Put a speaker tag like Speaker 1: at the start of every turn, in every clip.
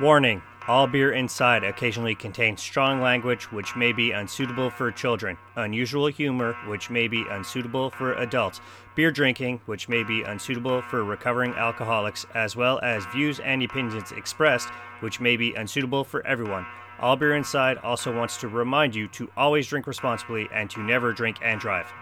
Speaker 1: Warning All beer inside occasionally contains strong language which may be unsuitable for children, unusual humor which may be unsuitable for adults, beer drinking which may be unsuitable for recovering alcoholics, as well as views and opinions expressed which may be unsuitable for everyone. All Beer Inside also wants to remind you to always drink responsibly and to never drink and drive.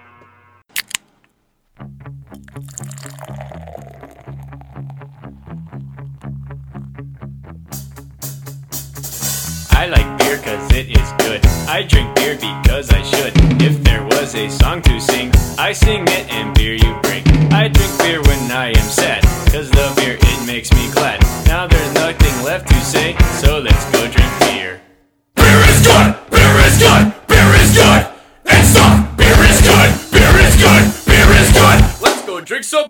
Speaker 2: I like beer cause it is good. I drink beer because I should. If there was a song to sing, I sing it and beer you bring. I drink beer when I am sad, cause the beer it makes me glad. Now there's nothing left to say, so let's go drink beer.
Speaker 3: Beer is good. Beer is good. Beer is good. And stop. Beer is good. Beer is good. Beer is good.
Speaker 2: Let's go drink some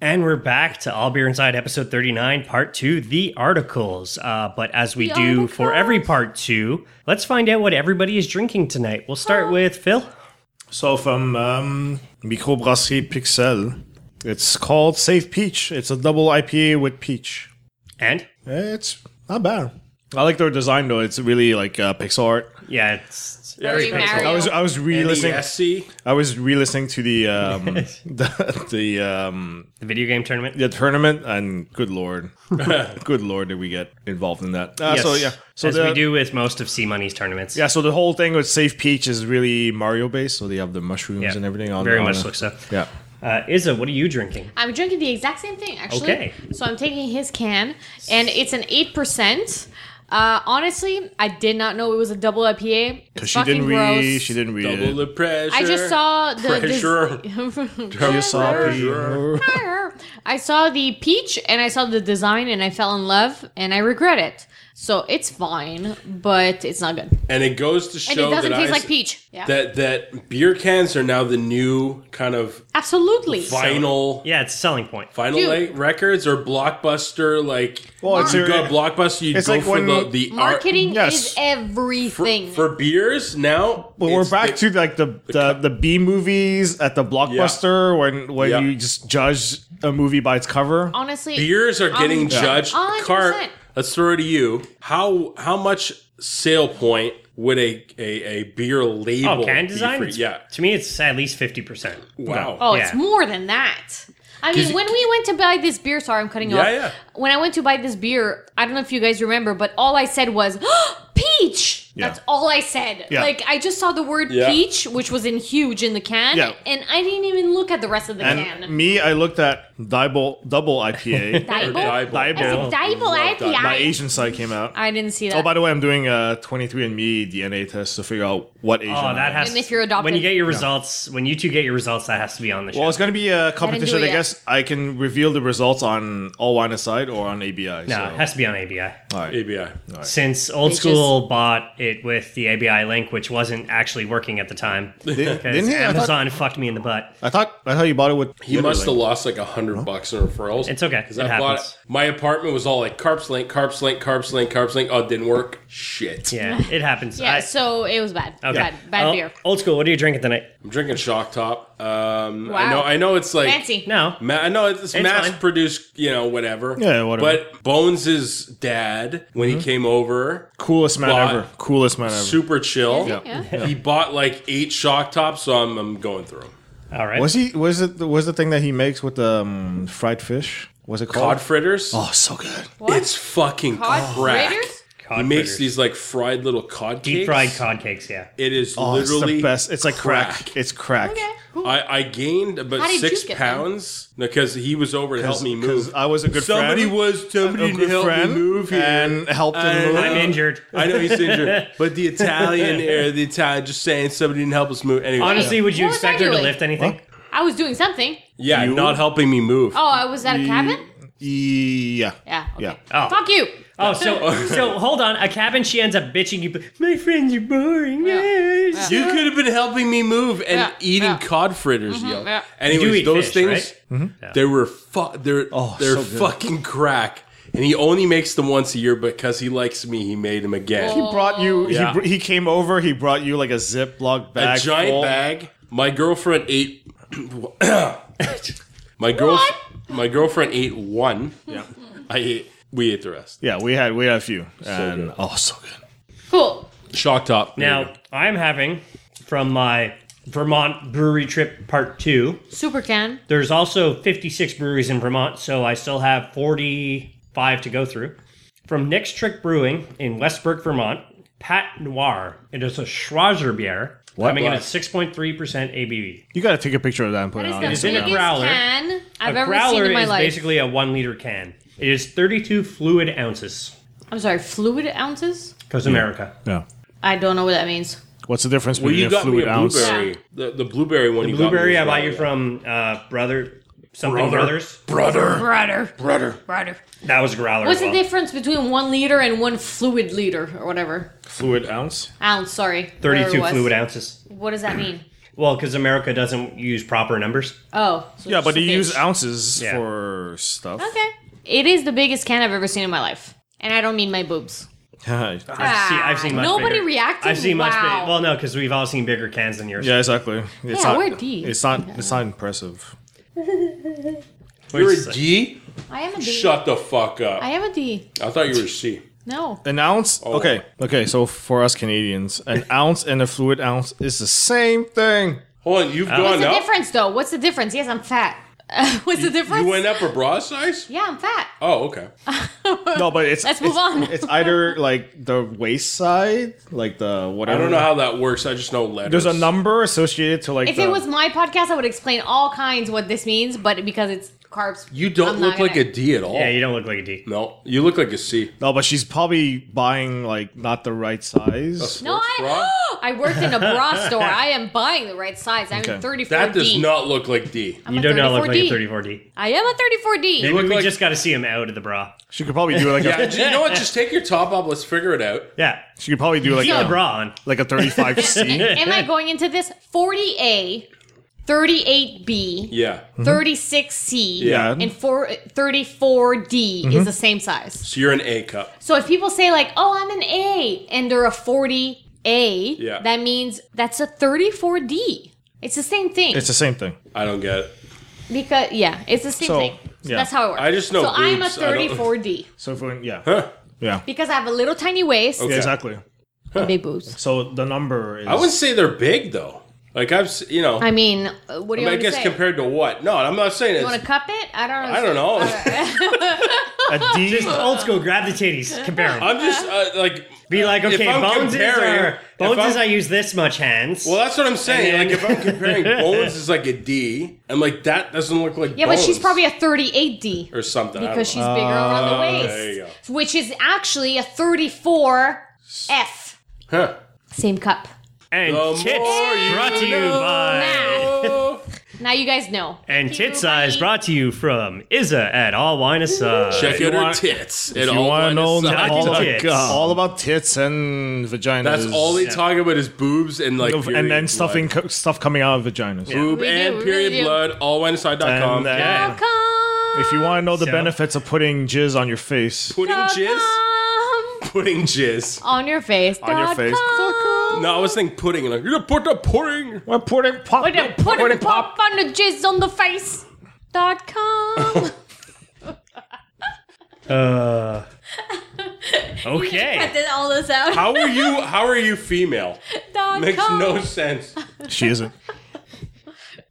Speaker 1: And we're back to All Beer Inside, episode 39, part two, the articles. Uh, but as we
Speaker 4: The
Speaker 1: do for
Speaker 4: articles.
Speaker 1: every part two, let's find out what everybody is drinking tonight. We'll start with Phil.
Speaker 5: So from um, Microbrasserie Pixel, it's called Safe Peach. It's a double IPA with peach.
Speaker 1: And?
Speaker 5: It's not bad. I like their design though. It's really like uh, pixel art.
Speaker 1: Yeah, it's.
Speaker 4: Very Mario.
Speaker 5: I was I was re-listening.
Speaker 1: E
Speaker 6: NESC.
Speaker 5: I was re-listening to the um, the, the um,
Speaker 1: The video game tournament?
Speaker 5: the tournament, and good lord, good lord, did we get involved in that? Uh, So yeah, so
Speaker 1: As
Speaker 5: the,
Speaker 1: we do with most of Sea Money's tournaments.
Speaker 5: Yeah, so the whole thing with Safe Peach is really Mario based. So they have the mushrooms
Speaker 1: Yeah,
Speaker 5: and everything on.
Speaker 1: Very
Speaker 5: on
Speaker 1: much
Speaker 5: the-
Speaker 1: looks so.
Speaker 5: Yeah.
Speaker 1: Uh, Izza, what are you drinking?
Speaker 4: I'm drinking the exact same thing, actually.
Speaker 1: Okay.
Speaker 4: So I'm taking his can, and it's an 8%. Uh, honestly, I did not know it was a double IPA. It's
Speaker 5: Because she didn't
Speaker 4: fucking
Speaker 5: read.
Speaker 4: gross.
Speaker 5: She didn't read
Speaker 6: Double
Speaker 5: it.
Speaker 6: the pressure.
Speaker 4: I just saw the.
Speaker 6: Pressure.
Speaker 4: Des-
Speaker 6: Sure.
Speaker 4: I saw the peach and I saw the design and I fell in love and I regret it. So it's fine, but it's not good.
Speaker 6: and it goes to
Speaker 4: And
Speaker 6: show
Speaker 4: it doesn't
Speaker 6: that
Speaker 4: taste
Speaker 6: I-
Speaker 4: like peach. Yeah.
Speaker 6: That that beer cans are now the new kind of
Speaker 4: Absolutely.
Speaker 6: vinyl
Speaker 1: Yeah, it's a selling point.
Speaker 6: vinyl
Speaker 4: Dude.
Speaker 6: like, records or blockbuster like.
Speaker 5: Well, it's
Speaker 6: you
Speaker 5: a-
Speaker 6: go to blockbuster, you
Speaker 5: it's
Speaker 6: go
Speaker 5: like
Speaker 6: for
Speaker 5: when-
Speaker 6: the the art-
Speaker 4: Marketing
Speaker 5: Yes.
Speaker 4: is
Speaker 6: for,
Speaker 4: everything.
Speaker 6: for beers now.
Speaker 5: But we're
Speaker 6: it's
Speaker 5: back
Speaker 6: the-
Speaker 5: to like the the, the B movies at the blockbuster when when
Speaker 6: Yeah.
Speaker 5: you just judge a movie by its cover.
Speaker 4: honestly,
Speaker 6: beers are getting
Speaker 4: Um, yeah.
Speaker 6: judged.
Speaker 4: 100%.
Speaker 6: Cart, let's throw it to you. How how much sale point would a a, a beer label
Speaker 1: Oh, can
Speaker 6: be
Speaker 1: design?
Speaker 6: for-
Speaker 1: It's-
Speaker 6: Yeah.
Speaker 1: To me, it's at least 50%.
Speaker 6: Wow.
Speaker 4: Oh, it's
Speaker 1: Yeah.
Speaker 4: more than that. I mean,
Speaker 6: you-
Speaker 4: when we went to buy this beer, sorry, I'm cutting you off.
Speaker 6: yeah.
Speaker 4: When I went to buy this beer, I don't know if you guys remember, but all I said was peach.
Speaker 5: Yeah.
Speaker 4: That's all I said.
Speaker 5: Yeah.
Speaker 4: Like I just saw the word
Speaker 6: Yeah.
Speaker 4: peach, which was in huge in the can,
Speaker 5: Yeah.
Speaker 4: and I didn't even look at the rest of the
Speaker 5: and
Speaker 4: can.
Speaker 5: me, I looked at double double IPA.
Speaker 4: Diebel.
Speaker 6: Diebel.
Speaker 4: I said Diebel
Speaker 6: Love Diebel.
Speaker 5: My
Speaker 4: IPA.
Speaker 5: Asian side came out.
Speaker 4: I didn't see that.
Speaker 5: Oh, by the way, I'm doing a 23andMe DNA test to figure out what Asian.
Speaker 1: Oh,
Speaker 5: I
Speaker 1: that
Speaker 5: am.
Speaker 1: has
Speaker 4: And if you're adopted.
Speaker 1: When you get your results, when you two get your results, that has to be on the show.
Speaker 5: Well, it's going to be a
Speaker 4: do
Speaker 5: competition.
Speaker 4: it
Speaker 5: I,
Speaker 4: yet.
Speaker 5: guess I can reveal the results on All Wine Aside or on ABI.
Speaker 1: no, it
Speaker 5: so.
Speaker 1: Uh, has to be on ABI.
Speaker 5: All right.
Speaker 6: ABI.
Speaker 1: Since old
Speaker 4: Bitches.
Speaker 1: school bought it with the ABI link, which wasn't actually working at the time,
Speaker 5: Didn't,
Speaker 1: because
Speaker 5: didn't he? I thought,
Speaker 1: Amazon fucked me in the butt.
Speaker 5: I thought I thought you bought it with.
Speaker 6: He must have lost like a hundred bucks in referrals.
Speaker 1: It's okay.
Speaker 6: 'Cause
Speaker 1: It
Speaker 6: I bought-
Speaker 1: happens.
Speaker 6: my apartment was all like carbs link, carbs link, carbs link, carbs link. Oh, it didn't work. Shit.
Speaker 1: Yeah, it happens.
Speaker 4: yeah,
Speaker 1: I-
Speaker 4: so it was bad.
Speaker 1: okay.
Speaker 4: Bad, bad
Speaker 1: Oh,
Speaker 4: beer.
Speaker 1: Old school. What are you drinking tonight?
Speaker 6: I'm drinking Shock Top. Um, I
Speaker 4: Wow.
Speaker 6: know. I know it's like
Speaker 4: Fancy.
Speaker 1: No.
Speaker 6: Ma- I know it's,
Speaker 1: It's
Speaker 6: mass
Speaker 1: fine.
Speaker 6: produced, you know, whatever.
Speaker 5: Yeah, whatever.
Speaker 6: But Bones' dad, when he came over,
Speaker 5: Coolest man
Speaker 6: Bought-
Speaker 5: ever. Coolest man ever.
Speaker 6: super chill.
Speaker 4: Yeah. Yeah.
Speaker 6: He bought like eight shock tops, so I'm, I'm going through 'em.
Speaker 1: All right.
Speaker 5: Was he? Was it? Was the thing that he makes with the um, fried fish? Was it called?
Speaker 6: Cod fritters.
Speaker 5: Oh, so good.
Speaker 6: It's fucking
Speaker 4: Cod
Speaker 6: crack.
Speaker 4: fritters?
Speaker 1: Cod
Speaker 6: he makes
Speaker 1: fritters.
Speaker 6: these like fried little cod
Speaker 1: deep
Speaker 6: cakes.
Speaker 1: fried cod cakes? Yeah.
Speaker 6: It is
Speaker 5: Oh, it's
Speaker 6: literally
Speaker 5: the best. It's like crack.
Speaker 6: crack.
Speaker 5: It's crack.
Speaker 4: Okay. Cool.
Speaker 6: I, I gained
Speaker 4: How
Speaker 6: about
Speaker 4: did
Speaker 6: six
Speaker 4: you get them?
Speaker 6: pounds because he was over to help
Speaker 5: 'Cause-
Speaker 6: me
Speaker 5: 'cause
Speaker 6: move.
Speaker 5: I was a good
Speaker 6: somebody
Speaker 5: friend.
Speaker 6: was
Speaker 5: A
Speaker 6: somebody
Speaker 5: good
Speaker 6: helped
Speaker 5: friend
Speaker 6: me move here.
Speaker 5: and helped him
Speaker 6: And
Speaker 5: move.
Speaker 1: I'm
Speaker 6: I-
Speaker 1: injured.
Speaker 6: I know he's injured, but the Italian or the Italian just saying somebody didn't help us move. Anyway,
Speaker 1: Honestly, would you
Speaker 4: What was
Speaker 1: expect
Speaker 4: I
Speaker 1: her to
Speaker 4: doing?
Speaker 1: lift anything?
Speaker 4: I was doing something.
Speaker 6: yeah,
Speaker 5: You-
Speaker 6: not helping me move.
Speaker 4: Oh, I was at a cabin?
Speaker 5: Yeah.
Speaker 4: Yeah. Okay.
Speaker 5: Yeah.
Speaker 1: Oh.
Speaker 4: Fuck you.
Speaker 1: Oh, so so hold on. A cabin. She ends up bitching you. My friends are boring.
Speaker 4: Yeah.
Speaker 1: Yeah.
Speaker 6: You could have been helping me move and
Speaker 4: Yeah,
Speaker 6: eating
Speaker 4: yeah. Mm-hmm,
Speaker 6: cod fritters, yo.
Speaker 4: yeah.
Speaker 6: Anyways,
Speaker 1: You eat
Speaker 6: those
Speaker 1: fish,
Speaker 6: things
Speaker 1: right? Mm-hmm.
Speaker 6: they were fu- they're
Speaker 5: Oh,
Speaker 6: they're
Speaker 5: so good.
Speaker 6: fucking crack. And he only makes them once a year because he likes me. He made them again.
Speaker 5: He brought you.
Speaker 6: Yeah.
Speaker 5: He, br- he came over. He brought you like a Ziploc
Speaker 6: a
Speaker 5: bag.
Speaker 6: giant
Speaker 5: full-
Speaker 6: bag. My girlfriend ate my girl, my girlfriend ate one.
Speaker 5: Yeah.
Speaker 6: I ate. We ate the rest.
Speaker 5: Yeah, we had we had a few. and oh so good.
Speaker 4: Cool.
Speaker 6: Shock top. There you
Speaker 1: Now, I'm having from my Vermont brewery trip part two.
Speaker 4: Super can.
Speaker 1: There's also 56 breweries in Vermont, so I still have 45 to go through. From Nick's Trick Brewing in Westbrook, Vermont, Pat Noir. It is a Schwarzbier beer coming in at 6.3% ABV.
Speaker 5: You gotta take a picture of that and put
Speaker 4: That
Speaker 5: it
Speaker 4: is
Speaker 5: on.
Speaker 4: the
Speaker 1: is
Speaker 4: biggest
Speaker 1: in a growler.
Speaker 4: can I've
Speaker 1: a
Speaker 4: ever
Speaker 1: growler
Speaker 4: seen in my
Speaker 1: is
Speaker 4: life.
Speaker 1: basically a one liter can. It is 32 fluid ounces
Speaker 4: I'm sorry, fluid ounces?
Speaker 6: Hmm.
Speaker 1: because America.
Speaker 5: yeah.
Speaker 4: I don't know what that means.
Speaker 5: What's the difference
Speaker 6: Well,
Speaker 5: between
Speaker 6: you got
Speaker 5: a fluid
Speaker 6: me a
Speaker 5: ounce?
Speaker 6: blueberry. The, the blueberry one. you
Speaker 1: Blueberry,
Speaker 6: got
Speaker 1: I
Speaker 6: me was
Speaker 1: bought you
Speaker 6: wrong.
Speaker 1: from uh, Brother Something
Speaker 6: Brother.
Speaker 1: Brothers.
Speaker 6: brother.
Speaker 4: Brother.
Speaker 6: Brother.
Speaker 4: Brother.
Speaker 1: That was a growler.
Speaker 4: What's
Speaker 1: as
Speaker 4: the
Speaker 1: well.
Speaker 4: difference between one liter and one fluid liter or whatever?
Speaker 5: Fluid ounce?
Speaker 4: Ounce, sorry.
Speaker 1: 32 fluid ounces.
Speaker 4: What does that mean?
Speaker 1: Well, because America doesn't use proper numbers.
Speaker 4: Oh. so
Speaker 5: Yeah,
Speaker 4: it's
Speaker 5: but
Speaker 4: just a
Speaker 5: you use
Speaker 4: pitch.
Speaker 5: ounces
Speaker 1: Yeah.
Speaker 5: for stuff.
Speaker 4: Okay. It is the biggest can I've ever seen in my life. And I don't mean my boobs.
Speaker 5: yeah,
Speaker 1: I've seen, I've seen much
Speaker 4: Nobody
Speaker 1: bigger.
Speaker 4: reacted?
Speaker 1: I've seen much
Speaker 4: Wow.
Speaker 1: bigger. Well, no, because we've all seen bigger cans than yours.
Speaker 5: exactly. It's
Speaker 4: Yeah,
Speaker 5: not,
Speaker 4: we're D.
Speaker 5: It's not it's not impressive.
Speaker 6: You're a D.
Speaker 4: I am a D.
Speaker 6: Shut the fuck up.
Speaker 4: I am a D.
Speaker 6: I thought you were a C.
Speaker 4: No.
Speaker 5: An ounce?
Speaker 6: Oh.
Speaker 5: Okay. Okay, so for us Canadians, an ounce and a fluid ounce is the same thing.
Speaker 6: Hold on, you've
Speaker 4: What's
Speaker 6: gone
Speaker 4: the
Speaker 6: up.
Speaker 4: difference, though? What's the difference? Yes, I'm fat. What's the difference?
Speaker 6: You went up a bra size?
Speaker 4: Yeah, I'm fat.
Speaker 6: Oh, okay.
Speaker 5: No, but it's
Speaker 4: Let's move
Speaker 5: it's-
Speaker 4: on.
Speaker 5: It's either like the waist side, like the
Speaker 6: I
Speaker 5: whatever.
Speaker 6: don't know how that works. I just know letters.
Speaker 5: There's a number associated to like.
Speaker 4: If
Speaker 5: the,
Speaker 4: it
Speaker 6: uh,
Speaker 4: was my podcast, I would explain all kinds what this means, but because it's carbs,
Speaker 6: You don't
Speaker 4: I'm not
Speaker 6: look like
Speaker 4: gonna-
Speaker 6: a D at all.
Speaker 1: Yeah, you don't look like a D.
Speaker 6: no, you look like a C.
Speaker 5: no, but she's probably buying like not the right size.
Speaker 4: No,
Speaker 6: Sports bra?
Speaker 4: I, I worked in a bra store. I am buying the right size. I'm
Speaker 5: Okay.
Speaker 4: 34D.
Speaker 6: That does not look like D.
Speaker 4: I'm
Speaker 1: you
Speaker 4: a
Speaker 1: do not look like
Speaker 4: 34D.
Speaker 1: a 34D.
Speaker 4: I am a 34D.
Speaker 1: Maybe
Speaker 6: look
Speaker 1: we
Speaker 6: like-
Speaker 1: just got to see him out of the bra.
Speaker 5: She could probably do like
Speaker 6: Yeah,
Speaker 5: a,
Speaker 6: you know what? Just take your top off. Let's figure it out.
Speaker 1: Yeah.
Speaker 5: she could probably do like
Speaker 1: Keep the
Speaker 5: a,
Speaker 1: bra on.
Speaker 5: like a 35 C.
Speaker 4: Am I going into this? 40A, 38B,
Speaker 6: Yeah.
Speaker 4: 36C,
Speaker 6: Mm-hmm. Yeah.
Speaker 4: and four, 34D
Speaker 1: Mm-hmm.
Speaker 4: is the same size.
Speaker 6: So you're an A cup.
Speaker 4: So if people say like, "Oh, I'm an A," and they're a 40A,
Speaker 6: Yeah.
Speaker 4: that means that's a 34D. It's the same thing.
Speaker 5: It's the same thing.
Speaker 6: I don't get it.
Speaker 4: because yeah, it's the same
Speaker 5: So,
Speaker 4: thing. So
Speaker 5: yeah.
Speaker 4: that's how it works.
Speaker 6: I just know
Speaker 4: So I'm a
Speaker 6: boobs. I don't-
Speaker 4: 34D
Speaker 5: So if we, yeah,
Speaker 6: Huh.
Speaker 5: yeah,
Speaker 4: because I have a little tiny waist,
Speaker 5: yeah,
Speaker 6: Okay.
Speaker 5: exactly.
Speaker 4: and big boobs.
Speaker 5: So the number is.
Speaker 6: I wouldn't say they're big though. Like I've, s- you know,
Speaker 4: I mean, uh, what do you
Speaker 6: I, mean, I
Speaker 4: want to
Speaker 6: guess
Speaker 4: say?
Speaker 6: compared to what? No, I'm not saying
Speaker 4: you want
Speaker 6: it's.
Speaker 4: to cup it? I don't. know.
Speaker 6: I don't know.
Speaker 5: a D.
Speaker 1: Just old school, grab the titties, compare them.
Speaker 6: I'm just uh, like.
Speaker 1: Be like,
Speaker 6: If
Speaker 1: okay,
Speaker 6: I'm
Speaker 1: bones is,
Speaker 6: comparing-
Speaker 1: are,
Speaker 6: if
Speaker 1: bones is
Speaker 6: I'm-
Speaker 1: I use this much hands.
Speaker 6: Well, that's what I'm saying.
Speaker 1: And
Speaker 6: Like
Speaker 1: then-
Speaker 6: if I'm comparing bones, is like a D, and like that doesn't look like.
Speaker 4: Yeah, but she's
Speaker 6: bones
Speaker 4: probably a 38D
Speaker 6: or something I
Speaker 4: because
Speaker 6: don't
Speaker 4: she's
Speaker 6: know.
Speaker 4: bigger around the
Speaker 6: Oh,
Speaker 4: waist,
Speaker 6: there you go.
Speaker 4: which is actually a 34F.
Speaker 6: Huh.
Speaker 4: Same cup.
Speaker 1: and
Speaker 6: The
Speaker 1: tits
Speaker 6: more you
Speaker 1: brought to you
Speaker 6: know.
Speaker 1: by.
Speaker 6: Oh.
Speaker 4: Now you guys know.
Speaker 1: And
Speaker 4: Thank
Speaker 1: Tit
Speaker 4: you,
Speaker 1: Size
Speaker 4: buddy.
Speaker 1: brought to you from Izza at All Wine Aside.
Speaker 6: Check out her
Speaker 5: want-
Speaker 6: tits.
Speaker 5: If you want to know
Speaker 1: side.
Speaker 5: all,
Speaker 1: Talking
Speaker 5: about-
Speaker 1: tits.
Speaker 5: all about tits and vaginas,
Speaker 6: That's all they
Speaker 1: Yeah.
Speaker 6: talk about is boobs and like
Speaker 5: and
Speaker 6: period
Speaker 5: then
Speaker 6: blood.
Speaker 5: stuffing co- stuff coming out of vaginas.
Speaker 6: boob
Speaker 4: We do,
Speaker 6: and
Speaker 4: we
Speaker 6: period
Speaker 4: really do.
Speaker 6: blood. All
Speaker 5: And
Speaker 6: inside.com.
Speaker 5: then-
Speaker 1: Yeah.
Speaker 4: How come?
Speaker 5: If you want to know the
Speaker 1: So?
Speaker 5: benefits of putting jizz on your face,
Speaker 6: Putting
Speaker 4: How
Speaker 6: jizz.
Speaker 4: come?
Speaker 6: Putting jizz.
Speaker 4: On your face.
Speaker 5: On your
Speaker 4: dot
Speaker 5: face.
Speaker 4: com.
Speaker 6: No, I was thinking pudding. Like you're gonna put the pudding.
Speaker 5: we're putting pop.
Speaker 4: Put a, put a pop on the jizz on the face. Dot com.
Speaker 1: Uh,
Speaker 4: Cut
Speaker 1: okay.
Speaker 4: this- all this out.
Speaker 6: How are you? How are you female?
Speaker 4: Dot
Speaker 6: Makes
Speaker 4: com.
Speaker 6: no sense.
Speaker 5: She isn't.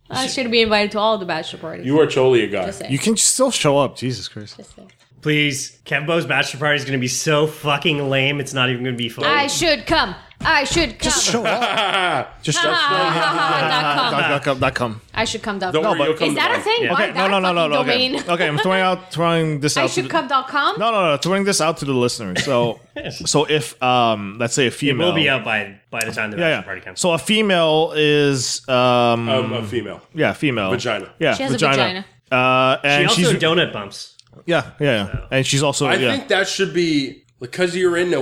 Speaker 4: I should be invited to all the bachelor parties.
Speaker 6: You are totally a guy.
Speaker 4: Just saying.
Speaker 5: You can still show up. Jesus Christ.
Speaker 4: Just saying.
Speaker 1: Please, Kembo's bachelor party is going to be so fucking lame, it's not even going to be fun.
Speaker 4: I should come. I should come.
Speaker 5: Just show up. Just show up.
Speaker 4: Ha-ha-ha-ha.com.
Speaker 5: Dot com, dot com.
Speaker 4: I should come. Dot
Speaker 6: Don't
Speaker 4: com.
Speaker 6: worry, you'll come
Speaker 4: Is
Speaker 6: to
Speaker 4: that a
Speaker 6: mine.
Speaker 4: thing? Why
Speaker 5: Okay.
Speaker 4: that
Speaker 5: No, no, no, no, no.
Speaker 4: fucking
Speaker 5: Okay.
Speaker 4: domain?
Speaker 5: okay. I'm throwing out, throwing this out.
Speaker 4: I
Speaker 5: to
Speaker 4: should
Speaker 5: the-
Speaker 4: come. Dot com.
Speaker 5: No, no, no. Throwing this out to the listeners. So, so if um, let's say a
Speaker 1: it
Speaker 5: female
Speaker 1: will be out by by the time the
Speaker 5: Yeah,
Speaker 1: bachelor
Speaker 5: yeah.
Speaker 1: party comes.
Speaker 5: So a female is um,
Speaker 6: I'm a female.
Speaker 5: yeah, female
Speaker 6: Vagina.
Speaker 5: Yeah,
Speaker 4: She has a
Speaker 5: vagina. Uh,
Speaker 1: she
Speaker 5: and
Speaker 1: also
Speaker 5: she's
Speaker 1: donut bumps.
Speaker 5: yeah, yeah, yeah. and she's also
Speaker 6: I
Speaker 5: yeah.
Speaker 6: think that should be because you're into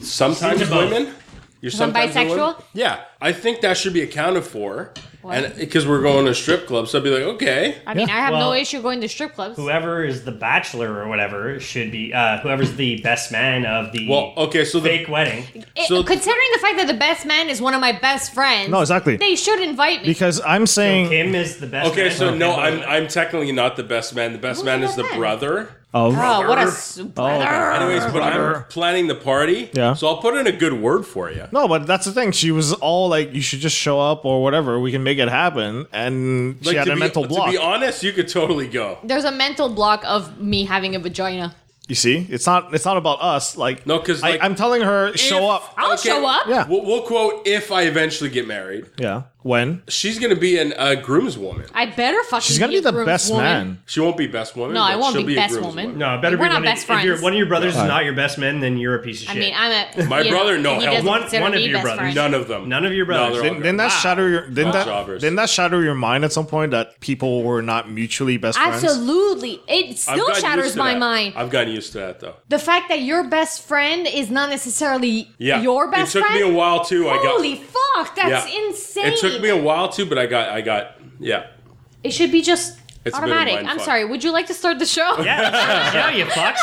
Speaker 6: uh, sometimes
Speaker 1: Into both.
Speaker 6: women. You're
Speaker 4: I'm
Speaker 6: sometimes a woman.
Speaker 4: bisexual?
Speaker 6: Yeah, I think that should be accounted for, and because we're going to strip club, so I'd be like, okay,
Speaker 4: I mean, I have
Speaker 1: Well-
Speaker 4: no issue going to strip clubs.
Speaker 1: Whoever is the bachelor or whatever should be. Uh, whoever's the best man of the
Speaker 6: well, okay, so the
Speaker 1: fake wedding.
Speaker 4: It-
Speaker 6: so-
Speaker 4: considering the fact that the best man is one of my best friends,
Speaker 5: No, exactly.
Speaker 4: They should invite me.
Speaker 5: Because I'm saying.
Speaker 1: Kim is the best.
Speaker 6: okay,
Speaker 1: man
Speaker 6: so
Speaker 1: of
Speaker 6: no,
Speaker 1: the-
Speaker 6: I'm I'm technically not the best man. The best
Speaker 4: Who's
Speaker 6: man
Speaker 4: the
Speaker 6: is
Speaker 4: best
Speaker 6: the
Speaker 4: man?
Speaker 6: brother.
Speaker 5: Of,
Speaker 4: oh, what a s- brother.
Speaker 6: Anyways, but I'm planning the party,
Speaker 5: Yeah.
Speaker 6: So I'll put in a good word for you.
Speaker 5: No, but that's the thing. She was all like, "You should just show up or whatever. We can make it happen." And she had
Speaker 6: to
Speaker 5: a
Speaker 6: be,
Speaker 5: mental block.
Speaker 6: To be honest, you could totally go.
Speaker 4: There's a mental block of me having a vagina.
Speaker 5: you see, it's not it's not about us. Like,
Speaker 6: No, 'cause,
Speaker 5: I-
Speaker 6: like,
Speaker 5: I'm telling her, show
Speaker 6: If-
Speaker 5: up.
Speaker 4: I'll
Speaker 6: okay,
Speaker 4: show up.
Speaker 5: Yeah.
Speaker 6: We'll, we'll quote if I eventually get married.
Speaker 5: Yeah. When
Speaker 6: She's gonna be an, a groomswoman.
Speaker 4: I better fucking.
Speaker 5: she's gonna
Speaker 4: be,
Speaker 5: be
Speaker 4: a
Speaker 5: the
Speaker 4: groom's
Speaker 5: best
Speaker 4: woman.
Speaker 5: man.
Speaker 6: She won't be best woman.
Speaker 4: No,
Speaker 6: but
Speaker 4: I won't
Speaker 6: she'll
Speaker 4: be
Speaker 6: be,
Speaker 4: best
Speaker 6: a groomswoman.
Speaker 4: woman.
Speaker 1: No, it better
Speaker 4: We're
Speaker 1: be
Speaker 4: not
Speaker 1: one of,
Speaker 4: best
Speaker 1: if your-
Speaker 4: friends.
Speaker 1: one of your brothers is
Speaker 5: Right.
Speaker 1: not your best man, then you're a piece of
Speaker 4: I
Speaker 1: shit.
Speaker 4: mean, I'm a
Speaker 6: My
Speaker 4: you know,
Speaker 6: brother, no,
Speaker 4: He
Speaker 6: hell,
Speaker 4: doesn't
Speaker 1: one-
Speaker 4: consider
Speaker 1: one of
Speaker 4: me
Speaker 1: your
Speaker 4: best
Speaker 1: brothers.
Speaker 4: friend.
Speaker 6: None of them.
Speaker 1: None of your
Speaker 6: No,
Speaker 1: brothers.
Speaker 6: they're all
Speaker 1: Didn't-
Speaker 6: good.
Speaker 5: Didn't that
Speaker 1: Wow.
Speaker 5: shatter your didn't
Speaker 6: Wow.
Speaker 5: that
Speaker 6: Jobbers.
Speaker 5: didn't that shatter your mind at some point that people were not mutually best friends?
Speaker 4: Absolutely, it
Speaker 6: I've
Speaker 4: still
Speaker 6: gotten used
Speaker 4: shatters
Speaker 6: to
Speaker 4: my
Speaker 6: that.
Speaker 4: mind.
Speaker 6: I've gotten used to that though.
Speaker 4: the fact that your best friend is not necessarily
Speaker 6: Yeah,
Speaker 4: your best
Speaker 6: It took
Speaker 4: friend.
Speaker 6: me a while too. I got.
Speaker 4: Holy fuck, that's
Speaker 6: yeah.
Speaker 4: insane.
Speaker 6: It took me a while too, but I got. I got. Yeah.
Speaker 4: It should be just
Speaker 6: It's a bit of a
Speaker 4: automatic.
Speaker 6: mind
Speaker 4: I'm
Speaker 6: fuck.
Speaker 4: sorry. Would you like to start the show?
Speaker 1: yeah, yeah, you fucks.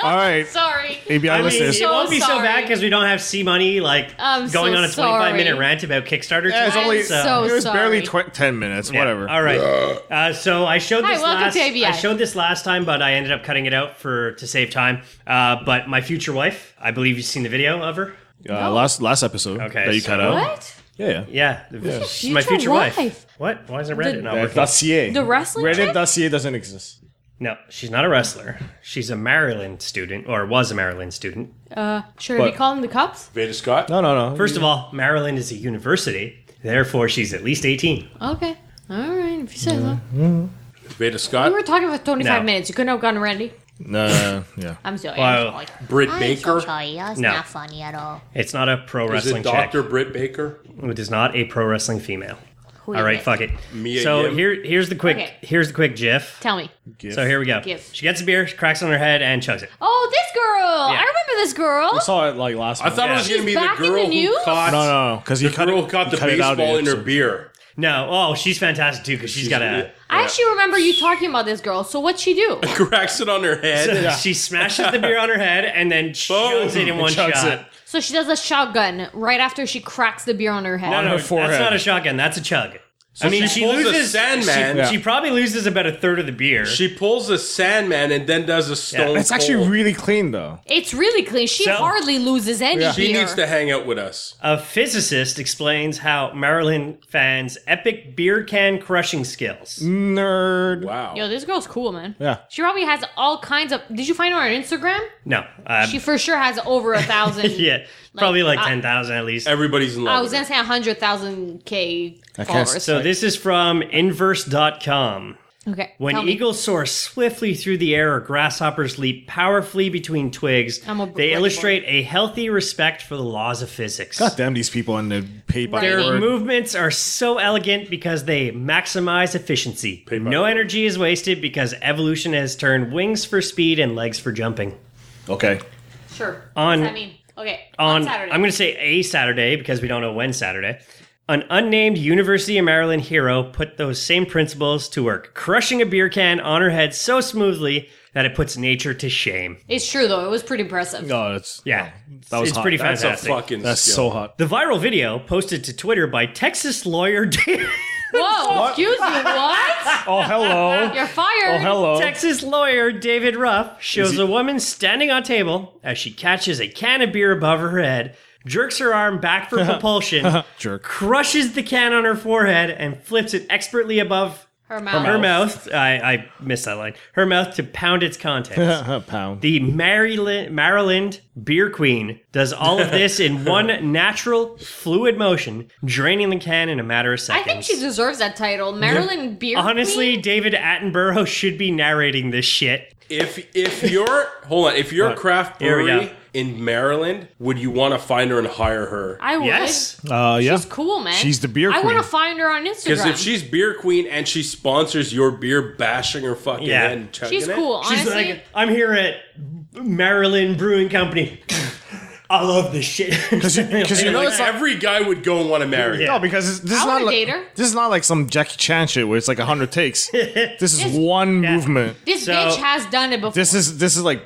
Speaker 5: All right,
Speaker 4: Sorry.
Speaker 5: ABI
Speaker 1: I mean,
Speaker 5: listeners.
Speaker 1: it won't be so
Speaker 4: sorry.
Speaker 1: bad because we don't have C Money like
Speaker 4: I'm
Speaker 1: going
Speaker 4: so
Speaker 1: on a 25 minute
Speaker 4: sorry.
Speaker 1: rant about Kickstarter.
Speaker 5: Yeah, it's
Speaker 1: tonight,
Speaker 5: only-
Speaker 4: so
Speaker 5: it was barely
Speaker 4: sorry.
Speaker 5: tw- ten minutes.
Speaker 1: Yeah,
Speaker 5: Whatever.
Speaker 1: All right. Uh, so I showed
Speaker 4: Hi,
Speaker 1: this
Speaker 4: welcome
Speaker 1: last.
Speaker 4: to ABI.
Speaker 1: I showed this last time, but I ended up cutting it out for to save time. Uh, but my future wife, I believe you've seen the video of her.
Speaker 5: Uh, Last last episode
Speaker 1: Okay,
Speaker 5: that you
Speaker 1: so-
Speaker 5: cut out.
Speaker 4: What?
Speaker 5: Yeah, yeah.
Speaker 1: Yeah, the- she's my
Speaker 4: Future
Speaker 1: future wife.
Speaker 4: wife.
Speaker 1: What? Why is it Reddit not working?
Speaker 5: That's CA.
Speaker 4: The wrestling chick?
Speaker 5: Dossier doesn't exist.
Speaker 1: No, she's not a wrestler. She's a Maryland student, or was a Maryland student.
Speaker 4: Uh, should I
Speaker 5: But-
Speaker 4: be calling the cops?
Speaker 6: Veda Scott.
Speaker 5: No, no, no.
Speaker 1: First of all, Maryland is a university, therefore she's at least eighteen.
Speaker 4: Okay. All right. If you say so.
Speaker 6: Veda
Speaker 4: We were
Speaker 6: Scott.
Speaker 4: talking for 25
Speaker 1: No.
Speaker 4: minutes. You couldn't have gotten ready.
Speaker 5: no, no, no, yeah.
Speaker 4: I'm sorry.
Speaker 1: Well,
Speaker 4: I'm sorry.
Speaker 6: Britt
Speaker 7: I'm
Speaker 6: Baker.
Speaker 7: so sorry. That's
Speaker 1: No.
Speaker 7: not funny at all.
Speaker 1: It's not a pro
Speaker 6: Is
Speaker 1: wrestling
Speaker 6: it
Speaker 1: chick.
Speaker 6: Doctor Britt Baker?
Speaker 1: It is not a pro wrestling female.
Speaker 4: Who
Speaker 1: All
Speaker 4: is
Speaker 1: right,
Speaker 4: it?
Speaker 1: fuck it.
Speaker 6: Mia
Speaker 1: so
Speaker 6: Yim.
Speaker 1: here, here's the quick,
Speaker 4: Okay.
Speaker 1: here's the quick GIF.
Speaker 4: Tell me.
Speaker 1: So here we go.
Speaker 4: GIF.
Speaker 1: She gets a beer, she cracks on her head, and chugs it.
Speaker 4: Oh, this girl.
Speaker 1: Yeah.
Speaker 4: I remember this girl.
Speaker 5: I saw it like last.
Speaker 6: I thought
Speaker 1: Yeah.
Speaker 6: it was going
Speaker 4: She's
Speaker 6: to be the
Speaker 4: back in
Speaker 6: girl
Speaker 4: the
Speaker 6: who
Speaker 4: news?
Speaker 6: caught
Speaker 5: No, no, no, because
Speaker 6: the
Speaker 5: you cut
Speaker 6: girl
Speaker 5: it,
Speaker 6: caught
Speaker 5: you
Speaker 6: the
Speaker 5: cut it out of
Speaker 6: baseball in her
Speaker 5: episode.
Speaker 6: beer.
Speaker 1: No, oh, she's fantastic too because she's got a.
Speaker 4: I actually remember you talking about this girl. So what'd she do?
Speaker 6: Cracks it on her head.
Speaker 1: She smashes the beer on her head and then chugs it in one
Speaker 5: chugs
Speaker 1: shot.
Speaker 5: it.
Speaker 4: so she does a shotgun right after she cracks the beer on her head.
Speaker 1: No, no,
Speaker 5: her
Speaker 1: that's
Speaker 5: forehead.
Speaker 1: not a shotgun. That's a chug. I mean, she,
Speaker 6: she pulls a
Speaker 1: loses.
Speaker 6: Sandman.
Speaker 1: She,
Speaker 6: Yeah.
Speaker 1: she probably loses about a third of the beer.
Speaker 6: She pulls a Sandman and then does a stone.
Speaker 5: It's actually
Speaker 6: Cold.
Speaker 5: really clean though.
Speaker 4: It's really clean. She
Speaker 1: So-
Speaker 4: hardly loses any
Speaker 5: Yeah.
Speaker 4: beer.
Speaker 5: She
Speaker 6: She needs to hang out with us.
Speaker 1: a physicist explains how Maryland fans' epic beer can crushing skills.
Speaker 5: Mm. Nerd.
Speaker 6: Wow.
Speaker 4: Yo, this girl's cool, man.
Speaker 5: Yeah.
Speaker 4: She probably has all kinds of. Did you find her on Instagram?
Speaker 1: No, uh,
Speaker 4: She for sure has over a thousand.
Speaker 1: yeah, probably like
Speaker 4: I-
Speaker 1: ten thousand at least.
Speaker 6: Everybody's in love.
Speaker 4: Oh, I was gonna
Speaker 6: with her.
Speaker 4: say a hundred thousand k followers.
Speaker 1: So this is from inverse.com.
Speaker 4: okay.
Speaker 1: When
Speaker 4: tell me.
Speaker 1: eagles soar swiftly through the air or grasshoppers leap powerfully between twigs,
Speaker 4: I'm a
Speaker 1: they
Speaker 4: blackboard.
Speaker 1: illustrate a healthy respect for the laws of physics.
Speaker 5: God damn these people and they're paid by
Speaker 4: Right.
Speaker 5: the
Speaker 1: Their
Speaker 5: word.
Speaker 1: movements are so elegant because they maximize efficiency.
Speaker 6: by
Speaker 1: no
Speaker 6: the-
Speaker 1: energy is wasted because evolution has turned wings for speed and legs for jumping.
Speaker 5: Okay.
Speaker 4: sure.
Speaker 1: on-
Speaker 4: What's that mean? Okay.
Speaker 1: On,
Speaker 4: Saturday.
Speaker 1: I'm going to say a Saturday because we don't know when Saturday. An unnamed University of Maryland hero put those same principles to work, crushing a beer can on her head so smoothly that it puts nature to shame.
Speaker 4: It's true though. It was pretty impressive.
Speaker 5: No, it's
Speaker 1: Yeah,
Speaker 5: that was
Speaker 1: it's
Speaker 5: hot.
Speaker 1: pretty
Speaker 6: That's
Speaker 1: fantastic.
Speaker 6: a fucking.
Speaker 5: that's
Speaker 6: skill.
Speaker 5: so hot.
Speaker 1: The viral video posted to Twitter by Texas lawyer David.
Speaker 4: Whoa! Excuse me. What?
Speaker 5: Oh hello. Oh,
Speaker 4: You're
Speaker 1: Oh,
Speaker 4: fired.
Speaker 5: hello.
Speaker 1: Texas lawyer David Ruff shows a woman standing on a table as she catches a can of beer above her head, jerks her arm back for propulsion,
Speaker 5: Jerk.
Speaker 1: crushes the can on her forehead, and flips it expertly above
Speaker 4: Her mouth.
Speaker 1: her mouth. I, I missed that line. Her mouth to pound its contents.
Speaker 5: Pound.
Speaker 1: The Maryland, Maryland beer queen does all of this in one natural, fluid motion, draining the can in a matter of
Speaker 4: I
Speaker 1: seconds.
Speaker 4: think she deserves that title. Marilyn Beer.
Speaker 1: Honestly,
Speaker 4: Queen?
Speaker 1: David Attenborough should be narrating this shit.
Speaker 6: If if you're hold on, if you're a craft
Speaker 1: Here we
Speaker 6: brewery
Speaker 1: go.
Speaker 6: in Maryland, would you want to find her and hire her?
Speaker 4: I would.
Speaker 1: Yes.
Speaker 5: Uh, yeah.
Speaker 4: She's cool, man.
Speaker 5: She's the beer
Speaker 4: I want
Speaker 5: queen.
Speaker 4: to find her on Instagram.
Speaker 6: Because if she's beer queen and she sponsors your beer, bashing her fucking
Speaker 1: Yeah.
Speaker 6: head and chugging
Speaker 4: she's
Speaker 6: it,
Speaker 4: cool.
Speaker 1: She's
Speaker 4: honestly,
Speaker 1: like, I'm here at Maryland Brewing Company. I love this shit. Because
Speaker 5: you- 'cause you know
Speaker 6: Like,
Speaker 5: it's not-
Speaker 6: every guy would go and want to marry.
Speaker 5: No, because this, this
Speaker 4: I
Speaker 5: is
Speaker 4: wanna
Speaker 5: not like
Speaker 4: date her.
Speaker 5: this is not like some Jackie Chan shit where it's like hundred takes. this is one movement.
Speaker 4: This
Speaker 1: So-
Speaker 4: bitch has done it before.
Speaker 5: This is this is like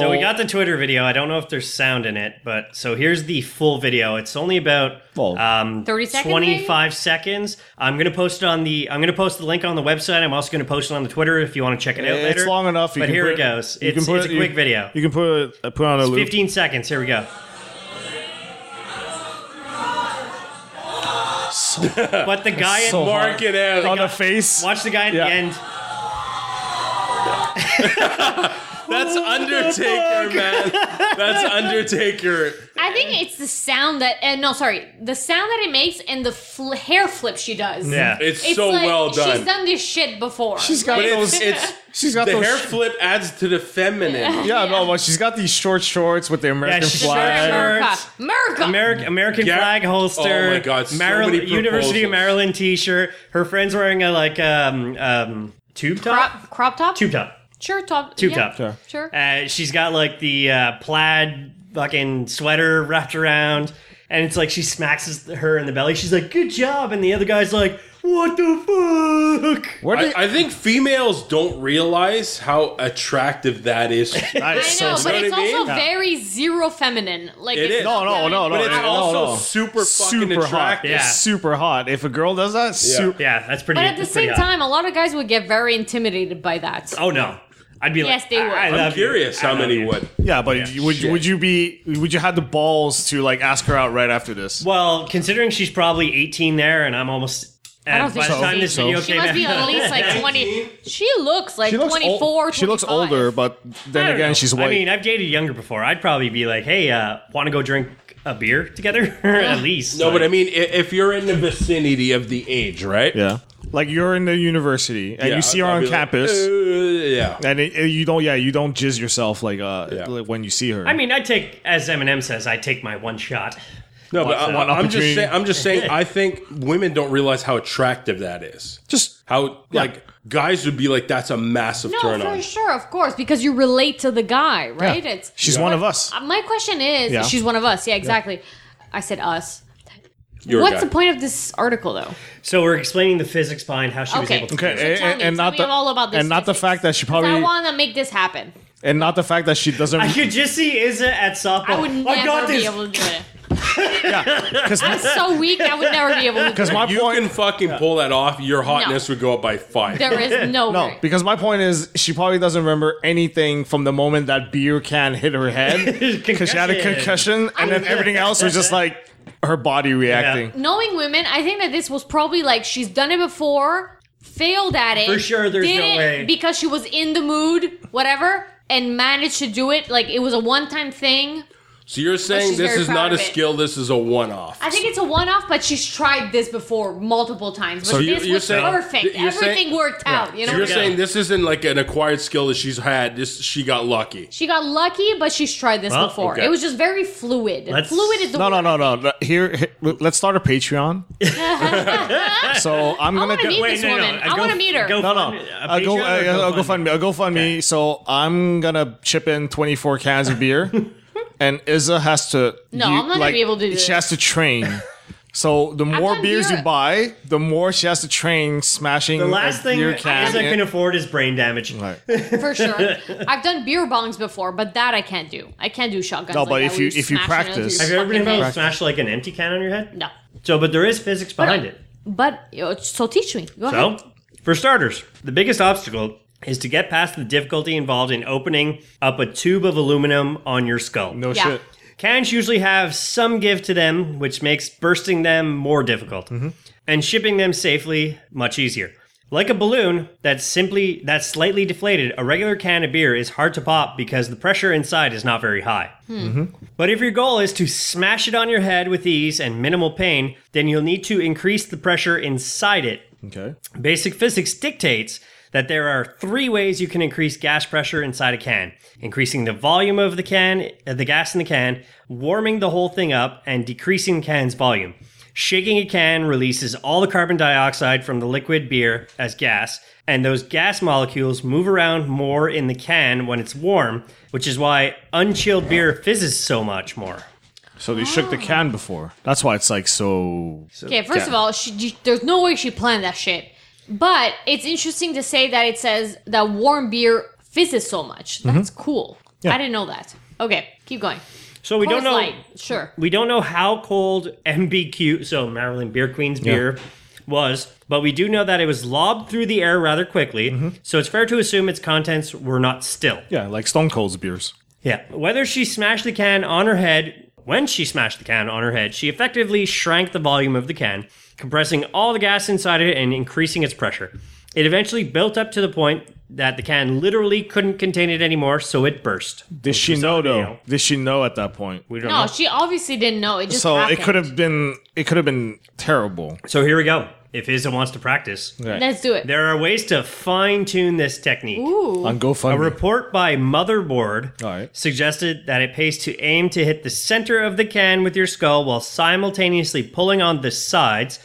Speaker 1: So we
Speaker 5: got
Speaker 1: got the Twitter video. I don't know if there's sound in it, but so here's the full video. It's only about
Speaker 5: Full.
Speaker 1: um,
Speaker 4: 30 seconds, maybe?
Speaker 1: 25 seconds. I'm gonna post it on the. I'm gonna post the link on the website. I'm also gonna post it on the Twitter if you want to check it out later.
Speaker 5: it's long enough.
Speaker 1: but here
Speaker 5: put
Speaker 1: it goes.
Speaker 5: you
Speaker 1: It's,
Speaker 5: put
Speaker 1: it's a
Speaker 5: you-
Speaker 1: quick video.
Speaker 5: You can put it, put on a loop.
Speaker 1: 15 seconds. Here we go. but the guy at
Speaker 5: so hard.
Speaker 6: Mark it out.
Speaker 5: on the face.
Speaker 1: watch the guy at
Speaker 5: Yeah.
Speaker 1: the end.
Speaker 6: That's Undertaker, man. That's Undertaker.
Speaker 4: I think it's the sound that, and no, sorry, the sound that it makes and the fl- hair flip she does.
Speaker 1: Yeah.
Speaker 6: It's, so
Speaker 4: like
Speaker 6: well done.
Speaker 4: She's done this shit before.
Speaker 5: She's got
Speaker 6: But
Speaker 5: those.
Speaker 6: it's, it's
Speaker 5: she's got
Speaker 6: the
Speaker 5: those.
Speaker 6: hair flip adds to the feminine.
Speaker 5: yeah, no, well, she's got these short shorts with the American
Speaker 1: she's
Speaker 5: flag.
Speaker 1: wearing her-
Speaker 4: America.
Speaker 1: shirts.
Speaker 4: America.
Speaker 1: American American
Speaker 6: Yeah.
Speaker 1: flag holster.
Speaker 6: Oh my God, so
Speaker 1: Maryland,
Speaker 6: many
Speaker 1: University of
Speaker 6: proposals.
Speaker 1: Maryland T-shirt. Her friend's wearing a like um um tube top.
Speaker 4: crop, crop top?
Speaker 1: Tube top.
Speaker 4: Sure, top.
Speaker 1: Tube
Speaker 4: yeah,
Speaker 1: top.
Speaker 5: Sure.
Speaker 4: Sure.
Speaker 1: Uh, she's got like the uh, plaid fucking sweater wrapped around, and it's like she smacks his- her in the belly. She's like, "Good job," and the other guy's like, "What the fuck?"
Speaker 5: Where do
Speaker 6: I, I think females don't realize how attractive that is.
Speaker 5: I
Speaker 4: I know, but
Speaker 6: You know
Speaker 4: it's
Speaker 6: what I mean?
Speaker 4: also very zero feminine. Like
Speaker 6: It
Speaker 4: it's
Speaker 6: is.
Speaker 5: No, no, no, no.
Speaker 6: But it's
Speaker 5: no,
Speaker 6: also
Speaker 5: no.
Speaker 6: super fucking
Speaker 5: super
Speaker 6: attractive.
Speaker 5: Hot.
Speaker 1: Yeah.
Speaker 5: Super hot. If a girl does that, su-
Speaker 1: Yeah, that's pretty.
Speaker 4: But at the
Speaker 1: that's pretty
Speaker 4: same
Speaker 1: hot.
Speaker 4: time, a lot of guys would get very intimidated by that.
Speaker 1: oh no, I'd be like,
Speaker 4: Yes, they would.
Speaker 1: I, I
Speaker 4: I'm
Speaker 1: love
Speaker 6: I'm
Speaker 1: you.
Speaker 6: curious
Speaker 1: I
Speaker 6: how
Speaker 1: love
Speaker 6: many
Speaker 1: you."
Speaker 6: would.
Speaker 5: yeah. But would would you be would you have the balls to like ask her out right after this?
Speaker 1: Well, considering she's probably 18 there, and I'm almost. And
Speaker 4: don't
Speaker 1: by
Speaker 4: think
Speaker 1: the
Speaker 4: she's
Speaker 1: time this
Speaker 5: 18.
Speaker 1: video
Speaker 4: She
Speaker 1: came
Speaker 4: must
Speaker 1: out,
Speaker 4: be at least like 20. She looks like
Speaker 5: She looks ol-
Speaker 4: 24,
Speaker 5: She looks
Speaker 4: 25.
Speaker 5: older, but
Speaker 1: I
Speaker 5: then
Speaker 1: don't know.
Speaker 5: again, she's white.
Speaker 1: I mean, I've dated younger before. I'd probably be like, "Hey, uh, want to go drink a beer together?" at least.
Speaker 6: No, but
Speaker 1: Like-
Speaker 6: I mean, i- if you're in the vicinity of the age, right?
Speaker 5: yeah. Like you're in the university and
Speaker 6: Yeah,
Speaker 5: you see her
Speaker 6: I'd
Speaker 5: on
Speaker 6: be like,
Speaker 5: campus,
Speaker 6: "Uh, yeah.
Speaker 5: and it, it- you don't. Yeah, you don't jizz yourself like uh
Speaker 6: Yeah.
Speaker 5: like when you see her.
Speaker 1: I mean, I take, as Eminem says, I take my one shot.
Speaker 6: No, but
Speaker 1: What's
Speaker 6: I,
Speaker 1: that?
Speaker 6: I'm just
Speaker 5: Opportunity.
Speaker 6: saying. I'm just saying. I think women don't realize how attractive that is.
Speaker 5: just
Speaker 6: How
Speaker 5: Yeah.
Speaker 6: like guys would be like, "That's a massive
Speaker 4: No,
Speaker 6: turn
Speaker 4: for
Speaker 6: on."
Speaker 4: sure, of course, because you relate to the guy, right? It's
Speaker 5: she's one of us.
Speaker 4: Uh, My question is,
Speaker 5: Yeah.
Speaker 4: she's one of us. Yeah, exactly. I said us.
Speaker 6: You're a
Speaker 4: What's
Speaker 6: guy.
Speaker 4: the point of this article, though?
Speaker 1: So we're explaining the physics behind how she was
Speaker 4: Okay.
Speaker 1: able to.
Speaker 5: Okay,
Speaker 4: So
Speaker 5: and,
Speaker 4: tell me-
Speaker 5: and- and
Speaker 4: tell
Speaker 5: not
Speaker 4: me
Speaker 5: the
Speaker 4: all about this
Speaker 5: and not the
Speaker 4: physics.
Speaker 5: fact that she
Speaker 4: 'Cause I
Speaker 5: probably
Speaker 4: want to make this happen.
Speaker 5: and not the fact that she doesn't
Speaker 1: I could just see Izza at softball.
Speaker 4: I would
Speaker 5: Oh,
Speaker 4: never
Speaker 1: got
Speaker 4: be
Speaker 1: this.
Speaker 4: able to do it.
Speaker 5: because
Speaker 4: I'm so weak. I would never be able to. do
Speaker 5: because
Speaker 4: it.
Speaker 5: my
Speaker 6: You
Speaker 5: point
Speaker 6: can fucking pull that off. Your hotness would go up by five.
Speaker 4: there is no,
Speaker 5: No,
Speaker 4: way.
Speaker 5: because my point is she probably doesn't remember anything from the moment that beer can hit her head because she had a
Speaker 1: Concussion.
Speaker 5: concussion, and then everything else was just like her body reacting.
Speaker 4: Knowing women, I think that this was probably like she's done it before, failed at it.
Speaker 1: For sure, there's
Speaker 4: did
Speaker 1: no
Speaker 4: it
Speaker 1: way.
Speaker 4: because she was in the mood, whatever, and managed to do it. Like it was a one-time thing.
Speaker 6: So you're saying
Speaker 4: she's
Speaker 6: this
Speaker 4: very
Speaker 6: is
Speaker 4: proud
Speaker 6: not a
Speaker 4: of it.
Speaker 6: skill. This is a one-off.
Speaker 4: I think it's a one-off, but she's tried this before multiple times. But
Speaker 6: So you-
Speaker 4: this
Speaker 6: you're
Speaker 4: was
Speaker 6: saying-
Speaker 4: perfect.
Speaker 6: you're saying-
Speaker 4: Everything worked out. You know,
Speaker 6: So you're
Speaker 4: what I mean?
Speaker 6: saying this isn't like an acquired skill that she's had. This she got lucky.
Speaker 4: she got lucky, but she's tried this
Speaker 1: Well,
Speaker 4: before.
Speaker 6: okay.
Speaker 4: It was just very fluid.
Speaker 1: Let's-
Speaker 4: fluid is the
Speaker 5: No, no,
Speaker 4: word.
Speaker 5: no, no. no. Here, here, let's start a Patreon. so I'm
Speaker 4: I
Speaker 5: gonna
Speaker 4: want to
Speaker 5: go.
Speaker 4: meet
Speaker 1: Wait,
Speaker 4: this
Speaker 1: no, no,
Speaker 4: woman.
Speaker 1: I
Speaker 4: I
Speaker 1: go-
Speaker 4: want to meet her.
Speaker 1: go-
Speaker 5: no, no.
Speaker 1: GoFundMe, a
Speaker 5: I'll go.
Speaker 1: Patreon or
Speaker 5: I- I'll go
Speaker 1: GoFundMe?
Speaker 5: fund me. I'll go fund me. So I'm gonna chip in 24 cans of beer, and Izza has to.
Speaker 4: No, I'm not gonna be able to do
Speaker 5: She
Speaker 4: this.
Speaker 5: has to train. So the more
Speaker 4: done
Speaker 5: beers
Speaker 4: beer-
Speaker 5: you buy, the more she has to train smashing.
Speaker 1: The last
Speaker 5: a
Speaker 1: thing
Speaker 5: beer
Speaker 1: Izza
Speaker 5: can. in-
Speaker 1: can afford is brain damage.
Speaker 5: Right.
Speaker 4: for sure. I've done beer bongs before, but that I can't do. I can't do shotguns.
Speaker 5: No,
Speaker 4: like
Speaker 5: but
Speaker 4: that
Speaker 5: if
Speaker 4: where
Speaker 5: you- if you
Speaker 4: smash it into
Speaker 5: practice-
Speaker 4: your
Speaker 1: Have you ever been
Speaker 4: fucking
Speaker 1: able to
Speaker 4: face.
Speaker 1: smash like an empty can on your head?
Speaker 4: No,
Speaker 1: So, but there is physics behind it.
Speaker 4: but you know, so teach me. Go
Speaker 1: So,
Speaker 4: ahead.
Speaker 1: for starters, the biggest obstacle is to get past the difficulty involved in opening up a tube of aluminum on your skull.
Speaker 5: No
Speaker 4: Yeah.
Speaker 5: shit.
Speaker 1: Cans usually have some give to them, which makes bursting them more difficult and shipping them safely much easier. Like a balloon that's simply that's slightly deflated, a regular can of beer is hard to pop because the pressure inside is not very high. But if your goal is to smash it on your head with ease and minimal pain, then you'll need to increase the pressure inside it
Speaker 5: Okay.
Speaker 1: Basic physics dictates that there are three ways you can increase gas pressure inside a can increasing the volume of the can, uh, the gas in the can, warming the whole thing up, and decreasing the can's volume. Shaking a can releases all the carbon dioxide from the liquid beer as gas, and those gas molecules move around more in the can when it's warm, which is why unchilled beer fizzes so much more.
Speaker 5: So they shook the can before. That's why it's like so.
Speaker 4: Okay, first of all, she, you- there's no way she planned that shit. But it's interesting to say that it says that warm beer fizzes so much. That's cool. I didn't know that. Okay, keep going.
Speaker 1: So we
Speaker 4: Coors
Speaker 1: don't know.
Speaker 4: Light, sure.
Speaker 1: We don't know how cold MBQ, so Maryland Beer Queen's beer, was, but we do know that it was lobbed through the air rather quickly. So it's fair to assume its contents were not still.
Speaker 5: Yeah, like Stone Cold's beers.
Speaker 1: Yeah. Whether she smashed the can on her head, when she smashed the can on her head, she effectively shrank the volume of the can, compressing all the gas inside it and increasing its pressure. It eventually built up to the point that the can literally couldn't contain it anymore, so it burst.
Speaker 5: Did she know
Speaker 1: video.
Speaker 5: though? Did she know at that point?
Speaker 1: We don't
Speaker 4: No,
Speaker 1: know.
Speaker 4: she obviously didn't know. It just
Speaker 5: So
Speaker 4: happened.
Speaker 5: it could have been. It could have been terrible.
Speaker 1: So here we go. If Isa wants to practice,
Speaker 4: Let's do it.
Speaker 1: There are ways to fine tune this technique.
Speaker 4: Ooh,
Speaker 5: On GoFundMe.
Speaker 1: A report by Motherboard
Speaker 5: All right.
Speaker 1: suggested that it pays to aim to hit the center of the can with your skull while simultaneously pulling on the sides,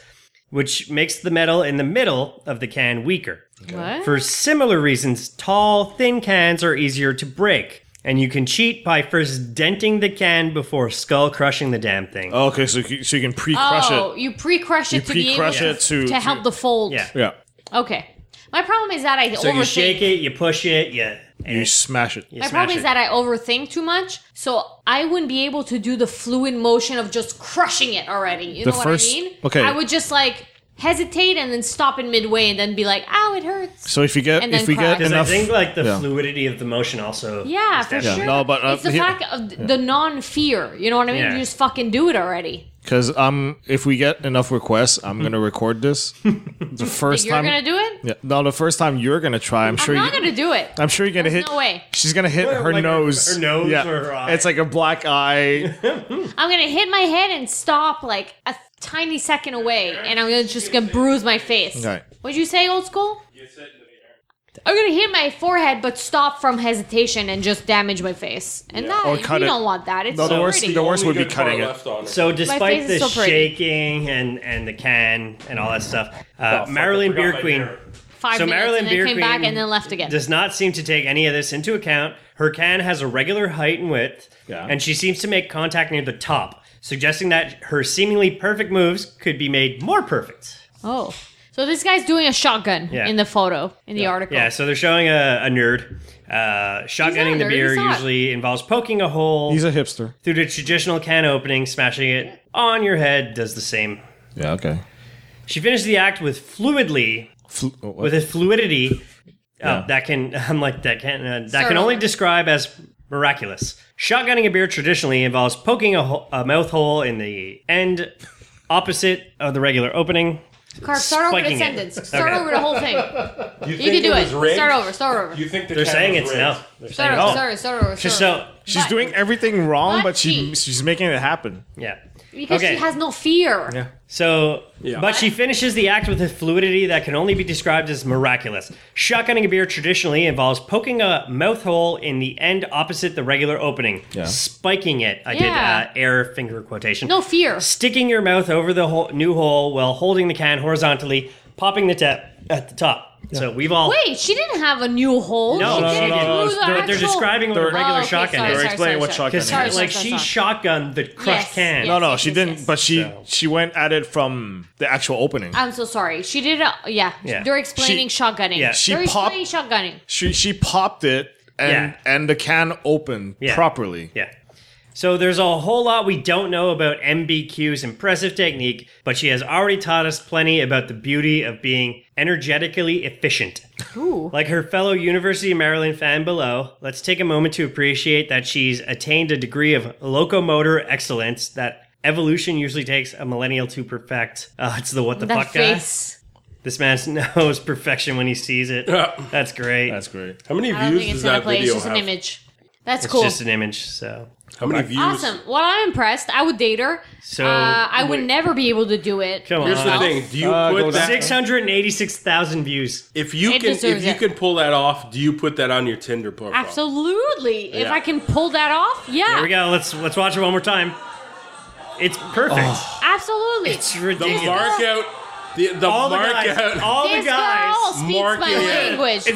Speaker 1: which makes the metal in the middle of the can weaker.
Speaker 4: what?
Speaker 1: For similar reasons, tall, thin cans are easier to break, and you can cheat by first denting the can before skull crushing the damn thing.
Speaker 5: Oh, okay, so you, can- so you can pre-crush
Speaker 4: oh,
Speaker 5: it.
Speaker 4: you pre-crush it
Speaker 5: You
Speaker 4: to be able
Speaker 5: pre-crush it to,
Speaker 4: to help the fold.
Speaker 1: Yeah.
Speaker 5: Yeah,
Speaker 4: Okay. My problem is that I
Speaker 1: so
Speaker 4: overthink.
Speaker 1: you shake it, you push it, you.
Speaker 5: you smash it.
Speaker 4: My
Speaker 1: smash it.
Speaker 4: problem is that I overthink too much, so I wouldn't be able to do the fluid motion of just crushing it already. You
Speaker 5: The
Speaker 4: know
Speaker 5: first-
Speaker 4: what I mean?
Speaker 5: okay.
Speaker 4: I would just like hesitate and then stop in midway and then be like, "Ow, it hurts."
Speaker 5: So if you get
Speaker 4: And
Speaker 5: if
Speaker 4: then
Speaker 5: we get
Speaker 4: crack.
Speaker 1: Because I
Speaker 5: enough,
Speaker 1: think like the
Speaker 5: yeah.
Speaker 1: fluidity of the motion also.
Speaker 4: yeah,
Speaker 1: is
Speaker 4: for
Speaker 1: definitely-
Speaker 4: sure.
Speaker 5: No, but, uh,
Speaker 4: it's the
Speaker 5: here-
Speaker 4: fact of th- the non-fear. You know what I mean?
Speaker 1: Yeah.
Speaker 4: You just fucking do it already.
Speaker 5: because I'm if we get enough requests, I'm gonna record this. The first
Speaker 4: You're
Speaker 5: time,
Speaker 4: gonna do it?
Speaker 5: yeah, no, the first time you're gonna try. I'm
Speaker 4: I'm
Speaker 5: sure you.
Speaker 4: not gonna do it.
Speaker 5: I'm sure you're gonna
Speaker 4: There's
Speaker 5: hit.
Speaker 4: no way.
Speaker 5: She's gonna hit
Speaker 1: Well,
Speaker 5: her
Speaker 1: like her-
Speaker 5: nose.
Speaker 1: her nose or her eye.
Speaker 5: It's like a black eye.
Speaker 4: I'm gonna hit my head and stop like a tiny second away, and I'm gonna just gonna bruise my face.
Speaker 5: Right.
Speaker 4: What'd you say, old school? I'm gonna hit my forehead, but stop from hesitation and just damage my face. And that
Speaker 5: Or
Speaker 4: we
Speaker 5: cut it.
Speaker 4: don't want that. It's
Speaker 5: No, the
Speaker 4: so
Speaker 5: worst-
Speaker 4: pretty.
Speaker 5: the worst- First
Speaker 6: Only
Speaker 5: would be
Speaker 6: good part
Speaker 5: cutting it.
Speaker 6: left on
Speaker 1: So
Speaker 4: face
Speaker 1: despite
Speaker 4: is
Speaker 1: the
Speaker 4: so pretty.
Speaker 1: shaking and and the can and all that stuff, uh,
Speaker 6: Oh, fuck, I
Speaker 1: Marilyn
Speaker 6: forgot
Speaker 1: Beer
Speaker 6: my
Speaker 1: Queen
Speaker 6: beer.
Speaker 4: Five
Speaker 1: so
Speaker 4: minutes,
Speaker 1: Marilyn
Speaker 4: and then
Speaker 1: Beer
Speaker 4: came back
Speaker 1: Queen
Speaker 4: and then left again.
Speaker 1: does not seem to take any of this into account. Her can has a regular height and width,
Speaker 5: Yeah.
Speaker 1: and she seems to make contact near the top, suggesting that her seemingly perfect moves could be made more perfect.
Speaker 4: oh, so this guy's doing a shotgun
Speaker 1: Yeah.
Speaker 4: in the photo in the article.
Speaker 1: Yeah, so they're showing a, a nerd. Uh, shotgunning the
Speaker 4: nerd,
Speaker 1: beer
Speaker 4: he's hot.
Speaker 1: usually involves poking a hole
Speaker 5: He's a hipster.
Speaker 1: through the traditional can opening, smashing it on your head does the same.
Speaker 5: Yeah. Okay.
Speaker 1: She finished the act with fluidly,
Speaker 5: Fl- oh, what?
Speaker 1: with a fluidity uh, that can, I'm like that can uh, that can
Speaker 4: Sir.
Speaker 1: only describe as miraculous. Shotgunning a beer traditionally involves poking a, ho- a mouth hole in the end opposite of the regular opening.
Speaker 4: Carp, start over the
Speaker 1: Spiking it.
Speaker 4: sentence. Start
Speaker 1: Okay.
Speaker 4: over the whole thing.
Speaker 6: You,
Speaker 4: You can do it. Start over. Start over.
Speaker 6: You think the
Speaker 1: They're
Speaker 6: can
Speaker 1: saying
Speaker 6: was
Speaker 1: it's
Speaker 6: rigged.
Speaker 1: no. They're saying
Speaker 4: Start
Speaker 1: oh.
Speaker 4: over. Start over. Start over. Start over.
Speaker 1: So
Speaker 5: she's doing everything wrong,
Speaker 4: What?
Speaker 5: but she
Speaker 4: She-
Speaker 5: she's making it happen.
Speaker 1: yeah.
Speaker 4: because
Speaker 1: okay.
Speaker 4: she has no fear.
Speaker 1: So, but she finishes the act with a fluidity that can only be described as miraculous. Shotgunning a beer traditionally involves poking a mouth hole in the end opposite the regular opening,
Speaker 5: Yeah.
Speaker 1: spiking it. I
Speaker 4: Yeah.
Speaker 1: did uh, air finger quotation.
Speaker 4: No fear.
Speaker 1: Sticking your mouth over the hole, new hole while holding the can horizontally, popping the tap at the top. So we've all.
Speaker 4: Wait, she didn't have a new hole.
Speaker 1: No,
Speaker 4: she
Speaker 1: no,
Speaker 4: did
Speaker 1: no,
Speaker 4: it
Speaker 1: no,
Speaker 5: no,
Speaker 4: through
Speaker 5: no,
Speaker 4: the
Speaker 1: They're, they're
Speaker 4: actual-
Speaker 1: describing what a
Speaker 5: They're-
Speaker 1: regular
Speaker 4: Oh, okay,
Speaker 1: shotgun
Speaker 4: sorry,
Speaker 1: is.
Speaker 4: sorry,
Speaker 5: Explain what
Speaker 4: sorry,
Speaker 5: shotgun
Speaker 1: Because
Speaker 5: is.
Speaker 4: sorry,
Speaker 5: Sorry,
Speaker 1: like
Speaker 4: sorry,
Speaker 1: she
Speaker 4: sorry.
Speaker 1: shotgunned the crushed
Speaker 4: Yes,
Speaker 1: can.
Speaker 4: yes.
Speaker 5: No, no, she
Speaker 4: yes,
Speaker 5: didn't.
Speaker 4: yes.
Speaker 5: But she she went at it from the actual opening.
Speaker 4: I'm so sorry. She did. A, yeah,
Speaker 1: Yeah.
Speaker 4: they're explaining
Speaker 5: She-
Speaker 4: shotgunning.
Speaker 1: yeah,
Speaker 5: she
Speaker 4: they're
Speaker 5: popped-
Speaker 4: explaining shotgunning.
Speaker 5: she she popped it and
Speaker 1: Yeah.
Speaker 5: and the can opened
Speaker 1: Yeah.
Speaker 5: properly.
Speaker 1: Yeah. So there's a whole lot we don't know about MBQ's impressive technique, but she has already taught us plenty about the beauty of being energetically efficient.
Speaker 4: Ooh.
Speaker 1: Like her fellow University of Maryland fan below, let's take a moment to appreciate that she's attained a degree of locomotor excellence that evolution usually takes a millennial to perfect. Uh, it's the what the
Speaker 4: That
Speaker 1: fuck guy.
Speaker 4: face.
Speaker 1: This man knows perfection when he sees it. That's great.
Speaker 5: That's great.
Speaker 6: How many
Speaker 4: I don't think
Speaker 6: views
Speaker 4: it's
Speaker 6: does
Speaker 4: in a
Speaker 6: that
Speaker 4: play. It's
Speaker 6: video
Speaker 4: just
Speaker 6: have?
Speaker 4: an image. That's
Speaker 1: it's
Speaker 4: cool.
Speaker 1: just an image. So
Speaker 6: How many views?
Speaker 4: Awesome. Well, I'm impressed. I would date her.
Speaker 1: So,
Speaker 4: uh, I would never be able to do it.
Speaker 1: Come on.
Speaker 6: Here's the
Speaker 1: Uh,
Speaker 6: thing. Do you
Speaker 5: Uh, go
Speaker 6: put
Speaker 5: down.
Speaker 6: that?
Speaker 1: six hundred and eighty-six thousand views.
Speaker 6: If you
Speaker 4: It
Speaker 6: can, if
Speaker 4: deserves
Speaker 6: you
Speaker 4: it.
Speaker 6: can pull that off, do you put that on your Tinder profile?
Speaker 4: Absolutely. If
Speaker 6: Yeah.
Speaker 4: I can pull that off, yeah.
Speaker 1: Here we go. Let's let's watch it one more time. It's perfect.
Speaker 4: Absolutely.
Speaker 1: It's
Speaker 6: The
Speaker 1: ridiculous.
Speaker 6: markout, the, the
Speaker 1: all the guys,
Speaker 6: markout.
Speaker 1: all
Speaker 4: this
Speaker 1: the guys.
Speaker 4: girl speaks
Speaker 6: mark
Speaker 4: my
Speaker 6: it.
Speaker 4: language. Thi-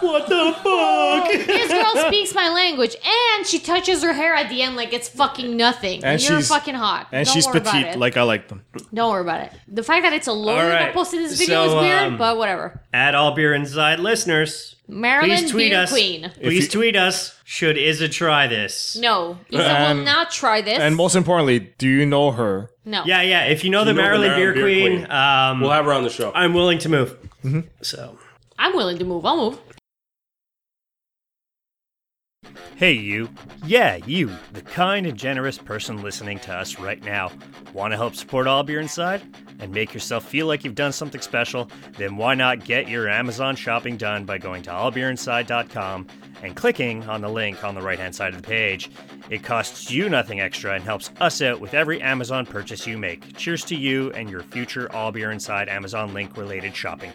Speaker 4: This,
Speaker 1: What the fuck?
Speaker 4: girl speaks my language, and she touches her hair at the end like it's fucking nothing.
Speaker 5: And
Speaker 4: You're
Speaker 5: she's-
Speaker 4: fucking hot.
Speaker 5: And
Speaker 4: Don't
Speaker 5: she's
Speaker 4: worry about
Speaker 5: petite,
Speaker 4: it.
Speaker 5: like I like them.
Speaker 4: Don't worry about it. The fact that it's a
Speaker 1: All
Speaker 4: loner
Speaker 1: right.
Speaker 4: that posted this video
Speaker 1: So,
Speaker 4: is weird,
Speaker 1: um,
Speaker 4: but whatever.
Speaker 1: At all beer inside listeners,
Speaker 4: Marilyn
Speaker 1: please tweet
Speaker 4: Beer
Speaker 1: us.
Speaker 4: Queen.
Speaker 1: Please
Speaker 5: you-
Speaker 1: tweet us. Should is a try this?
Speaker 4: No, Isa will
Speaker 5: And-
Speaker 4: not try this.
Speaker 5: And most importantly, do you know her?
Speaker 4: no.
Speaker 1: Yeah, yeah. If you know the
Speaker 6: know the
Speaker 1: Maryland Beer,
Speaker 6: Maryland Beer
Speaker 1: Queen, Mm-hmm.
Speaker 6: Queen.
Speaker 1: Um,
Speaker 6: We'll have her on the show.
Speaker 1: I'm willing to move. So
Speaker 4: I'm willing to move. I'll move.
Speaker 8: Hey, you. Yeah, you, the kind and generous person listening to us right now. Want to help support All Beer Inside and make yourself feel like you've done something special? Then why not get your Amazon shopping done by going to allbeerinside.com and clicking on the link on the right hand side of the page? It costs you nothing extra and helps us out with every Amazon purchase you make. Cheers to you and your future All Beer Inside Amazon link related shopping.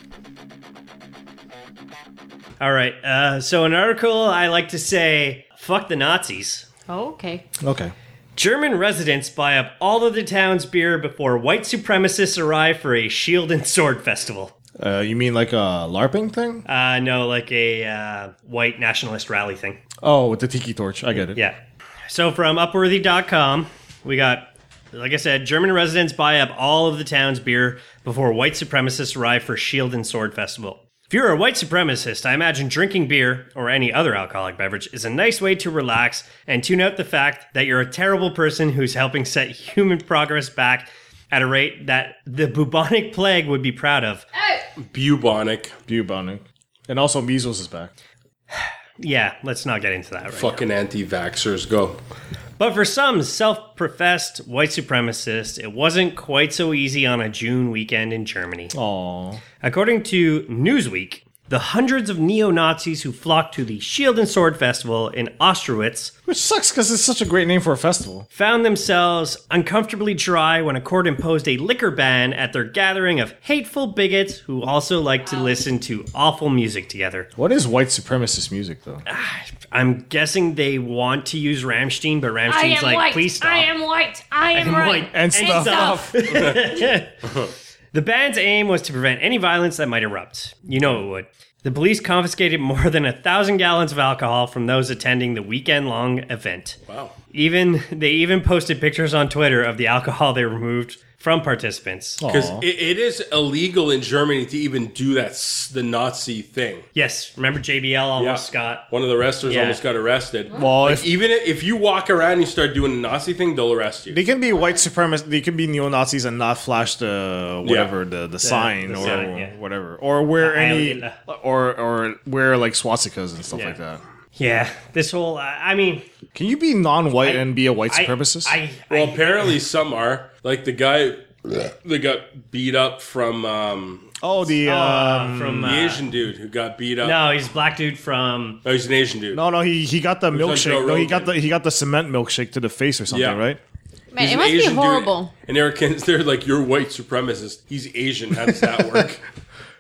Speaker 1: all right. Uh, so an article I like to say, fuck the Nazis.
Speaker 4: Oh, okay.
Speaker 5: Okay.
Speaker 1: German residents buy up all of the town's beer before white supremacists arrive for a shield and sword festival.
Speaker 5: Uh, you mean like a LARPing thing?
Speaker 1: Uh, no, like a uh, white nationalist rally thing.
Speaker 5: Oh, with the tiki torch. I get it.
Speaker 1: Yeah. So from Upworthy.com, we got, like I said, German residents buy up all of the town's beer before white supremacists arrive for Shield and Sword Festival. If you're a white supremacist, I imagine drinking beer or any other alcoholic beverage is a nice way to relax and tune out the fact that you're a terrible person who's helping set human progress back at a rate that the bubonic plague would be proud of.
Speaker 6: Bubonic.
Speaker 5: Bubonic. And also measles is back.
Speaker 1: Yeah, let's not get into that right
Speaker 6: Fucking anti vaxxers. Go.
Speaker 1: But for some self professed white supremacists, it wasn't quite so easy on a June weekend in Germany.
Speaker 5: Aw.
Speaker 1: According to Newsweek, the hundreds of neo Nazis who flocked to the Shield and Sword Festival in Auschwitz
Speaker 5: Which sucks because it's such a great name for a festival.
Speaker 1: found themselves uncomfortably dry when a court imposed a liquor ban at their gathering of hateful bigots who also like to listen to awful music together.
Speaker 5: What is white supremacist music, though?
Speaker 1: I'm guessing they want to use Ramstein, but
Speaker 4: I
Speaker 1: Ramstein's
Speaker 4: am
Speaker 1: like,
Speaker 4: white.
Speaker 1: please stop.
Speaker 4: I am white. I am, right.
Speaker 1: white.
Speaker 5: And stuff.
Speaker 4: stuff.
Speaker 1: The band's aim was to prevent any violence that might erupt. You know it would. The police confiscated more than a thousand gallons of alcohol from those attending the weekend-long event. Wow! Even they even posted pictures on Twitter of the alcohol they removed from participants.
Speaker 6: Because
Speaker 5: Aw.
Speaker 6: it, it is illegal in Germany to even do that, s- the Nazi thing.
Speaker 1: Yes, remember JBL almost got
Speaker 6: One of the wrestlers
Speaker 1: Yeah.
Speaker 6: almost got arrested.
Speaker 5: Well,
Speaker 6: Like,
Speaker 5: if-
Speaker 6: even if you walk around and you start doing a Nazi thing, they'll arrest you.
Speaker 5: They can be white supremacists. They can be neo Nazis and not flash the whatever the, the, sign
Speaker 1: the
Speaker 5: or
Speaker 1: sign, yeah.
Speaker 5: whatever, or wear any
Speaker 1: Ayla.
Speaker 5: or or wear like swastikas and stuff
Speaker 1: Yeah.
Speaker 5: like that.
Speaker 1: yeah. This whole uh, I mean,
Speaker 5: Can you be non-white and be a white
Speaker 1: I,
Speaker 5: supremacist?
Speaker 1: I, I,
Speaker 6: Well, apparently some are. Like the guy that got beat up from um,
Speaker 5: oh, the
Speaker 1: uh,
Speaker 5: um,
Speaker 1: from
Speaker 6: the
Speaker 1: uh,
Speaker 6: Asian dude who got beat up.
Speaker 1: no, he's a black dude from
Speaker 6: Oh, he's an Asian dude.
Speaker 5: no, no, he he got the
Speaker 6: on Joe
Speaker 5: milkshake. No, he got the
Speaker 6: Rogan.
Speaker 5: he got the cement milkshake to the face or something,
Speaker 6: Yeah.
Speaker 5: right?
Speaker 4: Man,
Speaker 6: He's
Speaker 4: it
Speaker 6: an
Speaker 4: must
Speaker 6: Asian
Speaker 4: be
Speaker 6: dude.
Speaker 4: horrible.
Speaker 6: And they're, against- they're like, you're white supremacist. He's Asian. How does that work?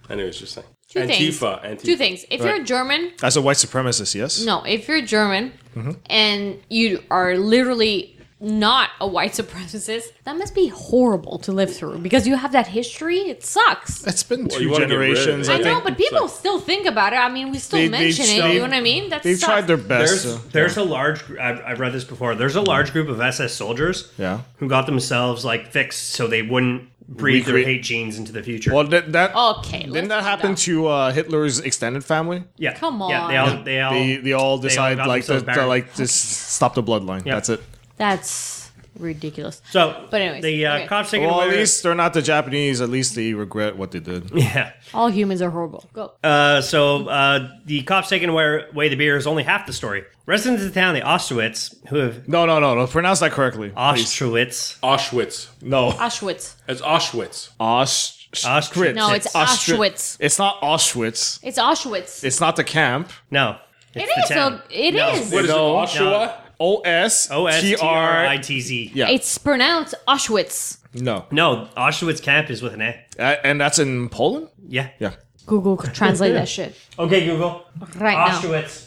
Speaker 6: Anyways, just saying.
Speaker 4: Two things.
Speaker 6: Antifa. Antifa.
Speaker 4: Two things. If you're German,
Speaker 5: As a white supremacist, yes.
Speaker 4: no. If you're German
Speaker 5: Mm-hmm.
Speaker 4: and you are literally not a white supremacist, that must be horrible to live through because you have that history. It sucks.
Speaker 5: It's been
Speaker 6: you
Speaker 5: two
Speaker 6: wanna get rid of
Speaker 5: generations.
Speaker 6: it.
Speaker 5: I
Speaker 4: I know,
Speaker 5: think
Speaker 4: but people still think about it. I mean, we still
Speaker 5: They- they
Speaker 4: mention it.
Speaker 5: still-
Speaker 4: you know what I mean? That
Speaker 5: they've
Speaker 4: sucks.
Speaker 5: tried their best. uh,
Speaker 1: there's,
Speaker 5: so-
Speaker 1: there's a large gr- I've, I've read this before there's a large group of ss soldiers
Speaker 5: Yeah.
Speaker 1: who got themselves like fixed so they wouldn't breathe their
Speaker 5: Recreate-
Speaker 1: hate genes into the future
Speaker 5: well, that, that
Speaker 4: Oh, Okay. let's
Speaker 5: didn't that
Speaker 4: do
Speaker 5: happen to uh, Hitler's extended family?
Speaker 1: yeah
Speaker 4: come
Speaker 1: yeah they all
Speaker 4: on.
Speaker 1: Oh. they all
Speaker 5: They they all decide
Speaker 1: got
Speaker 5: like to,
Speaker 1: themselves
Speaker 5: to
Speaker 1: buried.
Speaker 5: like just stop the bloodline.
Speaker 1: Yeah.
Speaker 5: That's it.
Speaker 4: That's ridiculous.
Speaker 1: so
Speaker 4: But anyways,
Speaker 1: the uh,
Speaker 4: okay.
Speaker 1: cops taking
Speaker 5: Well,
Speaker 1: away
Speaker 5: at
Speaker 1: their-
Speaker 5: least they're not the Japanese. At least they regret what they did.
Speaker 1: yeah
Speaker 4: All humans are horrible. Go.
Speaker 1: Uh, so uh, the cops taking away, away the beer is only half the story residents of the town the auschwitz who have
Speaker 5: No, no, no, no. Pronounce that correctly.
Speaker 1: auschwitz
Speaker 6: Auschwitz.
Speaker 5: no.
Speaker 4: Auschwitz.
Speaker 6: It's Auschwitz.
Speaker 5: Auschwitz.
Speaker 4: No, it's
Speaker 5: Austri-
Speaker 4: Auschwitz.
Speaker 5: It's not Auschwitz.
Speaker 4: It's Auschwitz.
Speaker 5: It's not the camp.
Speaker 1: no it's
Speaker 4: It is.
Speaker 1: the town.
Speaker 4: A, it
Speaker 1: No.
Speaker 4: is.
Speaker 6: What is
Speaker 5: No.
Speaker 6: it? Oshawa?
Speaker 5: O S T R.
Speaker 1: O-S-T-R-I-T-Z.
Speaker 5: Yeah.
Speaker 4: It's pronounced Auschwitz.
Speaker 5: No.
Speaker 1: No, Auschwitz camp is with an A.
Speaker 5: Uh, and that's in Poland.
Speaker 1: Yeah.
Speaker 5: Yeah.
Speaker 4: Google translate that shit
Speaker 1: Okay, Google.
Speaker 4: right now.
Speaker 1: Auschwitz.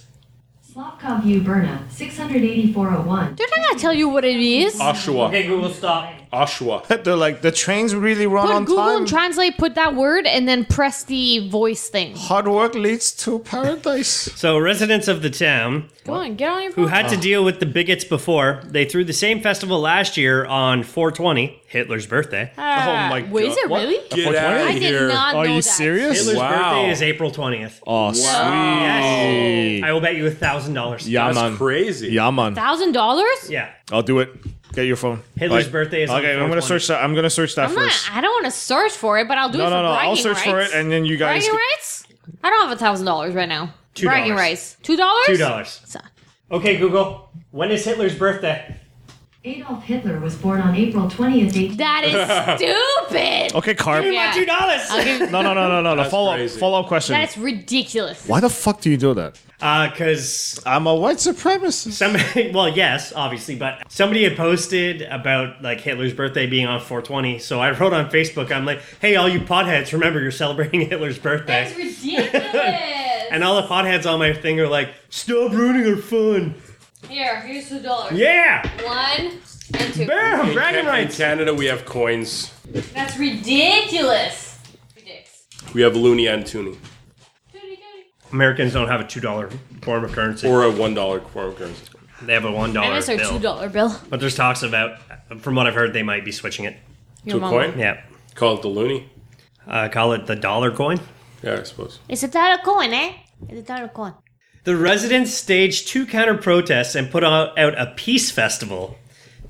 Speaker 9: Slavkov Uberna, 68401.
Speaker 4: Did I not tell you what it is?
Speaker 6: Oshawa.
Speaker 1: Okay, Google, stop.
Speaker 6: Oshawa.
Speaker 5: They're like, the trains really run
Speaker 4: Put
Speaker 5: on
Speaker 4: Google
Speaker 5: time.
Speaker 4: and translate, put that word, and then press the voice thing.
Speaker 5: Hard work leads to paradise.
Speaker 1: So residents of the town
Speaker 4: Come on, get on your
Speaker 1: who
Speaker 4: phone.
Speaker 1: had to deal with the bigots before, they threw the same festival last year on 420, Hitler's birthday.
Speaker 4: Ah,
Speaker 5: oh my
Speaker 4: wait, is
Speaker 5: God.
Speaker 4: it
Speaker 5: What?
Speaker 4: really?
Speaker 6: Get
Speaker 5: What's
Speaker 6: out
Speaker 5: wrong?
Speaker 6: of
Speaker 4: I did
Speaker 6: here.
Speaker 4: not
Speaker 5: Are
Speaker 4: know
Speaker 5: you
Speaker 4: that.
Speaker 5: serious?
Speaker 1: Hitler's
Speaker 6: Wow.
Speaker 1: birthday is April 20th.
Speaker 5: Oh, sweet.
Speaker 1: I will bet you a thousand dollars.
Speaker 5: Yeah,
Speaker 6: That's
Speaker 5: man.
Speaker 6: crazy.
Speaker 5: Yeah, man.
Speaker 4: Thousand dollars?
Speaker 1: Yeah.
Speaker 5: I'll do it. Get your phone.
Speaker 1: Hitler's
Speaker 5: Bye.
Speaker 1: birthday is on
Speaker 5: Okay,
Speaker 1: the
Speaker 5: I'm gonna
Speaker 1: 420.
Speaker 5: search that. I'm gonna search that
Speaker 4: I'm not.
Speaker 5: first.
Speaker 4: I don't want to search for it, but I'll do
Speaker 5: No,
Speaker 4: it for
Speaker 5: no, no.
Speaker 4: bragging
Speaker 5: I'll search
Speaker 4: rights.
Speaker 5: for it, and then you guys.
Speaker 4: bragging
Speaker 5: can-
Speaker 4: rights. I don't have a thousand dollars right now.
Speaker 1: Two
Speaker 4: bragging
Speaker 1: dollars.
Speaker 4: rights. Two dollars.
Speaker 1: Two dollars.
Speaker 4: So-
Speaker 1: Okay, Google. When is Hitler's birthday?
Speaker 9: Adolf Hitler was born on April 20th, 18...
Speaker 4: That is stupid.
Speaker 5: Okay, Carb.
Speaker 4: Yeah.
Speaker 1: Two dollars.
Speaker 4: I'll give-
Speaker 5: No, no, no, no, no. no.
Speaker 6: That's
Speaker 5: Follow up.
Speaker 6: crazy.
Speaker 5: Follow up question.
Speaker 4: That's ridiculous.
Speaker 5: Why the fuck do you do that?
Speaker 1: Uh, cause
Speaker 5: I'm a white supremacist.
Speaker 1: somebody, well, yes, obviously, but somebody had posted about like Hitler's birthday being on 420. So I wrote on Facebook, I'm like, hey, all you potheads, remember you're celebrating Hitler's birthday.
Speaker 4: That's ridiculous.
Speaker 1: And all the potheads on my thing are like, stop ruining our fun.
Speaker 4: Here, here's two dollars.
Speaker 1: Yeah.
Speaker 4: One and two.
Speaker 1: Bam.
Speaker 6: In
Speaker 1: Bragging
Speaker 6: Ca- in
Speaker 1: rights.
Speaker 6: Canada, we have coins.
Speaker 4: That's ridiculous. Ridiculous.
Speaker 6: We have loony and toonie,
Speaker 1: Americans don't have a $2 form of currency.
Speaker 6: or a one dollar form of currency.
Speaker 1: they have a $1
Speaker 4: I miss our two
Speaker 1: bill.
Speaker 4: dollar bill.
Speaker 1: But there's talks about, from what I've heard, they might be switching it.
Speaker 4: Your
Speaker 6: To a
Speaker 4: mom.
Speaker 6: coin,
Speaker 1: Yeah.
Speaker 6: call it the loony.
Speaker 1: Uh, call it the dollar coin.
Speaker 6: Yeah, I suppose.
Speaker 4: It's a dollar coin, eh? It's a dollar coin.
Speaker 1: The residents staged two counter protests and put out out a peace festival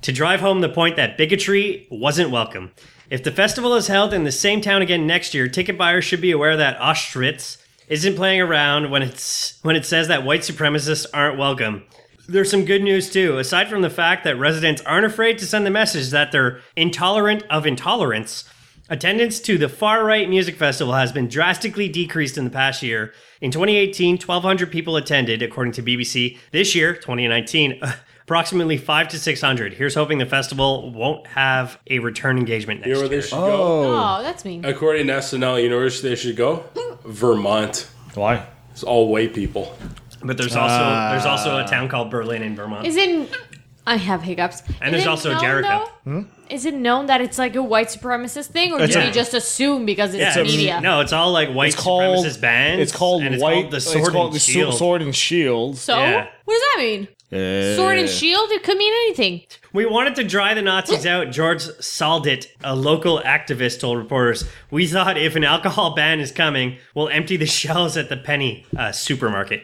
Speaker 1: to drive home the point that bigotry wasn't welcome. If the festival is held in the same town again next year, ticket buyers should be aware that Auschwitz isn't playing around when it's when it says that white supremacists aren't welcome. There's some good news too. Aside from the fact that residents aren't afraid to send the message that they're intolerant of intolerance, Attendance to the Far Right Music Festival has been drastically decreased in the past year. In 2018, 1,200 people attended, according to BBC. This year, 2019, approximately five to 600. Here's hoping the festival won't have a return engagement next
Speaker 6: You know
Speaker 1: year.
Speaker 6: where they should go?
Speaker 4: Oh, that's mean.
Speaker 6: According to SNL, you know where they should go? Vermont.
Speaker 5: Why?
Speaker 6: It's all white people.
Speaker 1: But there's also
Speaker 5: Ah.
Speaker 1: there's also a town called Berlin in Vermont.
Speaker 4: Is it? I have hiccups.
Speaker 1: And
Speaker 4: Is
Speaker 1: there's
Speaker 4: it
Speaker 1: also
Speaker 4: known,
Speaker 1: Jericho. Hmm?
Speaker 4: though? Is it known that it's like a white supremacist thing, or do
Speaker 5: It's
Speaker 1: a-
Speaker 4: we just assume because it's
Speaker 1: yeah, it's-
Speaker 4: media?
Speaker 1: No, it's all like white
Speaker 5: It's called
Speaker 1: supremacist bands.
Speaker 5: It's called
Speaker 1: and it's
Speaker 5: white.
Speaker 1: Called the sword
Speaker 5: it's called
Speaker 1: and
Speaker 5: the Su-
Speaker 1: shield.
Speaker 5: sword and shield.
Speaker 4: So
Speaker 1: Yeah. Uh.
Speaker 4: what does that mean? Sword and
Speaker 5: Eh.
Speaker 4: shield? It could mean anything.
Speaker 1: We wanted to dry the Nazis out. George Saldit, a local activist, told reporters, "We thought if an alcohol ban is coming, we'll empty the shelves at the penny uh, supermarket.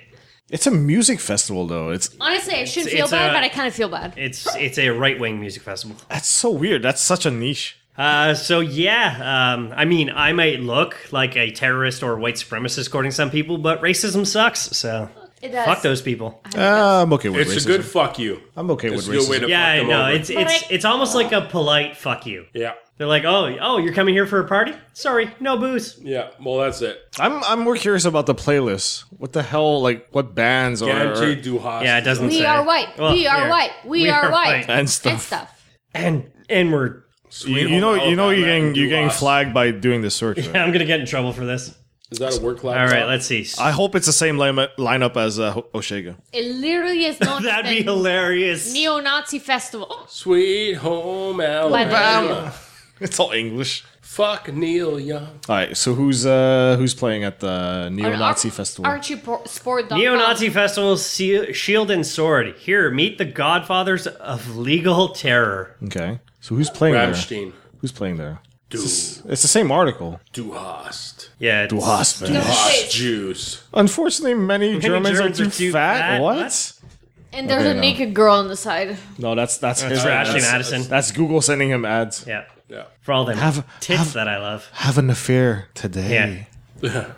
Speaker 5: It's a music festival, though. It's
Speaker 4: Honestly, I shouldn't
Speaker 1: It's-
Speaker 4: feel
Speaker 1: it's
Speaker 4: bad,
Speaker 1: a-
Speaker 4: but I kind of feel bad.
Speaker 1: It's it's a right wing music festival.
Speaker 5: that's so weird. That's such a niche.
Speaker 1: Uh, so yeah, um, I mean, I might look like a terrorist or a white supremacist, according to some people, but racism sucks. So
Speaker 4: It does.
Speaker 1: fuck those people.
Speaker 5: Uh, I'm okay with
Speaker 6: It's
Speaker 5: racism.
Speaker 6: a good fuck you.
Speaker 5: I'm okay
Speaker 6: It's a
Speaker 5: with
Speaker 6: good
Speaker 5: racism.
Speaker 6: way to
Speaker 1: Yeah, I
Speaker 6: fuck them
Speaker 1: know.
Speaker 6: over.
Speaker 1: It's it's it's almost like a polite fuck you.
Speaker 6: yeah,
Speaker 1: They're like, oh oh, you're coming here for a party? Sorry, no booze.
Speaker 6: yeah. Well, that's it.
Speaker 5: I'm I'm more curious about the playlist. What the hell? Like what bands are
Speaker 6: Ganji Duhas.
Speaker 1: Yeah, it doesn't.
Speaker 4: We
Speaker 1: say.
Speaker 4: are white.
Speaker 1: eh? Well,
Speaker 4: we are
Speaker 1: yeah.
Speaker 4: white. We, are, white.
Speaker 5: and stuff?
Speaker 4: And stuff.
Speaker 1: and and we're
Speaker 5: You, you know you know you're getting you're getting flagged by doing the search. right?
Speaker 1: I'm gonna get in trouble for this.
Speaker 6: Is that a work
Speaker 1: All
Speaker 6: laptop?
Speaker 1: right, let's see.
Speaker 5: I hope it's the same lineup lineup as uh, Ho- Oshega.
Speaker 4: It literally is known as
Speaker 1: That'd be
Speaker 4: the
Speaker 1: hilarious.
Speaker 4: neo-Nazi festival. Oh,
Speaker 6: Sweet home Alabama.
Speaker 4: Alabama.
Speaker 5: It's all English.
Speaker 6: Fuck Neil Young.
Speaker 5: All right, so who's uh who's playing at the neo-Nazi
Speaker 4: Ar-
Speaker 5: festival?
Speaker 4: Archie Por- Sport.
Speaker 1: Neo-Nazi festival, Se- Shield and Sword. Here, meet the Godfathers of Legal Terror.
Speaker 5: okay, so who's playing there?
Speaker 6: Rammstein.
Speaker 5: Who's playing there?
Speaker 6: Du
Speaker 5: It's the same article.
Speaker 6: Duhast.
Speaker 1: Yeah, it's-
Speaker 5: Wasp.
Speaker 6: Duhast Jews.
Speaker 5: Unfortunately, many, Germans,
Speaker 1: Germans
Speaker 5: are
Speaker 1: are
Speaker 5: too,
Speaker 1: too
Speaker 5: fat.
Speaker 1: fat.
Speaker 5: What?
Speaker 1: What?
Speaker 4: And there's
Speaker 5: Okay,
Speaker 4: a
Speaker 5: no.
Speaker 4: naked girl on the side.
Speaker 5: No, that's that's that's,
Speaker 1: for Ashley
Speaker 5: that's,
Speaker 1: Madison.
Speaker 5: that's Google sending him ads.
Speaker 1: yeah,
Speaker 6: Yeah.
Speaker 1: for all them
Speaker 5: Have-
Speaker 1: tits
Speaker 5: have-
Speaker 1: that I love.
Speaker 5: Have an affair today.
Speaker 6: Yeah.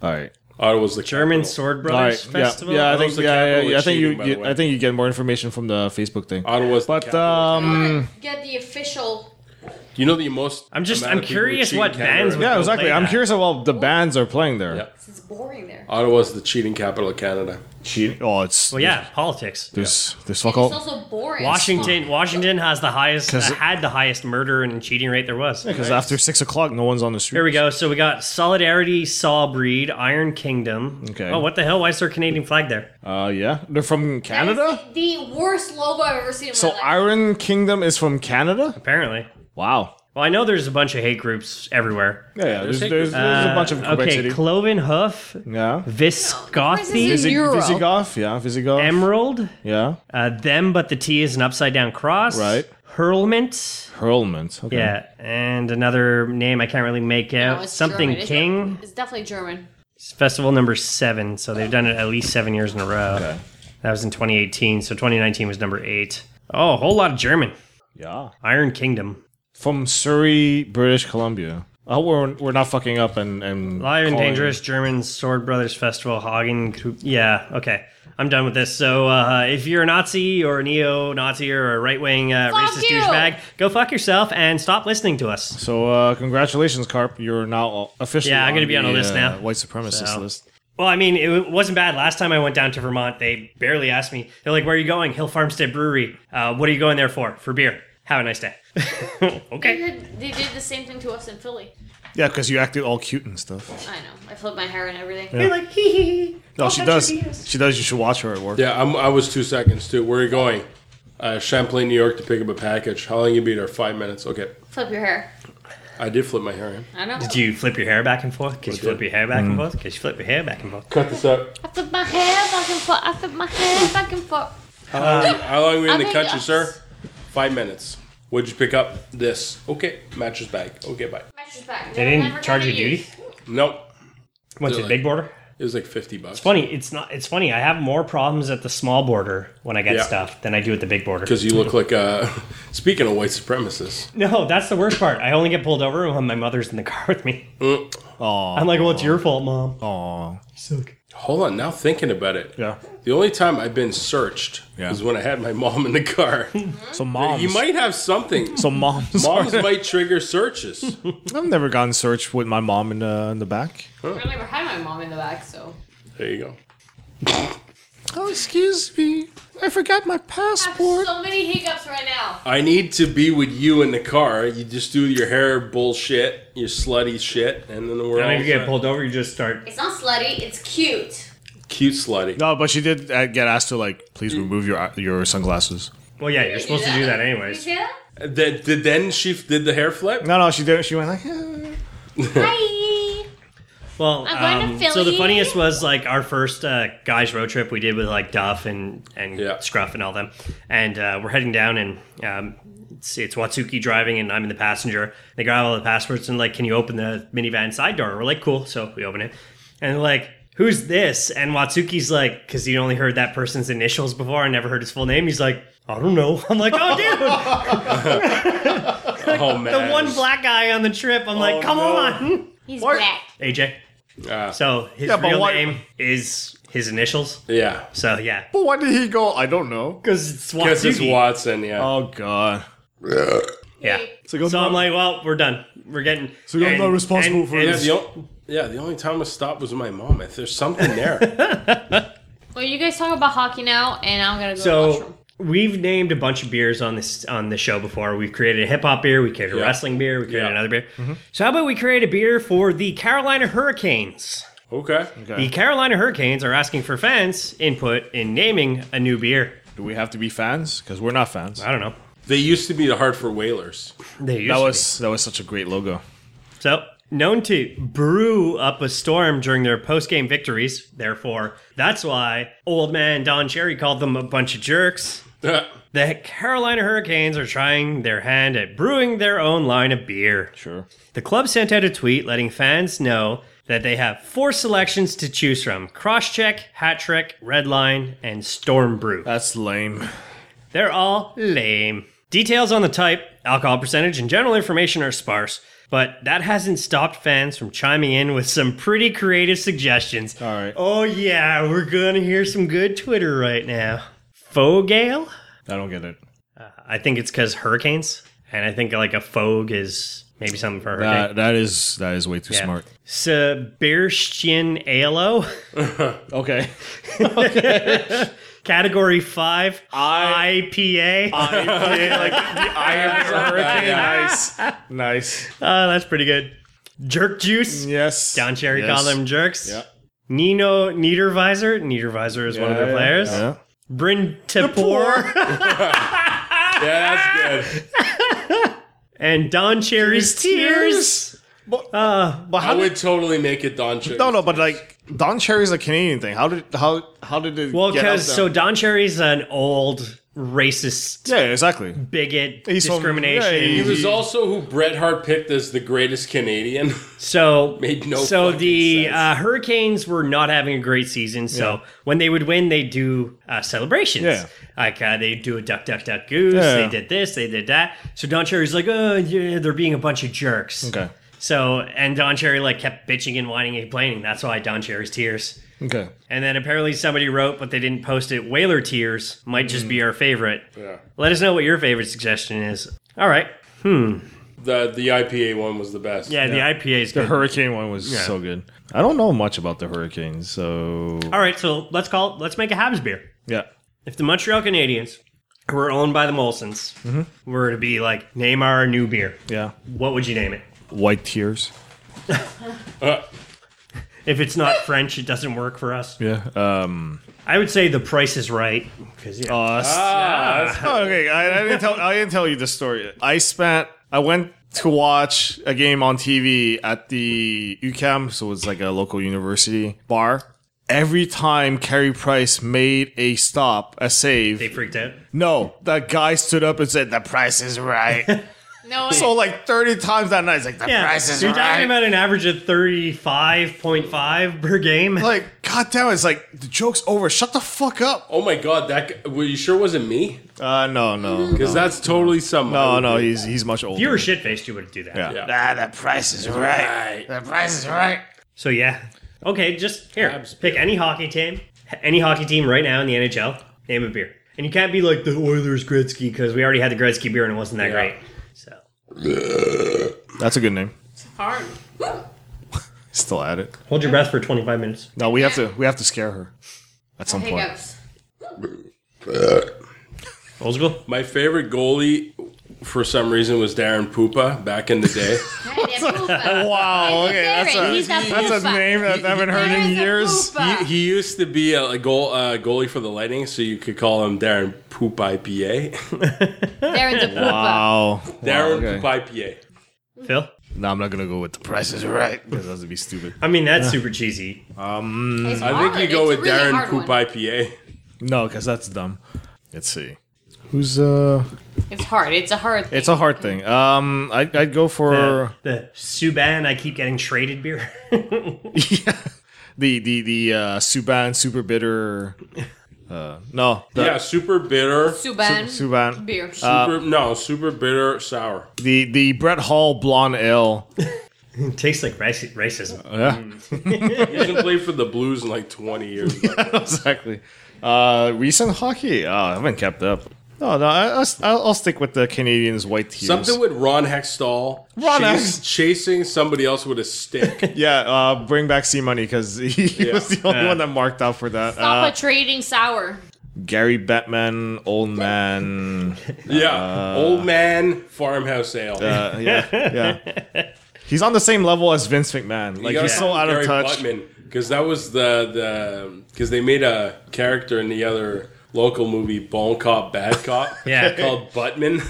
Speaker 5: All right.
Speaker 6: Ottawa's the
Speaker 1: German
Speaker 6: capital.
Speaker 1: Sword
Speaker 5: All
Speaker 1: Brothers
Speaker 5: right. Yeah.
Speaker 1: Festival.
Speaker 5: Yeah. I
Speaker 6: That was
Speaker 5: think.
Speaker 6: the
Speaker 5: Yeah.
Speaker 6: capital
Speaker 5: Yeah.
Speaker 6: of
Speaker 5: I think you.
Speaker 6: cheating, by the
Speaker 5: you-
Speaker 6: way.
Speaker 5: I think you get more information from the Facebook thing.
Speaker 6: Ottawa's the
Speaker 5: But
Speaker 6: capital.
Speaker 5: um.
Speaker 1: Hmm.
Speaker 4: Get the official.
Speaker 6: you know the most.
Speaker 1: I'm just-
Speaker 6: amount
Speaker 1: I'm
Speaker 6: of people who
Speaker 1: curious
Speaker 6: cheat
Speaker 1: what
Speaker 6: in Canada
Speaker 1: bands
Speaker 6: are-
Speaker 1: would-
Speaker 5: Yeah.
Speaker 1: Go
Speaker 5: Exactly.
Speaker 1: play
Speaker 5: I'm
Speaker 1: that.
Speaker 5: curious about what the bands are playing there.
Speaker 6: Yeah.
Speaker 4: It's boring there.
Speaker 6: Ottawa's the cheating capital of Canada.
Speaker 5: Cheating. Oh, it's.
Speaker 1: Well, yeah, politics.
Speaker 5: There's there's fuck
Speaker 4: It's
Speaker 5: all.
Speaker 4: also boring.
Speaker 1: Washington, Washington has the highest,
Speaker 5: 'Cause-
Speaker 1: had the highest murder and cheating rate there was.
Speaker 5: Because after six o'clock, no one's on the street.
Speaker 1: Here we go. So we got Solidarity, Saw Breed, Iron Kingdom.
Speaker 5: Okay.
Speaker 1: Oh, what the hell? Why is there a Canadian flag there?
Speaker 5: Uh, yeah, they're from
Speaker 4: That is
Speaker 5: Canada.
Speaker 4: The worst logo I've ever seen in
Speaker 5: So
Speaker 4: my life.
Speaker 5: Iron Kingdom is from Canada.
Speaker 1: Apparently.
Speaker 10: Wow.
Speaker 1: Well, I know there's a bunch of hate groups everywhere.
Speaker 5: Yeah, yeah. There's, there's, there's a bunch of Quebec
Speaker 1: Uh, okay,
Speaker 5: City.
Speaker 1: Cloven Hoof,
Speaker 5: yeah.
Speaker 4: This
Speaker 1: Viscothi,
Speaker 4: is-
Speaker 5: Visi-
Speaker 4: Euro.
Speaker 5: Visigoth, yeah, Visigoth.
Speaker 1: Emerald,
Speaker 5: yeah,
Speaker 1: uh, Them But the T is an upside down cross.
Speaker 5: Right.
Speaker 1: Hurlment.
Speaker 5: Hurlment. Okay.
Speaker 1: Yeah, and another name I can't really make out.
Speaker 4: No, it's
Speaker 1: Something
Speaker 4: German. It's-
Speaker 1: King.
Speaker 4: It's definitely German.
Speaker 1: It's festival number seven, so they've done it at least seven years in a row. That was in 2018, so 2019 was number eight. Oh, a whole lot of German.
Speaker 5: Yeah.
Speaker 1: Iron Kingdom.
Speaker 5: From Surrey, British Columbia. I hope we're, we're not fucking up and and
Speaker 1: Lion
Speaker 5: calling-
Speaker 1: Dangerous, German Sword Brothers Festival, Hagen. Group- Yeah, okay. I'm done with this. So uh, if you're a Nazi or a neo Nazi or a right wing uh,
Speaker 4: Fuck
Speaker 1: racist
Speaker 4: you!
Speaker 1: douchebag, go fuck yourself and stop listening to us.
Speaker 5: So uh, congratulations, Carp. You're now officially
Speaker 1: Yeah, I'm gonna be on a
Speaker 5: the
Speaker 1: list
Speaker 5: uh,
Speaker 1: now.
Speaker 5: White supremacist
Speaker 1: So.
Speaker 5: list.
Speaker 1: Well, I mean, it wasn't bad. Last time I went down to Vermont, they barely asked me. They're like, "Where are you going?" Hill Farmstead Brewery. Uh, what are you going there for? For beer. Have a nice day.
Speaker 4: They
Speaker 1: okay.
Speaker 4: did, they did the same thing to us in Philly.
Speaker 5: Yeah, because you acted all cute and stuff.
Speaker 4: I know. I flipped my hair and everything.
Speaker 1: They're like, hee hee hee.
Speaker 5: No,
Speaker 1: I'll
Speaker 5: she
Speaker 1: touch
Speaker 5: does.
Speaker 1: your penis.
Speaker 5: She does. You should watch her at work.
Speaker 6: Yeah, I'm, I was two seconds too. Where are you going? Uh, Champlain, New York to pick up a package. How long you be there? Five minutes. Okay.
Speaker 4: Flip your hair.
Speaker 6: I did flip my hair in.
Speaker 4: I know.
Speaker 1: Did you flip your hair back and forth? Cause you flip
Speaker 6: did.
Speaker 1: your hair back and forth. Cause you flip your hair back and forth.
Speaker 6: Cut this up.
Speaker 4: I flip my hair back and forth. I flip my hair back and forth.
Speaker 6: How long we in
Speaker 4: I
Speaker 6: the
Speaker 4: think
Speaker 6: country,
Speaker 4: us-
Speaker 6: sir? Five minutes. What'd you pick up? This. Okay. Matches bag. Okay, bye.
Speaker 4: Matches back.
Speaker 1: They didn't charge you duty.
Speaker 6: Nope.
Speaker 1: What's
Speaker 6: They're
Speaker 1: it? Big
Speaker 6: like-
Speaker 1: border.
Speaker 6: It was like fifty bucks.
Speaker 1: Funny. It's not. It's funny. I have more problems at the small border when I get
Speaker 6: Yeah.
Speaker 1: stuff than I do at the big border.
Speaker 6: Because you look like uh speaking of white supremacists.
Speaker 1: No, that's the worst part. I only get pulled over when my mother's in the car with me.
Speaker 5: Aw.
Speaker 1: I'm like, well, it's your fault, mom.
Speaker 5: Aw.
Speaker 6: Hold on, now thinking about it.
Speaker 5: Yeah.
Speaker 6: The only time I've been searched
Speaker 5: Yeah.
Speaker 6: was when I had my mom in the car.
Speaker 5: So moms.
Speaker 6: you might have something.
Speaker 5: So moms.
Speaker 6: Moms
Speaker 5: are-
Speaker 6: might trigger searches.
Speaker 5: I've never gotten searched with my mom in the in the back.
Speaker 4: I never had my mom in the back, so.
Speaker 6: There you go.
Speaker 5: Oh, excuse me. I forgot my
Speaker 4: I have
Speaker 5: passport.
Speaker 4: so many hiccups right now.
Speaker 6: I need to be with you in the car. You just do your hair bullshit, your slutty shit, and then
Speaker 1: And
Speaker 6: we're
Speaker 1: if
Speaker 6: all
Speaker 1: you get
Speaker 6: set.
Speaker 1: pulled over, you just start.
Speaker 4: It's not slutty, it's cute.
Speaker 6: cute slutty.
Speaker 5: No, but she did uh, get asked to like, please remove your your sunglasses.
Speaker 1: Well, yeah, you're supposed to do that anyways.
Speaker 4: You see that?
Speaker 6: Then, did- then she f- did the hair flip.
Speaker 5: No, no, she did. She went like, eh.
Speaker 4: Hi!
Speaker 1: Well,
Speaker 4: I'm going to
Speaker 1: um, so the
Speaker 4: Philly.
Speaker 1: funniest was like our first uh, guys road trip we did with like Duff and and
Speaker 6: Yeah.
Speaker 1: Scruff and all them, and uh, we're heading down and um, it's, it's Watsuki driving and I'm in the passenger. They grab all the passports and like, can you open the minivan side door? We're like, cool. So we open it, and they're like. Who's this? And Watsuki's like, because you only heard that person's initials before. I never heard his full name. He's like, I don't know. I'm like, oh, dude,
Speaker 6: oh man,
Speaker 1: the one black guy on the trip.
Speaker 5: Oh,
Speaker 1: I'm like, come on,
Speaker 4: He's black.
Speaker 1: AJ.
Speaker 6: Ah.
Speaker 1: So his
Speaker 5: Yeah, but
Speaker 1: real
Speaker 5: why-
Speaker 1: name is his initials.
Speaker 6: Yeah,
Speaker 1: So yeah,
Speaker 5: But why did he go? I don't know.
Speaker 1: because it's
Speaker 6: because it's
Speaker 1: Watsuki.
Speaker 6: Watson. Yeah,
Speaker 5: Oh God.
Speaker 1: yeah.
Speaker 5: So, I'm
Speaker 1: So I'm
Speaker 5: not-
Speaker 1: like, well, we're done. We're getting.
Speaker 5: So you're not responsible for
Speaker 6: yeah.
Speaker 5: this.
Speaker 6: The o- yeah, the only time I stopped was with my mom. If there's something there,
Speaker 4: Well, you guys talk about hockey now, and I'm gonna go to the
Speaker 1: So
Speaker 4: washroom.
Speaker 1: we've named a bunch of beers on this on the show before. We've created a hip hop beer, we created a
Speaker 6: Yeah.
Speaker 1: wrestling beer, we created
Speaker 6: Yeah.
Speaker 1: another beer.
Speaker 5: Mm-hmm.
Speaker 1: So how about we create a beer for the Carolina Hurricanes?
Speaker 6: okay.
Speaker 1: The Carolina Hurricanes are asking for fans' input in naming a new beer.
Speaker 5: Do we have to be fans? Because we're not fans.
Speaker 1: I don't know.
Speaker 6: They used to be the Hartford Whalers.
Speaker 1: They used
Speaker 5: That
Speaker 1: to
Speaker 5: was that was such a great logo.
Speaker 1: So, known to brew up a storm during their post game victories. Therefore, that's why old man Don Cherry called them a bunch of jerks. The Carolina Hurricanes are trying their hand at brewing their own line of beer.
Speaker 5: Sure.
Speaker 1: The club sent out a tweet letting fans know that they have four selections to choose from Crosscheck, Hat Trick, Redline, and Storm Brew.
Speaker 5: That's lame.
Speaker 1: They're all lame. Details on the type, alcohol percentage, and general information are sparse, but that hasn't stopped fans from chiming in with some pretty creative suggestions.
Speaker 5: All right.
Speaker 1: Oh, yeah, we're gonna hear some good Twitter right now. Fogale?
Speaker 5: I don't get it.
Speaker 1: I think it's because hurricanes, and I think like a fog is maybe something for a hurricane.
Speaker 5: That that is that is way too
Speaker 1: Yeah.
Speaker 5: smart.
Speaker 1: Sebastian Alo,
Speaker 5: Okay.
Speaker 1: category five,
Speaker 5: I-
Speaker 1: IPA.
Speaker 5: like the eye of the hurricane. nice. Nice.
Speaker 1: Uh, that's pretty good. Jerk juice.
Speaker 5: Yes.
Speaker 1: Don Cherry
Speaker 5: Yes.
Speaker 1: called them jerks.
Speaker 5: Yeah.
Speaker 1: Nino Niedervisor. Niedervisor is one of their
Speaker 5: Yeah,
Speaker 1: players.
Speaker 5: Yeah.
Speaker 1: Bryn Tapor.
Speaker 6: Yeah, that's good.
Speaker 1: and Don Cherry's tears.
Speaker 5: But, but
Speaker 6: I
Speaker 5: how did,
Speaker 6: would totally make it Don Cherry.
Speaker 5: no, no, but like Don Cherry's a Canadian thing. How did how how did it?
Speaker 1: Well,
Speaker 5: get out
Speaker 1: because
Speaker 5: there?
Speaker 1: so Don Cherry's an old racist
Speaker 5: yeah, exactly.
Speaker 1: bigot
Speaker 5: He's from-
Speaker 1: discrimination.
Speaker 5: yeah,
Speaker 6: He was also who Bret Hart picked as the greatest Canadian.
Speaker 1: So
Speaker 6: Made no
Speaker 1: so
Speaker 6: fucking
Speaker 1: the
Speaker 6: sense.
Speaker 1: uh, Hurricanes were not having a great season. So when they would win, they do uh, celebrations.
Speaker 5: Yeah.
Speaker 1: Like uh, they do a duck, duck, duck, goose.
Speaker 5: Yeah.
Speaker 1: They did this, they did that. So Don Cherry's like, oh, yeah, they're being a bunch of jerks.
Speaker 5: Okay.
Speaker 1: So and Don Cherry like kept bitching and whining and complaining. That's why Don Cherry's tears.
Speaker 5: Okay.
Speaker 1: And then apparently somebody wrote, but they didn't post it. Whaler tears might just be our favorite.
Speaker 6: Yeah.
Speaker 1: Let us know what your favorite suggestion is. All right.
Speaker 6: The the IPA one was the best.
Speaker 1: Yeah, the IPA is
Speaker 5: The
Speaker 1: good.
Speaker 5: hurricane one was so good. I don't know much about the hurricanes, so
Speaker 1: All right, so let's call. Let's make a Habs beer.
Speaker 5: yeah.
Speaker 1: If the Montreal Canadiens were owned by the Molsons, were to be like name our new beer,
Speaker 5: Yeah.
Speaker 1: what would you name it?
Speaker 5: White tears.
Speaker 6: Uh,
Speaker 1: If it's not French, it doesn't work for us.
Speaker 5: Yeah. Um
Speaker 1: I would say the Price is Right because yeah,
Speaker 6: ah, that's-
Speaker 5: Oh, okay, I, I didn't tell I didn't tell you this story. I spent I went to watch a game on TV at the UCAM, so it's like a local university bar. Every time Carey Price made a stop, a save,
Speaker 1: they freaked out.
Speaker 5: no, that guy stood up and said, "The price is right."
Speaker 4: No,
Speaker 5: so like thirty times that night, it's like the
Speaker 1: Yeah,
Speaker 5: price is
Speaker 1: you're
Speaker 5: right.
Speaker 1: talking about an average of thirty-five point five per game.
Speaker 5: like, god damn, it, it's like the joke's over. Shut the fuck up.
Speaker 6: oh my god, that guy, well, you sure wasn't me?
Speaker 5: Uh, no, no,
Speaker 6: Because that's totally something.
Speaker 5: no, no. He's he's much older.
Speaker 1: if you were shit faced, you would do that.
Speaker 5: yeah.
Speaker 6: Yeah.
Speaker 5: Ah, the price is right.
Speaker 6: Right.
Speaker 5: The price is right.
Speaker 1: So yeah, okay, just here, pick any hockey team, any hockey team right now in the NHL. Name a beer, and you can't be like the Oilers Gretzky because we already had the Gretzky beer and it wasn't that
Speaker 6: Yeah.
Speaker 1: great. So
Speaker 5: That's a good name.
Speaker 4: hard.
Speaker 5: Still at it.
Speaker 1: hold your breath for 25 minutes.
Speaker 5: No, we have to we have to scare her at some point.
Speaker 4: Hiccups.
Speaker 1: Old school.
Speaker 6: My favorite goalie for some reason was Darren Poopa back in the day.
Speaker 5: Wow. Okay, that's a
Speaker 4: He's a
Speaker 5: that's a
Speaker 4: pooper.
Speaker 5: name that I haven't heard in
Speaker 4: There's a
Speaker 5: years.
Speaker 4: pooper.
Speaker 6: he, he used to be a, goal uh, goalie for the Lightning, so you could call him Darren Poop IPA.
Speaker 4: Darren's a pooper.
Speaker 5: Wow.
Speaker 6: Darren
Speaker 5: okay.
Speaker 6: Poop IPA.
Speaker 1: Phil?
Speaker 5: No, I'm not gonna go with the price is right. Because that would be stupid.
Speaker 1: I mean, that's super cheesy.
Speaker 4: It's
Speaker 6: I
Speaker 4: hard.
Speaker 6: think you go
Speaker 4: It's
Speaker 6: with
Speaker 4: a really
Speaker 6: Darren
Speaker 4: hard
Speaker 6: Poop
Speaker 4: one.
Speaker 6: IPA.
Speaker 5: No, because that's dumb. Let's see. Who's uh?
Speaker 4: It's hard. It's a hard. Thing.
Speaker 5: It's a hard thing. Um, I, I'd go
Speaker 1: The,
Speaker 5: for
Speaker 1: the Subban, I keep getting traded beer.
Speaker 5: the the the uh, Suban Super Bitter. Uh, no, the
Speaker 6: yeah, super bitter.
Speaker 4: Suban.
Speaker 5: Suban.
Speaker 4: beer.
Speaker 5: Uh,
Speaker 6: super, no, super bitter sour.
Speaker 5: The the Brett Hall Blonde Ale.
Speaker 1: it tastes like raci- racism.
Speaker 5: Yeah,
Speaker 6: He hasn't played for the Blues in like 20 years.
Speaker 5: exactly. Uh, recent hockey. Oh, I haven't kept up. No, no, I, I'll, I'll I'll stick with the Canadians white tears.
Speaker 6: Something with Ron Hextall.
Speaker 5: Ron Hex-
Speaker 6: chasing somebody else with a stick.
Speaker 5: yeah, uh, bring back C Money because he
Speaker 6: Yeah.
Speaker 5: was the only one that marked out for that.
Speaker 4: Stop
Speaker 5: Uh,
Speaker 4: a trading sour.
Speaker 5: Gary Batman, old man.
Speaker 6: yeah, old man farmhouse ale.
Speaker 5: Uh, yeah, yeah. He's on the same level as Vince McMahon. Like he's so out of touch.
Speaker 6: Because that was the the because they made a character in the other local movie Bone Cop Bad Cop.
Speaker 1: Yeah.
Speaker 6: called Buttman,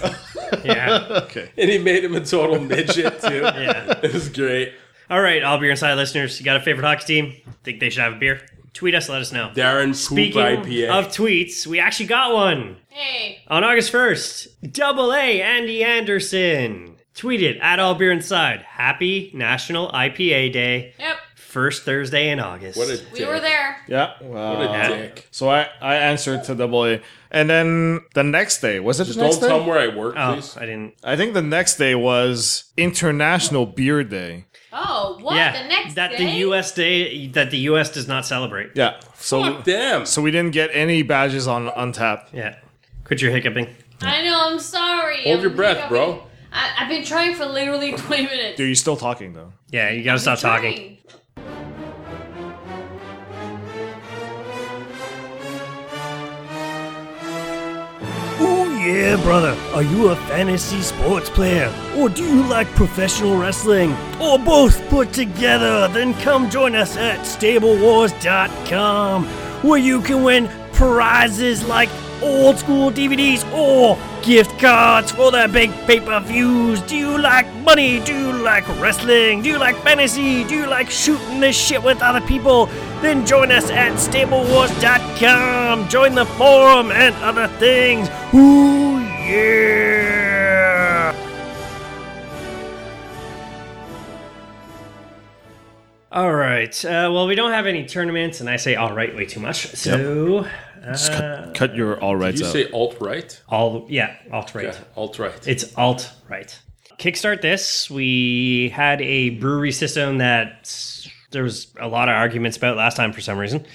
Speaker 1: Yeah.
Speaker 6: and he made him a total midget too.
Speaker 1: Yeah.
Speaker 6: It was great.
Speaker 1: All right, all beer inside listeners, you got a favorite hockey team? Think they should have a beer? Tweet us, let us know.
Speaker 6: Darren Poop
Speaker 1: Speaking
Speaker 6: IPA.
Speaker 1: of tweets, we actually got one.
Speaker 4: Hey,
Speaker 1: On August 1st, Double A Andy Anderson tweeted at All Beer Inside, Happy National IPA Day,
Speaker 4: yep,
Speaker 1: first Thursday in August.
Speaker 6: what a
Speaker 4: we
Speaker 6: dick.
Speaker 4: were there.
Speaker 5: Yeah.
Speaker 6: What
Speaker 5: Wow.
Speaker 6: a dick.
Speaker 5: So I, I answered to double A. And then the next day, was it the next
Speaker 6: Don't
Speaker 5: day?
Speaker 6: tell him where I work,
Speaker 1: oh,
Speaker 6: please.
Speaker 1: I didn't.
Speaker 5: I think the next day was International Beer Day.
Speaker 4: Oh, what
Speaker 1: yeah,
Speaker 4: the next
Speaker 1: that
Speaker 4: day?
Speaker 1: the U.S. day that the U.S. does not celebrate.
Speaker 5: Yeah. So
Speaker 6: Fuck them.
Speaker 5: so we didn't get any badges on on tap.
Speaker 1: Yeah, quit your hiccuping.
Speaker 4: I know. I'm sorry.
Speaker 6: Hold
Speaker 4: I'm
Speaker 6: your breath,
Speaker 4: hiccuping.
Speaker 6: bro.
Speaker 4: I, I've been trying for literally 20 minutes.
Speaker 5: Dude, you're still talking though.
Speaker 1: Yeah, you gotta stop talking.
Speaker 4: Trying.
Speaker 10: Oh, yeah, brother. Are you a fantasy sports player? Or do you like professional wrestling? Or both put together? Then come join us at StableWars.com, where you can win prizes like
Speaker 1: old school DVDs, or gift cards for their Uh, big pay per views? Do you like money? Do you like wrestling? Do you like fantasy? Do you like shooting this shit with other people? Then join us at StableWars.com. Join the forum and other things. Ooh, yeah!
Speaker 11: All right. Uh, well, we don't have any tournaments, and I say all right way too much. So
Speaker 5: Just cut, cut your all rights
Speaker 6: You
Speaker 5: out.
Speaker 6: say alt right?
Speaker 11: all yeah, alt right.
Speaker 6: Yeah, alt right.
Speaker 11: It's alt right. Kickstart this. We had a brewery system that s- there was a lot of arguments about last time for some reason.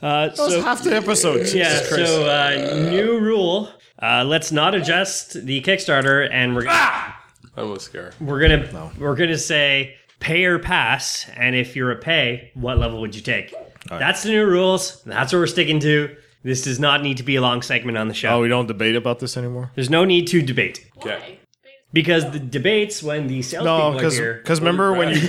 Speaker 11: Uh, so
Speaker 5: half the episode.
Speaker 11: yeah, so uh, new rule. Uh, let's not adjust the Kickstarter, and we're
Speaker 6: I'm a scare.
Speaker 11: we're gonna we're gonna say pay or pass, and if you're a pay, what level would you take? That's the new rules. That's what we're sticking to. This does not need to be a long segment on the show.
Speaker 5: Oh, we don't debate about this anymore.
Speaker 11: There's no need to debate
Speaker 6: Okay.
Speaker 11: because the debates when the salespeople
Speaker 5: No,
Speaker 11: are
Speaker 5: because
Speaker 11: here.
Speaker 5: remember when you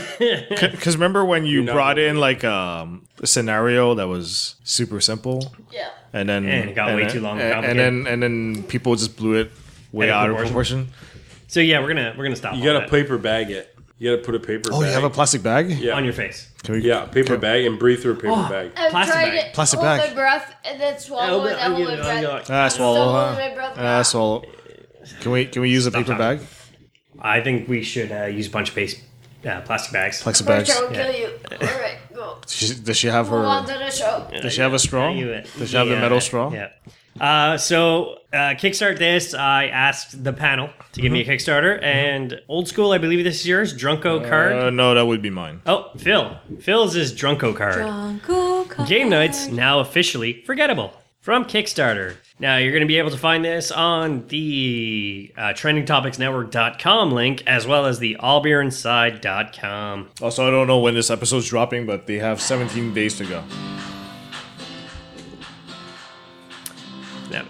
Speaker 5: because remember when you
Speaker 6: not
Speaker 5: brought in like um, a scenario that was super simple. Yeah. And then
Speaker 11: And it got way
Speaker 5: then-
Speaker 11: too long and
Speaker 5: And, and then and then people just blew it way
Speaker 11: Out
Speaker 5: out
Speaker 11: of
Speaker 5: of proportion.
Speaker 11: So yeah, we're gonna we're gonna stop.
Speaker 6: You
Speaker 11: all
Speaker 6: gotta
Speaker 11: that.
Speaker 6: paper bag it. You gotta put a paper
Speaker 5: Oh,
Speaker 6: bag.
Speaker 5: you have a plastic bag?
Speaker 6: yeah.
Speaker 11: on your face.
Speaker 5: Can we,
Speaker 6: yeah, paper bag and breathe through a
Speaker 5: Oh.
Speaker 6: paper bag.
Speaker 12: I've
Speaker 11: Plastic
Speaker 12: tried
Speaker 11: bag.
Speaker 12: it.
Speaker 5: Plastic
Speaker 12: hold
Speaker 5: bag.
Speaker 12: my breath and then swallow it. That will my breath.
Speaker 5: Ah, swallow.
Speaker 12: Swallow
Speaker 5: huh?
Speaker 12: my breath
Speaker 5: Ah,
Speaker 12: now.
Speaker 5: swallow. Can we can we use a paper bag?
Speaker 11: I think we should uh, use a bunch of base, uh, plastic bags.
Speaker 5: Plastic
Speaker 12: First,
Speaker 5: bags.
Speaker 12: I will kill you. All right, go.
Speaker 5: She- does she have
Speaker 12: Move on to
Speaker 5: her?
Speaker 12: the show.
Speaker 5: Does she have a straw? Does she have the
Speaker 11: Yeah,
Speaker 5: metal straw?
Speaker 11: Yeah. Uh, so uh, kickstart this. I asked the panel to give me a Kickstarter, and old school. I believe this is yours, Drunko card.
Speaker 5: Mm-hmm. Uh, no, that would be mine.
Speaker 11: oh, Phil. Phil's is Drunko card. Game nights now officially forgettable from Kickstarter. Now you're going to be able to find this on the uh, trendingtopicsnetwork.com link as well as the allbeerinside.com.
Speaker 5: Also, I don't know when this episode's dropping, but they have 17 days to go.
Speaker 11: Now,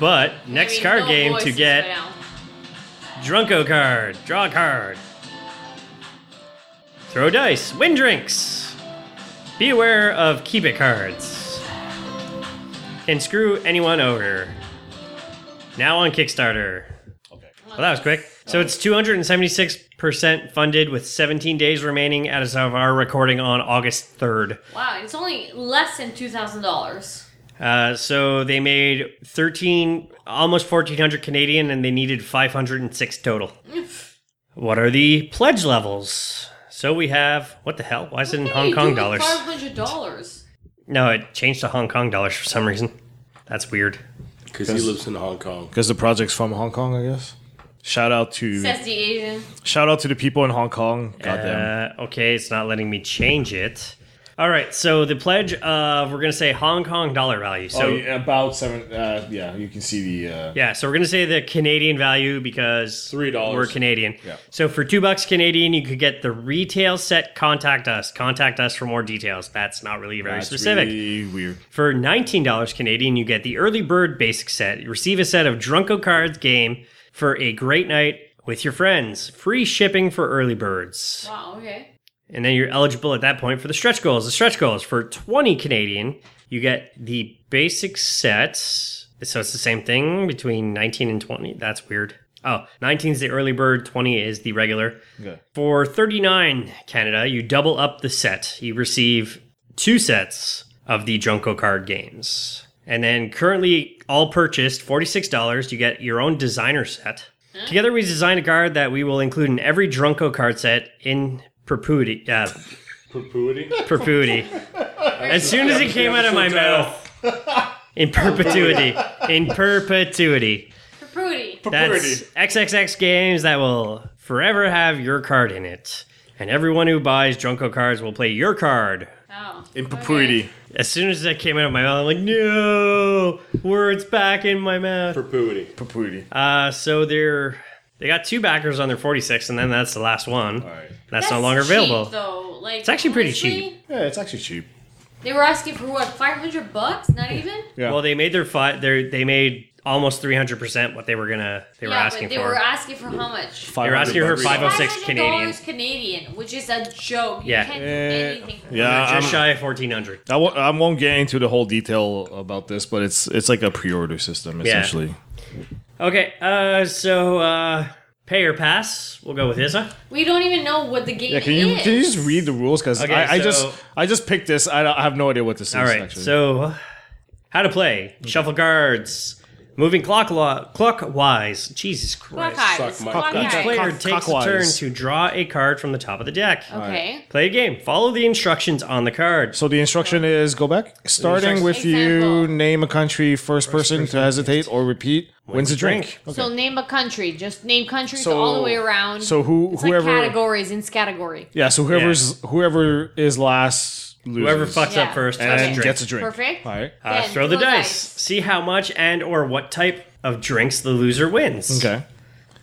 Speaker 11: But next card game to get Drunko card, draw a card. Throw dice, win drinks. Be aware of keep it cards. Can screw anyone over. Now on Kickstarter. Well, that was quick. So it's 276% funded with 17 days remaining as of our recording on August 3rd.
Speaker 4: Wow, it's only less than two thousand dollars.
Speaker 11: Uh, so they made 13, almost 1400 Canadian, and they needed 506 total. what are the pledge levels? So we have, what the hell? Why is it in Hong Kong dollars?
Speaker 4: Five hundred dollars.
Speaker 11: No, it changed to Hong Kong dollars for some reason. That's weird.
Speaker 6: Because he lives in Hong Kong.
Speaker 5: Because the project's from Hong Kong, I guess. Shout out to
Speaker 4: Says the Asian.
Speaker 5: shout out to the people in Hong Kong. Goddamn.
Speaker 11: Uh, okay, it's not letting me change it. All right, so the pledge of, we're going to say Hong Kong dollar value. So
Speaker 5: oh, yeah, about seven. Uh, yeah, you can see the. Uh,
Speaker 11: Yeah, so we're gonna say the Canadian value because
Speaker 5: Three dollars.
Speaker 11: We're Canadian.
Speaker 5: Yeah.
Speaker 11: So for two bucks Canadian, you could get the retail set. Contact us. Contact us for more details. That's not really very
Speaker 5: that's
Speaker 11: specific.
Speaker 5: really weird.
Speaker 11: For nineteen dollars Canadian, you get the early bird basic set. You receive a set of Drunko cards game for a great night with your friends. Free shipping for early birds.
Speaker 4: Wow. Okay.
Speaker 11: And then you're eligible at that point for the stretch goals. The stretch goals for 20 Canadian, you get the basic sets. So it's the same thing between 19 and 20. That's weird. Oh, 19 is the early bird, 20 is the regular.
Speaker 5: Okay.
Speaker 11: For 39 Canada, you double up the set. You receive two sets of the Junko card games. And then currently all purchased $46, you get your own designer set. Together we designed a card that we will include in every Drunko card set in perpetuity. Uh,
Speaker 6: Perpetuity?
Speaker 11: perpetuity. As soon as it came out of my mouth. In perpetuity. In perpetuity.
Speaker 4: Prudy.
Speaker 11: That's XXX games that will forever have your card in it. And everyone who buys Drunko cards will play your card.
Speaker 4: Oh.
Speaker 5: In propriety.
Speaker 11: As soon as that came out of my mouth, I'm like, no, words back in my mouth.
Speaker 6: Perpetuity.
Speaker 5: Propriety.
Speaker 11: Uh, so they're they got two backers on their 46, and then that's the last one.
Speaker 5: All right.
Speaker 11: That's, no longer
Speaker 4: cheap,
Speaker 11: available.
Speaker 4: Though, like
Speaker 11: It's actually pretty
Speaker 4: honestly,
Speaker 5: Yeah, it's actually cheap.
Speaker 4: They were asking for what five hundred bucks? Not even.
Speaker 5: Yeah.
Speaker 11: Well, they made their five. Their they made almost 300% what they were gonna they were
Speaker 4: yeah,
Speaker 11: asking
Speaker 4: but they
Speaker 11: for.
Speaker 4: were asking for how much?
Speaker 11: they were asking oh for
Speaker 5: $500.
Speaker 11: 506
Speaker 4: $500
Speaker 11: Canadian.
Speaker 4: Canadian, which is a joke. You
Speaker 11: Yeah.
Speaker 4: can't do anything. for
Speaker 5: Yeah,
Speaker 11: Just
Speaker 5: Uh, I'm-
Speaker 11: shy of 1400.
Speaker 5: I won't, I won't get into the whole detail about this, but it's it's like a pre-order system
Speaker 11: Yeah.
Speaker 5: essentially.
Speaker 11: Okay, uh so uh pay or pass. We'll go with Issa.
Speaker 4: We don't even know what the game
Speaker 5: Yeah, can you
Speaker 4: is.
Speaker 5: can you just read the rules? Because
Speaker 11: Okay,
Speaker 5: I, I
Speaker 11: so-
Speaker 5: just I just picked this. I, don't- I have no idea what this is.
Speaker 11: All right.
Speaker 5: actually.
Speaker 11: So, how to play? Shuffle cards, moving clock lo- clockwise. Jesus
Speaker 4: Clock
Speaker 11: Christ!
Speaker 4: eyes.
Speaker 6: Suck my
Speaker 4: Clock
Speaker 11: Each
Speaker 4: eyes.
Speaker 11: player
Speaker 5: Cock-
Speaker 11: takes a
Speaker 5: clockwise.
Speaker 11: turn to draw a card from the top of the deck.
Speaker 4: Okay.
Speaker 11: Play a game. Follow the instructions on the card.
Speaker 5: So the instruction is go back. Starting with you,
Speaker 4: Example.
Speaker 5: name a country first, person, to hesitate or repeat wins a drink.
Speaker 4: So name a country. Just name countries
Speaker 5: So-
Speaker 4: all the way around.
Speaker 5: So who
Speaker 4: it's
Speaker 5: whoever
Speaker 4: like categories in category.
Speaker 5: yeah, so whoever's whoever is last loses.
Speaker 11: Whoever fucks
Speaker 4: Yeah.
Speaker 11: up first
Speaker 5: and
Speaker 11: has a drink.
Speaker 5: gets a drink.
Speaker 4: Perfect.
Speaker 5: All right.
Speaker 11: Uh,
Speaker 4: Then
Speaker 11: throw the
Speaker 4: throw
Speaker 11: dice.
Speaker 4: dice.
Speaker 11: See how much and or what type of drinks the loser wins.
Speaker 5: Okay.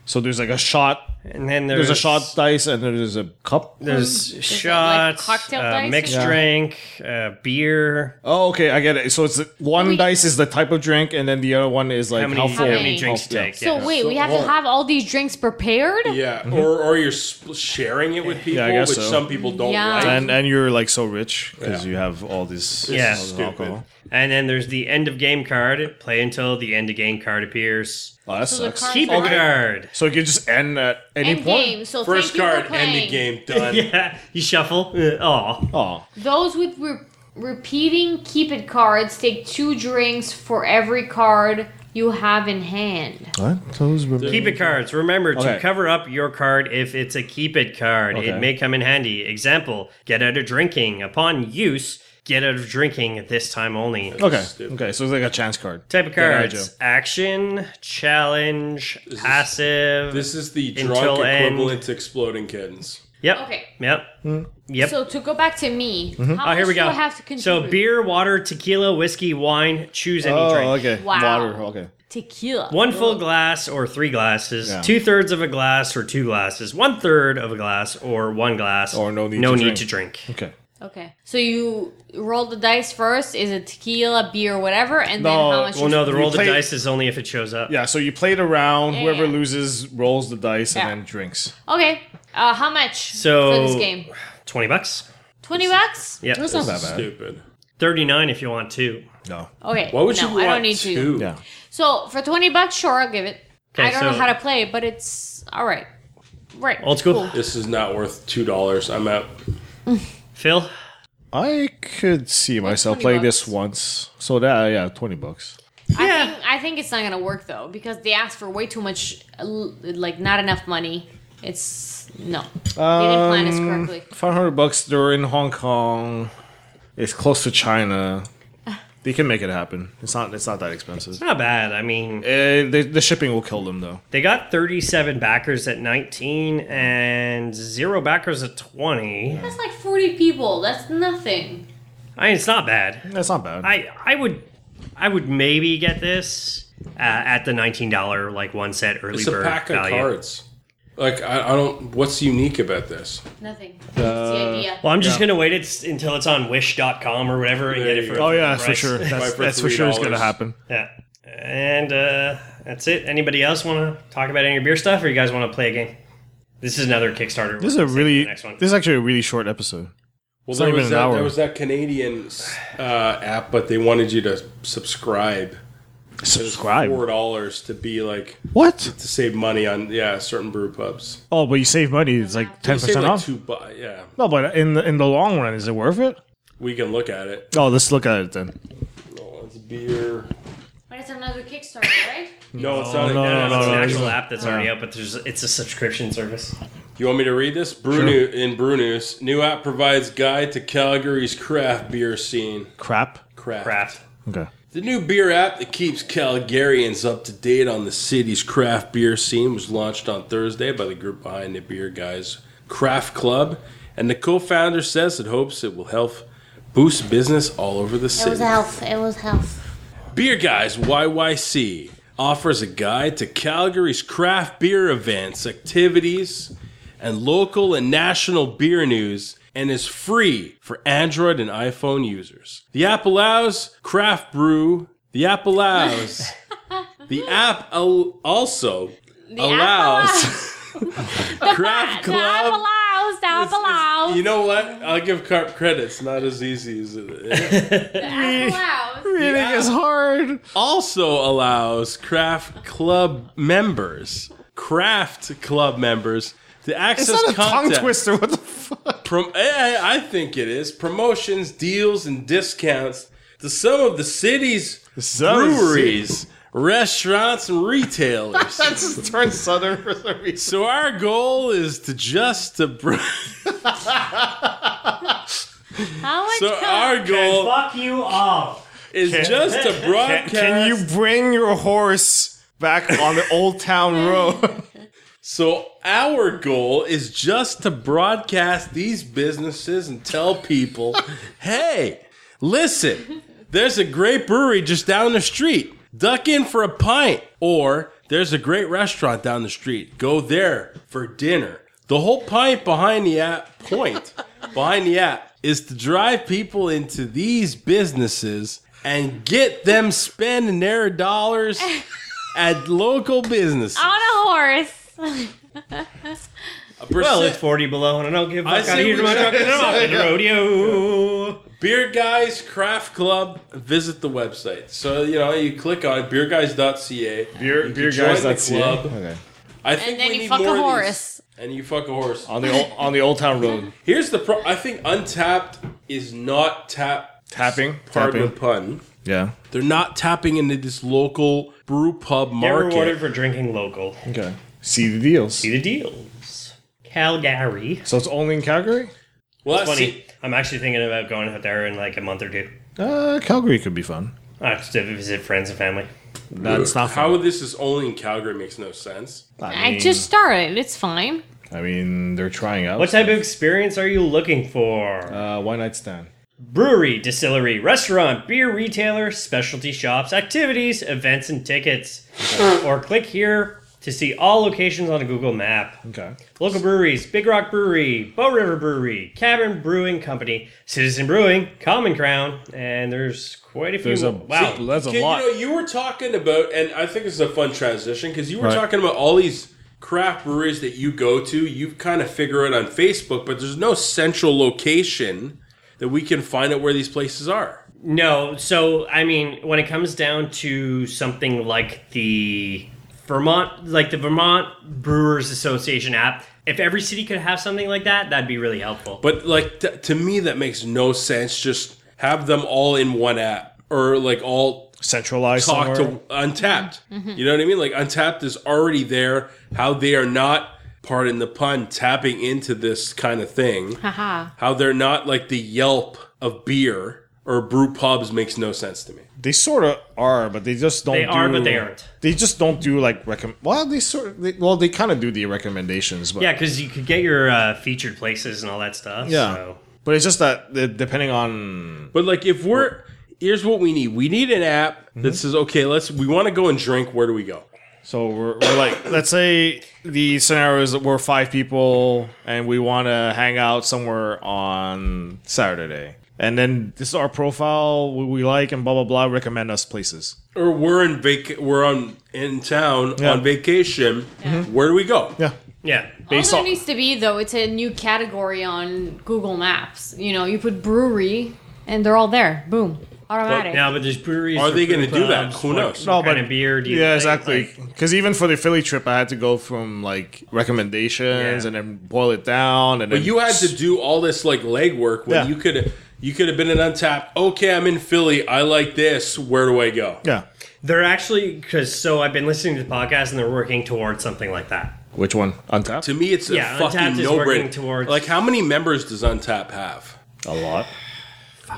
Speaker 5: So there's like a shot.
Speaker 11: And then there's,
Speaker 5: There's a shot dice and there's a cup.
Speaker 11: There's
Speaker 4: like
Speaker 11: shots,
Speaker 4: cocktail
Speaker 11: uh,
Speaker 4: dice or
Speaker 11: mixed
Speaker 4: something?
Speaker 11: drink, uh, beer.
Speaker 5: Oh, okay, I get it. So it's one
Speaker 4: Wait.
Speaker 5: dice is the type of drink, and then the other one is like
Speaker 11: How
Speaker 5: how,
Speaker 11: many,
Speaker 5: full.
Speaker 11: how many
Speaker 4: How
Speaker 11: drinks you
Speaker 5: many?
Speaker 11: take?
Speaker 4: So
Speaker 11: yeah.
Speaker 4: wait, we have
Speaker 6: hold
Speaker 4: to
Speaker 6: on.
Speaker 4: have all these drinks prepared.
Speaker 6: Yeah, or or you're sp- sharing it with people,
Speaker 5: Mm-hmm. I guess
Speaker 6: which
Speaker 5: so.
Speaker 6: some people don't
Speaker 4: Yeah.
Speaker 6: like.
Speaker 5: And and you're like so rich because
Speaker 6: Yeah.
Speaker 5: you have all Oh, this
Speaker 11: Yeah.
Speaker 5: all this alcohol.
Speaker 11: And then there's the end of game card. Play until the end of game card appears.
Speaker 5: Oh, that
Speaker 4: So the
Speaker 5: sucks.
Speaker 4: cards
Speaker 11: Keep
Speaker 4: are-
Speaker 11: a card.
Speaker 5: So you can just end at any
Speaker 4: End
Speaker 5: point.
Speaker 4: game. So
Speaker 6: First
Speaker 4: thank you for
Speaker 6: card, end
Speaker 4: playing.
Speaker 6: the game, done.
Speaker 11: Yeah, you shuffle. Oh,
Speaker 5: Oh,
Speaker 4: Those with re- repeating keep it cards take two drinks for every card you have in hand.
Speaker 5: what? Those were-
Speaker 11: keep it cards. Remember
Speaker 5: Okay.
Speaker 11: to cover up your card if it's a keep it card.
Speaker 5: Okay.
Speaker 11: It may come in handy. Example: get out of drinking. Upon use, get out of drinking at this time only.
Speaker 5: Okay. Okay. So it's like a chance card.
Speaker 11: Type of
Speaker 5: Good idea.
Speaker 11: cards: action, challenge, passive.
Speaker 6: This is the
Speaker 11: Until
Speaker 6: drunk
Speaker 11: end.
Speaker 6: equivalent to exploding kittens.
Speaker 11: yep.
Speaker 4: Okay.
Speaker 11: Yep.
Speaker 5: Hmm.
Speaker 11: Yep.
Speaker 4: So to go back to me,
Speaker 5: Mm-hmm.
Speaker 4: how
Speaker 11: oh, here
Speaker 4: much
Speaker 11: we go.
Speaker 4: do I have to contribute?
Speaker 11: so beer, water, tequila, whiskey, wine. Choose any drink.
Speaker 5: Oh, okay.
Speaker 4: Wow.
Speaker 5: Water. Okay.
Speaker 4: tequila.
Speaker 11: One full glass or three glasses,
Speaker 5: Yeah.
Speaker 11: two thirds of a glass or two glasses, one third of a glass or one glass,
Speaker 5: Or no need
Speaker 11: no
Speaker 5: to
Speaker 11: need
Speaker 5: drink.
Speaker 11: to drink.
Speaker 5: Okay.
Speaker 4: Okay. So you roll the dice first. Is it tequila, beer, whatever, and
Speaker 5: No,
Speaker 4: then how much?
Speaker 11: Well,
Speaker 4: you-
Speaker 11: no, the roll of the
Speaker 5: play-
Speaker 11: dice is only if it shows up.
Speaker 5: Yeah. So you play it around. Whoever
Speaker 4: yeah.
Speaker 5: loses rolls the dice
Speaker 4: Yeah.
Speaker 5: and then drinks.
Speaker 4: Okay. Uh, how much
Speaker 11: So-
Speaker 4: for this game?
Speaker 11: Twenty bucks.
Speaker 4: Twenty bucks.
Speaker 11: Yeah,
Speaker 5: That's not that bad.
Speaker 6: Stupid.
Speaker 11: thirty nine if you want two.
Speaker 5: No.
Speaker 4: Okay.
Speaker 6: Why would
Speaker 4: no,
Speaker 6: you want
Speaker 4: I don't need to.
Speaker 6: two?
Speaker 5: Yeah.
Speaker 4: So for twenty bucks, sure, I'll give it.
Speaker 11: Okay,
Speaker 4: I don't
Speaker 11: so-
Speaker 4: know how to play, it, but it's all right. Right.
Speaker 11: Old school.
Speaker 6: This is not worth two dollars. I'm out.
Speaker 11: Phil,
Speaker 5: I could see myself
Speaker 4: 20
Speaker 5: playing this
Speaker 4: bucks.
Speaker 5: once. So that uh, yeah, twenty bucks.
Speaker 4: I think I think it's not gonna work though because they asked for way too much, uh, l- like not enough money. It's no.
Speaker 11: Uh,
Speaker 4: they didn't plan this correctly.
Speaker 5: Um, Five hundred bucks. They're in Hong Kong. It's close to China. They can make it happen. It's not. It's not that expensive. Uh,
Speaker 11: not bad. I mean,
Speaker 5: they, the shipping will kill them though.
Speaker 11: they got thirty seven backers at nineteen and zero backers at twenty.
Speaker 4: That's like forty people. That's nothing.
Speaker 11: I mean, it's not bad.
Speaker 5: That's not bad.
Speaker 11: I I would I would maybe get this uh, at the nineteen dollar like one set early
Speaker 6: It's a
Speaker 11: bird
Speaker 6: pack of
Speaker 11: value.
Speaker 6: cards. Like I, I don't. What's unique about this?
Speaker 4: Nothing. It's
Speaker 11: uh,
Speaker 4: the idea.
Speaker 11: Well, I'm just gonna wait it's, until it's on Wish.com or whatever and get it for.
Speaker 5: oh yeah,
Speaker 11: a
Speaker 5: for
Speaker 11: price.
Speaker 5: sure. That's,
Speaker 6: for
Speaker 5: that's for sure. It's
Speaker 6: $3.
Speaker 5: gonna happen.
Speaker 11: Yeah, and uh, that's it. Anybody else want to talk about any of your stuff, or you guys want to play a game? This is another Kickstarter.
Speaker 5: This is
Speaker 11: We're
Speaker 5: a
Speaker 11: gonna save
Speaker 5: really.
Speaker 11: for the next one.
Speaker 5: This is actually a really short episode.
Speaker 6: Well,
Speaker 5: It's
Speaker 6: there
Speaker 5: not
Speaker 6: was,
Speaker 5: even an
Speaker 6: that,
Speaker 5: hour.
Speaker 6: there was that Canadian uh, app, but they wanted you to subscribe. Four
Speaker 5: Subscribe.
Speaker 6: dollars to be like
Speaker 5: What?
Speaker 6: to save money on yeah certain brew pubs.
Speaker 5: Oh, but you save money. It's like ten
Speaker 6: You save
Speaker 5: percent
Speaker 6: like
Speaker 5: off.
Speaker 6: two bu- Yeah,
Speaker 5: No, but in the in the long run, is it worth it?
Speaker 6: we can look at it.
Speaker 5: Oh, let's look at it then.
Speaker 6: Oh, it's beer.
Speaker 4: But it's another Kickstarter, right?
Speaker 6: No, it's not.
Speaker 5: no,
Speaker 11: No,
Speaker 5: no,
Speaker 11: no, it's
Speaker 5: no,
Speaker 11: an
Speaker 5: no,
Speaker 11: actual
Speaker 5: no.
Speaker 11: app that's already out, but there's it's a subscription service.
Speaker 6: You want me to read this? Brew New, in Brew News, new app provides guide to Calgary's craft beer scene.
Speaker 5: Crap.
Speaker 6: Craft.
Speaker 11: Craft.
Speaker 5: Okay.
Speaker 6: The new beer app that keeps Calgarians up to date on the city's craft beer scene was launched on Thursday by the group behind the Beer Guys Craft Club, and the co-founder says it hopes it will help boost business all over the city.
Speaker 4: health. It was health.
Speaker 6: Beer Guys YYC offers a guide to Calgary's craft beer events, activities, and local and national beer news and is free for Android and iPhone users. The app allows craft brew, the app allows The app al- also
Speaker 4: The app
Speaker 6: allows.
Speaker 4: The
Speaker 6: Craft
Speaker 4: ba- the app
Speaker 6: club.
Speaker 4: allows, the app allows,
Speaker 6: you know what? I'll give Carp credit. It's not as easy as it is.
Speaker 4: the app allows.
Speaker 5: Reading is hard.
Speaker 6: also allows craft club members, craft club members, to access
Speaker 5: It's not a
Speaker 6: content.
Speaker 5: tongue twister. What the fuck?
Speaker 6: Prom- I, I- I think it is promotions, deals, and discounts to some of the city's
Speaker 5: Some of the
Speaker 6: breweries, restaurants, and retailers.
Speaker 5: That just turned southern for some reason.
Speaker 6: so our goal is to just to. Br-
Speaker 4: How much
Speaker 6: so
Speaker 4: cost?
Speaker 6: our goal
Speaker 11: Fuck you all.
Speaker 6: is just to broadcast.
Speaker 5: Can you bring your horse back on the old town road?
Speaker 6: So our goal is just to broadcast these businesses and tell people, hey, listen, there's a great brewery just down the street. Duck in for a pint. Or there's a great restaurant down the street. Go there for dinner. The whole pint behind the app point behind the app is to drive people into these businesses and get them spending their dollars at local businesses.
Speaker 4: on a horse.
Speaker 11: Well, it's 40 below, and I don't give a
Speaker 6: I
Speaker 11: fuck out
Speaker 6: see
Speaker 11: of here to
Speaker 6: what
Speaker 11: my
Speaker 6: you're
Speaker 11: truck and I'm off to the rodeo.
Speaker 6: Beer Guys Craft Club. Visit the website. So you know you click on beerguys.ca.
Speaker 5: Beer,
Speaker 6: You
Speaker 5: beer
Speaker 6: join
Speaker 5: guys,
Speaker 6: the
Speaker 5: that's
Speaker 6: club.
Speaker 5: Okay.
Speaker 6: I think
Speaker 4: And then
Speaker 6: we
Speaker 4: you
Speaker 6: need
Speaker 4: fuck
Speaker 6: more
Speaker 4: a
Speaker 6: of these.
Speaker 4: horse.
Speaker 6: And you fuck a horse.
Speaker 5: On the old, on the old town road.
Speaker 6: Here's the pro. I think Untapped is not tap.
Speaker 5: Tapping,
Speaker 6: Pardon
Speaker 5: tapping.
Speaker 6: the pun.
Speaker 5: Yeah.
Speaker 6: They're not tapping into this local brew pub
Speaker 11: You're
Speaker 6: market.
Speaker 11: rewarded for drinking local.
Speaker 5: Okay. See the deals.
Speaker 11: See the deals. Calgary.
Speaker 5: So it's only in Calgary.
Speaker 6: Well, that's
Speaker 11: Funny. I'm actually thinking about going out there in like a month or two.
Speaker 5: Uh, Calgary could be fun.
Speaker 11: I just to visit friends and family.
Speaker 5: That's not
Speaker 6: How this is only in Calgary makes no sense.
Speaker 4: I just started. It's fine.
Speaker 5: I mean, they're trying out.
Speaker 11: What type of experience are you looking for?
Speaker 5: Uh, one night stand.
Speaker 11: Brewery, distillery, restaurant, beer retailer, specialty shops, activities, events, and tickets. or click here to see all locations on a Google map.
Speaker 5: Okay.
Speaker 11: Local breweries, Big Rock Brewery, Bow River Brewery, Cabin Brewing Company, Citizen Brewing, Common Crown, and there's quite a few.
Speaker 5: There's a
Speaker 11: more. wow.
Speaker 5: That's a
Speaker 6: Can-
Speaker 5: lot.
Speaker 6: You know, you were talking about, and I think this is a fun transition because you were
Speaker 5: Right.
Speaker 6: talking about all these craft breweries that you go to. You kind of figure it on Facebook, but there's no central location that we can find out where these places are.
Speaker 11: No, so I mean, when it comes down to something like the Vermont, like the Vermont Brewers Association app, if every city could have something like that, that'd be really helpful.
Speaker 6: But like t- to me, that makes no sense. Just have them all in one app or like all
Speaker 5: Centralized
Speaker 6: talk
Speaker 5: somewhere.
Speaker 6: to Untapped. You know what I mean? Like Untapped is already there. How they are not, pardon the pun, tapping into this kind of thing.
Speaker 4: Haha.
Speaker 6: how they're not like the Yelp of beer or brew pubs makes no sense to me.
Speaker 5: They sort of are, but they just don't.
Speaker 11: They are,
Speaker 5: do-
Speaker 11: but they aren't.
Speaker 5: They just don't do like recommend. Well, they sort. Of, they, well, they kind of do the recommendations, but
Speaker 11: yeah, because you could get your uh, featured places and all that stuff.
Speaker 5: Yeah.
Speaker 11: So.
Speaker 5: But it's just that the- depending on
Speaker 6: But like if we're here's what we need. We need an app
Speaker 5: Mhm.
Speaker 6: that says, okay, let's we want to go and drink, where do we go?
Speaker 5: so we're, we're like let's say the scenario is that we're five people and we want to hang out somewhere on Saturday, and then this is our profile we, we like and blah blah blah recommend us places.
Speaker 6: Or we're in vac we're on in town
Speaker 5: Yeah.
Speaker 6: on vacation. Where do we go?
Speaker 5: Yeah,
Speaker 11: Yeah.
Speaker 4: All
Speaker 5: Based
Speaker 4: there
Speaker 5: on-
Speaker 4: needs to be though, it's a new category on Google Maps. You know, you put brewery, and they're all there. Boom, automatic.
Speaker 11: Now, but there's breweries.
Speaker 6: Are they
Speaker 11: going
Speaker 6: gonna
Speaker 11: to
Speaker 6: do that? Who knows?
Speaker 11: No, kind of beer do you
Speaker 5: yeah,
Speaker 11: like?
Speaker 5: exactly.
Speaker 11: Like,
Speaker 5: Because even for the Philly trip, I had to go from like recommendations
Speaker 11: Yeah.
Speaker 5: and then boil it down, and
Speaker 6: But
Speaker 5: then
Speaker 6: you had to do all this like legwork when
Speaker 5: Yeah.
Speaker 6: you could you could have been an untapped, okay, I'm in Philly, I like this, where do I go?
Speaker 5: yeah.
Speaker 11: they're actually because so I've been listening to the podcast and they're working towards something like that.
Speaker 5: Which one? Untapped?
Speaker 6: To me it's a
Speaker 11: Yeah, Untappd
Speaker 6: fucking
Speaker 11: is
Speaker 6: no
Speaker 11: working
Speaker 6: brainer.
Speaker 11: towards-
Speaker 6: Like how many members does Untap have?
Speaker 5: A lot.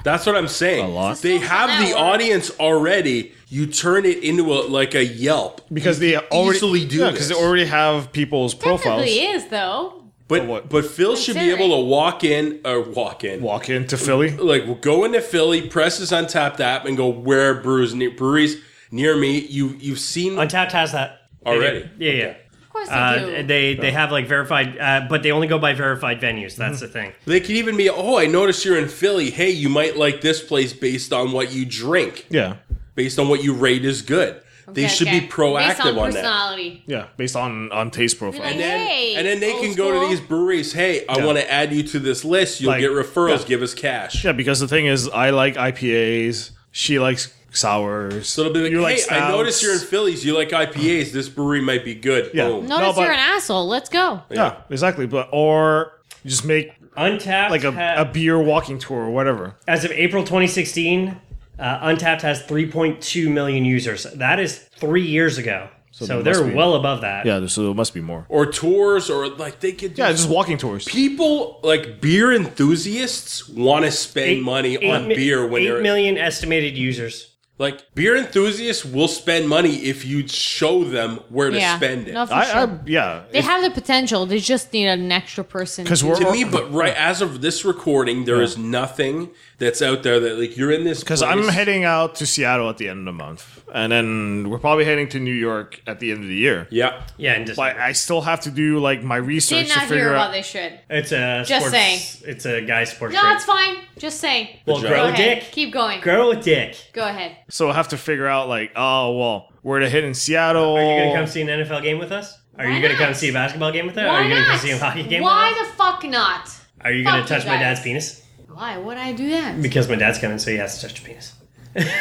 Speaker 6: That's what I'm saying.
Speaker 5: A lot.
Speaker 6: They have the audience already. You turn it into a like a Yelp.
Speaker 5: Because they already
Speaker 6: easily do
Speaker 5: because they
Speaker 6: this.
Speaker 5: already have people's profiles.
Speaker 4: Technically is though.
Speaker 6: But
Speaker 5: what?
Speaker 6: but Phil should be
Speaker 4: Considering.
Speaker 6: able to walk in or walk in.
Speaker 5: Walk into Philly.
Speaker 6: Like go into Philly, press his untapped app, and go where brews near breweries near me. You you've seen
Speaker 11: Untapped has that They do.
Speaker 6: Already?
Speaker 11: Yeah, yeah.
Speaker 4: Of course they
Speaker 11: Uh,
Speaker 4: do.
Speaker 11: they they have like verified, uh, but they only go by verified venues. That's the thing.
Speaker 6: they could even be, oh, I noticed you're in Philly. Hey, you might like this place based on what you drink,
Speaker 5: Yeah.
Speaker 6: based on what you rate as good. they should be proactive
Speaker 4: Based on,
Speaker 6: on that.
Speaker 4: personality.
Speaker 5: Yeah, based on on taste profile.
Speaker 4: like-
Speaker 6: And then,
Speaker 4: Hey,
Speaker 6: and then they
Speaker 4: old
Speaker 6: can go to
Speaker 4: school.
Speaker 6: these breweries. Hey, I
Speaker 5: Yeah.
Speaker 6: want to add you to this list. You'll
Speaker 5: Like-
Speaker 6: get referrals.
Speaker 5: yeah.
Speaker 6: Give us cash.
Speaker 5: yeah, because the thing is, I like IPAs. She likes sours.
Speaker 6: So it'll be like,
Speaker 5: You
Speaker 6: hey, I noticed
Speaker 5: stouts.
Speaker 6: you're in Phillies. You like IPAs. This brewery might be good.
Speaker 5: Yeah.
Speaker 6: Boom.
Speaker 5: No,
Speaker 4: Notice
Speaker 5: but-
Speaker 4: you're an asshole. Let's go.
Speaker 5: Yeah, exactly. But or you just make
Speaker 11: Untapped
Speaker 5: like a, a
Speaker 11: ha-
Speaker 5: beer walking tour or whatever.
Speaker 11: as of April 2016, uh, Untapped has 3.2 million users. That is three years ago, so,
Speaker 5: they must
Speaker 11: they're
Speaker 5: be-
Speaker 11: well above that.
Speaker 5: Yeah, so there must be more.
Speaker 6: Or tours, or like they could. Do
Speaker 5: Yeah, just walking tours.
Speaker 6: people like beer enthusiasts want to spend
Speaker 11: Eight-
Speaker 6: money
Speaker 11: eight
Speaker 6: on
Speaker 11: mi-
Speaker 6: beer when
Speaker 11: eight
Speaker 6: they're
Speaker 11: million estimated users.
Speaker 6: like beer enthusiasts will spend money if you show them where to
Speaker 4: Yeah.
Speaker 6: spend it.
Speaker 4: No, for sure.
Speaker 5: I, I yeah,
Speaker 4: they have the potential. They just need an extra person.
Speaker 5: because
Speaker 4: to-
Speaker 5: we're
Speaker 6: to me, but right as of this recording, there is nothing that's out there that like you're in this
Speaker 5: Because I'm
Speaker 6: place-
Speaker 5: heading out to Seattle at the end of the month, and then we're probably heading to New York at the end of the year.
Speaker 6: Yeah,
Speaker 11: Yeah, and just
Speaker 5: But I still have to do like my research
Speaker 4: did
Speaker 5: to
Speaker 4: not hear
Speaker 5: figure
Speaker 4: about
Speaker 5: out.
Speaker 4: this shit.
Speaker 11: it's a
Speaker 4: Just
Speaker 11: sports,
Speaker 4: saying.
Speaker 11: It's a guy sports.
Speaker 4: No,
Speaker 11: drink.
Speaker 4: it's fine. Just saying.
Speaker 11: Well,
Speaker 6: Good job.
Speaker 11: grow
Speaker 4: Go
Speaker 11: a
Speaker 4: ahead.
Speaker 11: dick.
Speaker 4: Keep going.
Speaker 11: Grow a dick.
Speaker 4: Go ahead.
Speaker 5: So I have to figure out like, oh well, we're to hit in Seattle.
Speaker 11: Are you gonna come see an NFL game with us? Are
Speaker 4: Why
Speaker 11: you gonna
Speaker 4: not?
Speaker 11: come see a basketball game with us? Are
Speaker 4: Why
Speaker 11: you gonna come
Speaker 4: not?
Speaker 11: see a hockey game with
Speaker 4: Why
Speaker 11: us?
Speaker 4: the fuck not?
Speaker 11: Are you gonna
Speaker 4: fuck you
Speaker 11: touch my
Speaker 4: guys?
Speaker 11: dad's penis?
Speaker 4: Why would I do that?
Speaker 11: Because my dad's coming, so he has to touch your penis.
Speaker 4: All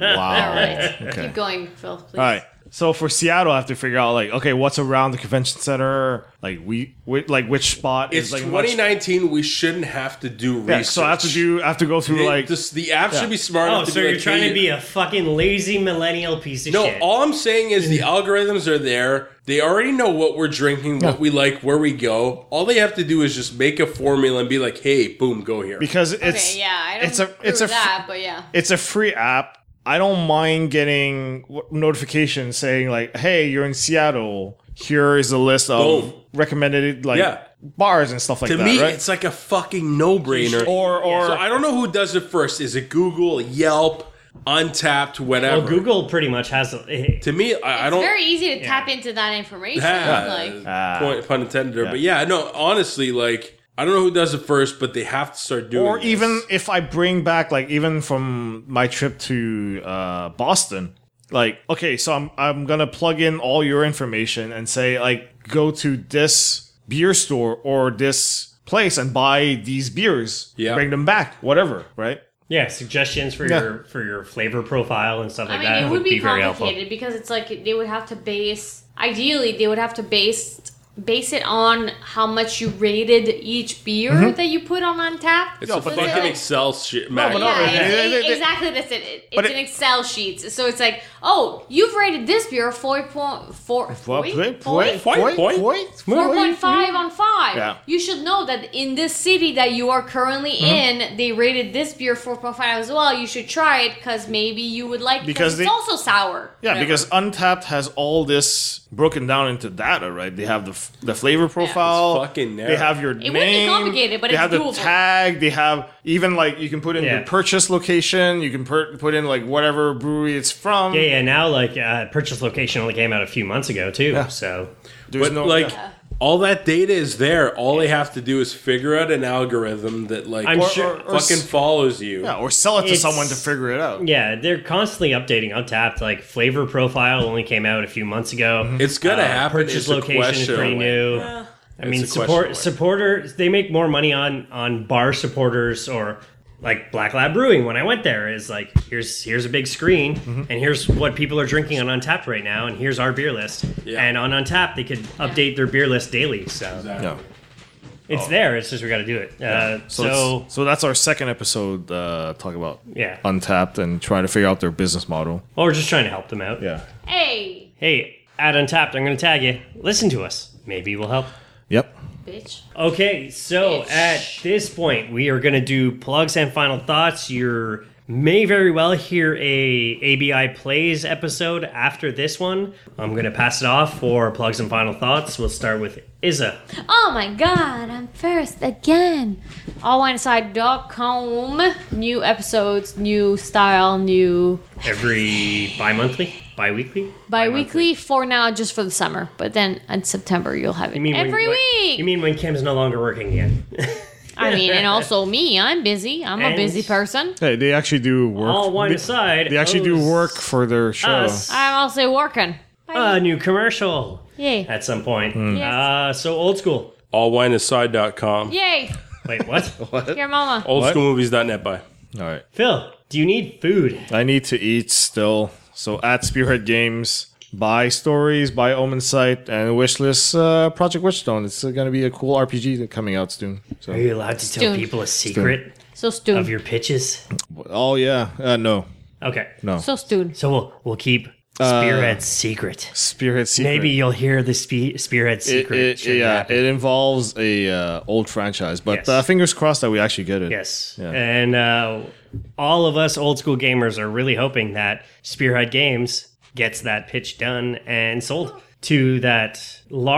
Speaker 5: Wow.
Speaker 4: right.
Speaker 5: Okay.
Speaker 4: Keep going, Phil. Please.
Speaker 5: All right. So for Seattle, I have to figure out like, okay, what's around the convention center? Like we, we like which spot
Speaker 6: it's
Speaker 5: is like much-
Speaker 6: 2019. We shouldn't have to do research.
Speaker 5: Yeah, so I have to do, I have to go through
Speaker 6: It-
Speaker 5: like,
Speaker 6: this- the app should be smart.
Speaker 11: Oh,
Speaker 6: enough to
Speaker 11: so
Speaker 6: be
Speaker 11: you're
Speaker 6: like,
Speaker 11: trying
Speaker 6: hey,
Speaker 11: to be a fucking lazy millennial piece of
Speaker 6: No,
Speaker 11: shit.
Speaker 6: all I'm saying is the algorithms are there. They already know what we're drinking, what we like, where we go. All they have to do is just make a formula and be like, "Hey, boom, go here."
Speaker 5: because it's
Speaker 4: Okay, yeah, I don't
Speaker 5: it's a
Speaker 4: agree
Speaker 5: it's a
Speaker 4: with
Speaker 5: fr-
Speaker 4: that, but yeah.
Speaker 5: it's a free app. I don't mind getting w- notifications saying like, "Hey, you're in Seattle. Here is a list of
Speaker 6: Boom.
Speaker 5: recommended like
Speaker 6: Yeah.
Speaker 5: bars and stuff like
Speaker 6: to
Speaker 5: that."
Speaker 6: me,
Speaker 5: right?
Speaker 6: it's like a fucking no-brainer.
Speaker 5: or or
Speaker 6: so I don't know who does it first. Is it Google, Yelp, Untapped, whatever?
Speaker 11: well, Google pretty much has. A,
Speaker 6: To me, I, I
Speaker 4: It's
Speaker 6: don't.
Speaker 4: very easy to tap into that information.
Speaker 6: Yeah,
Speaker 4: Like,
Speaker 5: Ah.
Speaker 6: point, pun intended. there. But yeah, no. Honestly, like I don't know who does it first, but they have to start doing.
Speaker 5: or
Speaker 6: this.
Speaker 5: even if I bring back like even from my trip to uh, Boston, like okay, so I'm I'm gonna plug in all your information and say like go to this beer store or this place and buy these beers.
Speaker 6: Yeah.
Speaker 5: bring them back, whatever. Right.
Speaker 11: yeah, suggestions for your for your flavor profile and stuff
Speaker 4: I
Speaker 11: like
Speaker 4: mean,
Speaker 11: that
Speaker 4: it
Speaker 11: would,
Speaker 4: would be,
Speaker 11: very helpful.
Speaker 4: complicated because it's like they would have to base. Ideally, they would have to base base it on how much you rated each beer that you put on on tap.
Speaker 6: it's
Speaker 5: No,
Speaker 6: a
Speaker 5: but
Speaker 6: fucking
Speaker 4: they-
Speaker 6: Excel shit.
Speaker 5: but
Speaker 6: Mac.
Speaker 5: not
Speaker 4: Yeah,
Speaker 5: really.
Speaker 4: it's-
Speaker 5: They- they- they-
Speaker 4: exactly. That's it. It- It's
Speaker 5: But
Speaker 4: an
Speaker 5: it-
Speaker 4: Excel sheet, so it's like, oh, you've rated this beer four point four point four
Speaker 6: Point, point.
Speaker 4: point five on five.
Speaker 5: Yeah.
Speaker 4: You should know that in this city that you are currently
Speaker 11: Uh-huh.
Speaker 4: in, they rated this beer four point five as well. You should try it because maybe you would like
Speaker 5: Because
Speaker 4: because
Speaker 5: they-
Speaker 4: it's also sour.
Speaker 5: Yeah, because Untapped has all this broken down into data, right? They have the f- the flavor profile.
Speaker 6: fucking narrow.
Speaker 5: They have your
Speaker 4: wouldn't
Speaker 5: name.
Speaker 4: be complicated, but
Speaker 5: they
Speaker 4: it's
Speaker 5: have the
Speaker 4: doable.
Speaker 5: tag. They have even like you can put in
Speaker 11: Yeah.
Speaker 5: your purchase location. You can per- put in like whatever brewery it's from.
Speaker 11: Yeah, yeah. Now, like, uh, purchase location only came out a few months ago too. So
Speaker 5: There's
Speaker 6: But
Speaker 5: no
Speaker 6: like
Speaker 5: yeah.
Speaker 6: all that data is there. All they have to do is figure out an algorithm that like
Speaker 11: I'm
Speaker 6: or-
Speaker 11: sure-
Speaker 6: or- or fucking
Speaker 5: s-
Speaker 6: follows you.
Speaker 5: Yeah, or sell it to
Speaker 11: It's-
Speaker 5: someone to figure it out.
Speaker 11: yeah, they're constantly updating Untapped. Like, flavor profile only came out a few months ago.
Speaker 6: It's gonna
Speaker 11: Uh,
Speaker 6: happen.
Speaker 11: Purchase
Speaker 6: It's a
Speaker 11: location is
Speaker 6: question.
Speaker 11: pretty new. I mean,
Speaker 6: a question
Speaker 11: support
Speaker 6: mark.
Speaker 11: supporters. They make more money on on bar supporters or like Black Lab Brewing. When I went there, is like here's here's a big screen,
Speaker 6: Mm-hmm.
Speaker 11: and here's what people are drinking on Untapped right now, and here's our beer list.
Speaker 6: Yeah.
Speaker 11: And on Untapped, they could update their beer list daily. So
Speaker 5: Yeah.
Speaker 6: Oh.
Speaker 11: it's there. It's just we got to do it. Uh,
Speaker 5: So
Speaker 11: so
Speaker 5: it's- so that's our second episode uh, talk about
Speaker 11: Yeah.
Speaker 5: Untapped and trying to figure out their business model.
Speaker 11: well, we're just trying to help them out.
Speaker 5: Yeah.
Speaker 4: hey,
Speaker 11: Hey, at Untapped, I'm going to tag you. Listen to us. Maybe we'll help.
Speaker 5: Yep.
Speaker 4: bitch.
Speaker 11: Oh. Okay, so
Speaker 4: Bitch.
Speaker 11: at this point, we are going to do plugs and final thoughts. You may very well hear a ABI Plays episode after this one. I'm going to pass it off for plugs and final thoughts. We'll start with Izza.
Speaker 4: Oh my god, I'm first again. AllWineSide.com. New episodes, new style, new
Speaker 11: Every bi-monthly, bi-weekly,
Speaker 4: bi weekly for now, just for the summer. But then in September, you'll have it
Speaker 11: You mean when-
Speaker 4: every
Speaker 11: when-
Speaker 4: week.
Speaker 11: You mean when Kim's no longer working again?
Speaker 4: I I mean, and also me. I'm busy. I'm a
Speaker 11: And-
Speaker 4: busy person.
Speaker 5: Hey, they actually do work.
Speaker 11: All one
Speaker 5: they,
Speaker 11: side.
Speaker 5: they actually
Speaker 11: owes
Speaker 5: do work for their show.
Speaker 11: us
Speaker 4: I'm also working.
Speaker 11: a new commercial
Speaker 4: Yay.
Speaker 11: at some point.
Speaker 5: Hmm.
Speaker 4: Yes.
Speaker 11: Uh, so old school.
Speaker 6: Allwineaside.com.
Speaker 4: Yay.
Speaker 11: Wait, what?
Speaker 4: Your mama.
Speaker 6: Oldschoolmovies.net by.
Speaker 5: All right.
Speaker 11: Phil, do you need food?
Speaker 5: I need to eat still. So at Spearhead Games, buy stories, buy Omen Sight, and wishlist uh, Project Witchstone. It's going to be a cool RPG that coming out soon.
Speaker 11: Are
Speaker 5: So,
Speaker 11: you allowed to tell
Speaker 4: Stoon.
Speaker 11: people a secret
Speaker 4: So stoon.
Speaker 11: of your pitches?
Speaker 5: oh yeah, uh, no,
Speaker 11: Okay.
Speaker 5: no.
Speaker 4: so stoon.
Speaker 11: So we'll we'll keep Spearhead secret.
Speaker 5: Spearhead Uh, Secret.
Speaker 11: Maybe you'll hear the spe- Spearhead
Speaker 5: It,
Speaker 11: secret.
Speaker 5: it,
Speaker 11: should
Speaker 5: yeah,
Speaker 11: happen.
Speaker 5: it involves a uh, old franchise, but
Speaker 11: Yes.
Speaker 5: uh, fingers crossed that we actually get it.
Speaker 11: Yes.
Speaker 5: Yeah.
Speaker 11: And uh, all of us old school gamers are really hoping that Spearhead Games gets that pitch done and sold to that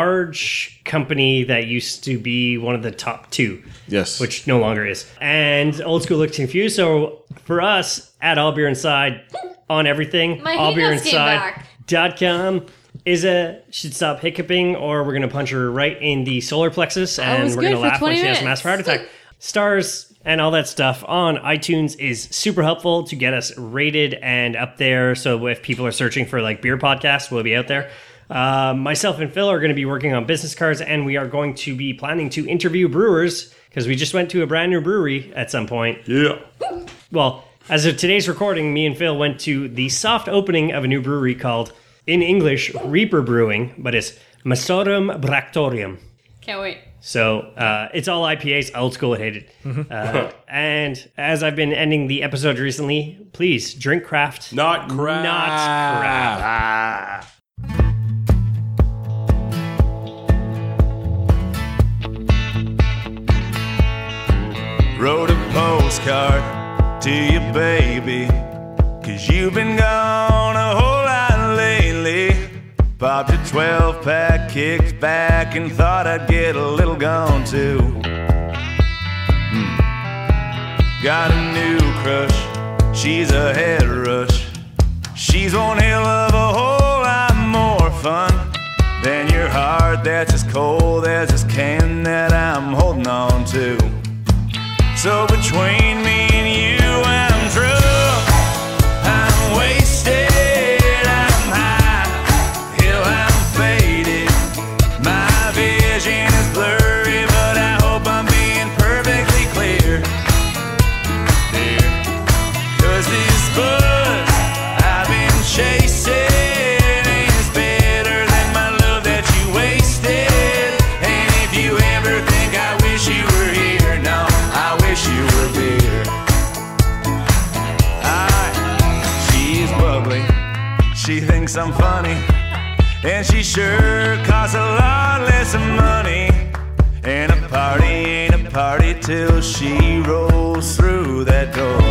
Speaker 11: large company that used to be one of the top two,
Speaker 5: Yes.
Speaker 11: which no longer is. And old school looked confused. So for us at All Beer Inside on everything,
Speaker 4: My
Speaker 11: All Beer
Speaker 4: peanuts came
Speaker 11: Inside
Speaker 4: back.
Speaker 11: dot com is a should stop hiccuping or we're gonna punch her right in the solar plexus and
Speaker 4: was
Speaker 11: we're gonna
Speaker 4: good for
Speaker 11: laugh when
Speaker 4: 20
Speaker 11: she has a massive heart
Speaker 4: minutes.
Speaker 11: attack. Stars and all that stuff on iTunes is super helpful to get us rated and up there. So if people are searching for like beer podcasts, we'll be out there. Uh, myself and Phil are going to be working on business cards, and we are going to be planning to interview brewers because we just went to a brand new brewery at some point
Speaker 6: Yeah.
Speaker 11: well, as of today's recording, me and Phil went to the soft opening of a new brewery called, in English, Reaper Brewing, but it's Masorum Bractorium.
Speaker 4: Can't wait.
Speaker 11: So uh, it's all IPAs. Old school, I hate it. Uh, and as I've been ending the episode recently, please drink craft,
Speaker 6: Not crap.
Speaker 11: not craft.
Speaker 2: Wrote a postcard to you, baby. Cause you've been gone a whole lot lately. Popped a 12 pack, kicked back, and thought I'd get a little gone too. Hmm. Got a new crush, she's a head rush. She's one hell of a whole lot more fun than your heart that's as cold as this can that I'm holding on to. So between me and you, I'm drunk. I'm wasted. I'm high. Hell, I'm faded. My vision is blurry, but I hope I'm being perfectly clear. Dear. Cause this buzz I've been chasing is better than my love that you wasted. And if you ever think I wish you were here, no, I wish you were there. I, she's bubbly, she thinks I'm funny, and she sure costs a lot less money. And a party ain't a party till she rolls through that door.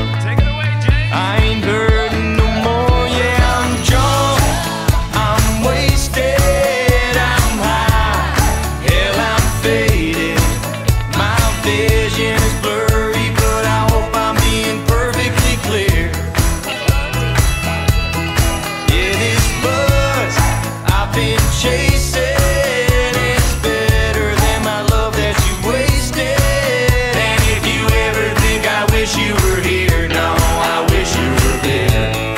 Speaker 2: I ain't hurting no more, yeah, I'm drunk. I'm wasted, I'm high. Hell, I'm faded. My vision is blurry, but I hope I'm being perfectly clear. Yeah, this buzz I've been chasing is better than my love that you wasted. And if you ever think I wish you were here, no, I wish you were there.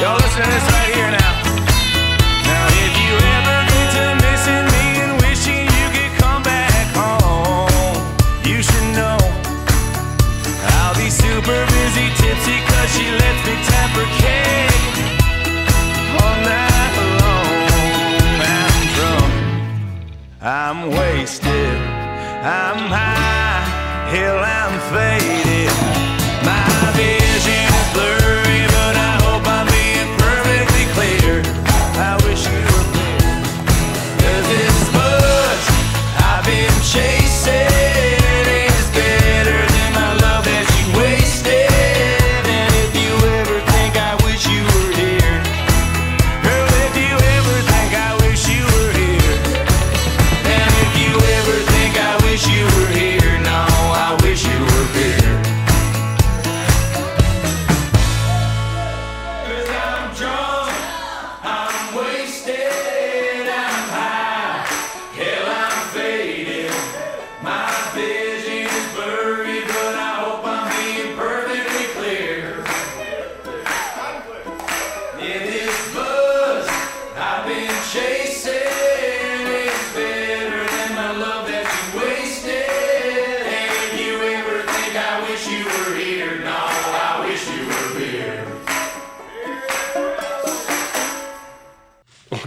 Speaker 2: Y'all listen to this right here now. Now, if you ever get to missing me and wishing you could come back home, you should know I'll be super busy, tipsy, cause she lets me tap her cake all night long. I'm drunk, I'm wasted, I'm high, hell, I'm faded. My vision is blurry, but I hope I'm being perfectly clear. I wish you were there. Cause this buzz I've been chasing is better than my love that you wasted. And if you ever think I wish you were here, girl, if you ever think I wish you were here, and if you ever think I wish you were here, no,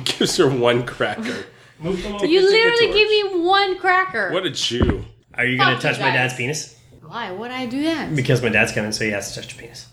Speaker 6: gives her one cracker.
Speaker 4: You literally give me one cracker.
Speaker 6: What a chew.
Speaker 11: Are you going
Speaker 4: Fuck
Speaker 11: to
Speaker 4: you
Speaker 11: touch my
Speaker 4: guys.
Speaker 11: dad's penis?
Speaker 4: Why would I do that?
Speaker 11: Because my dad's coming, so he has to touch your penis.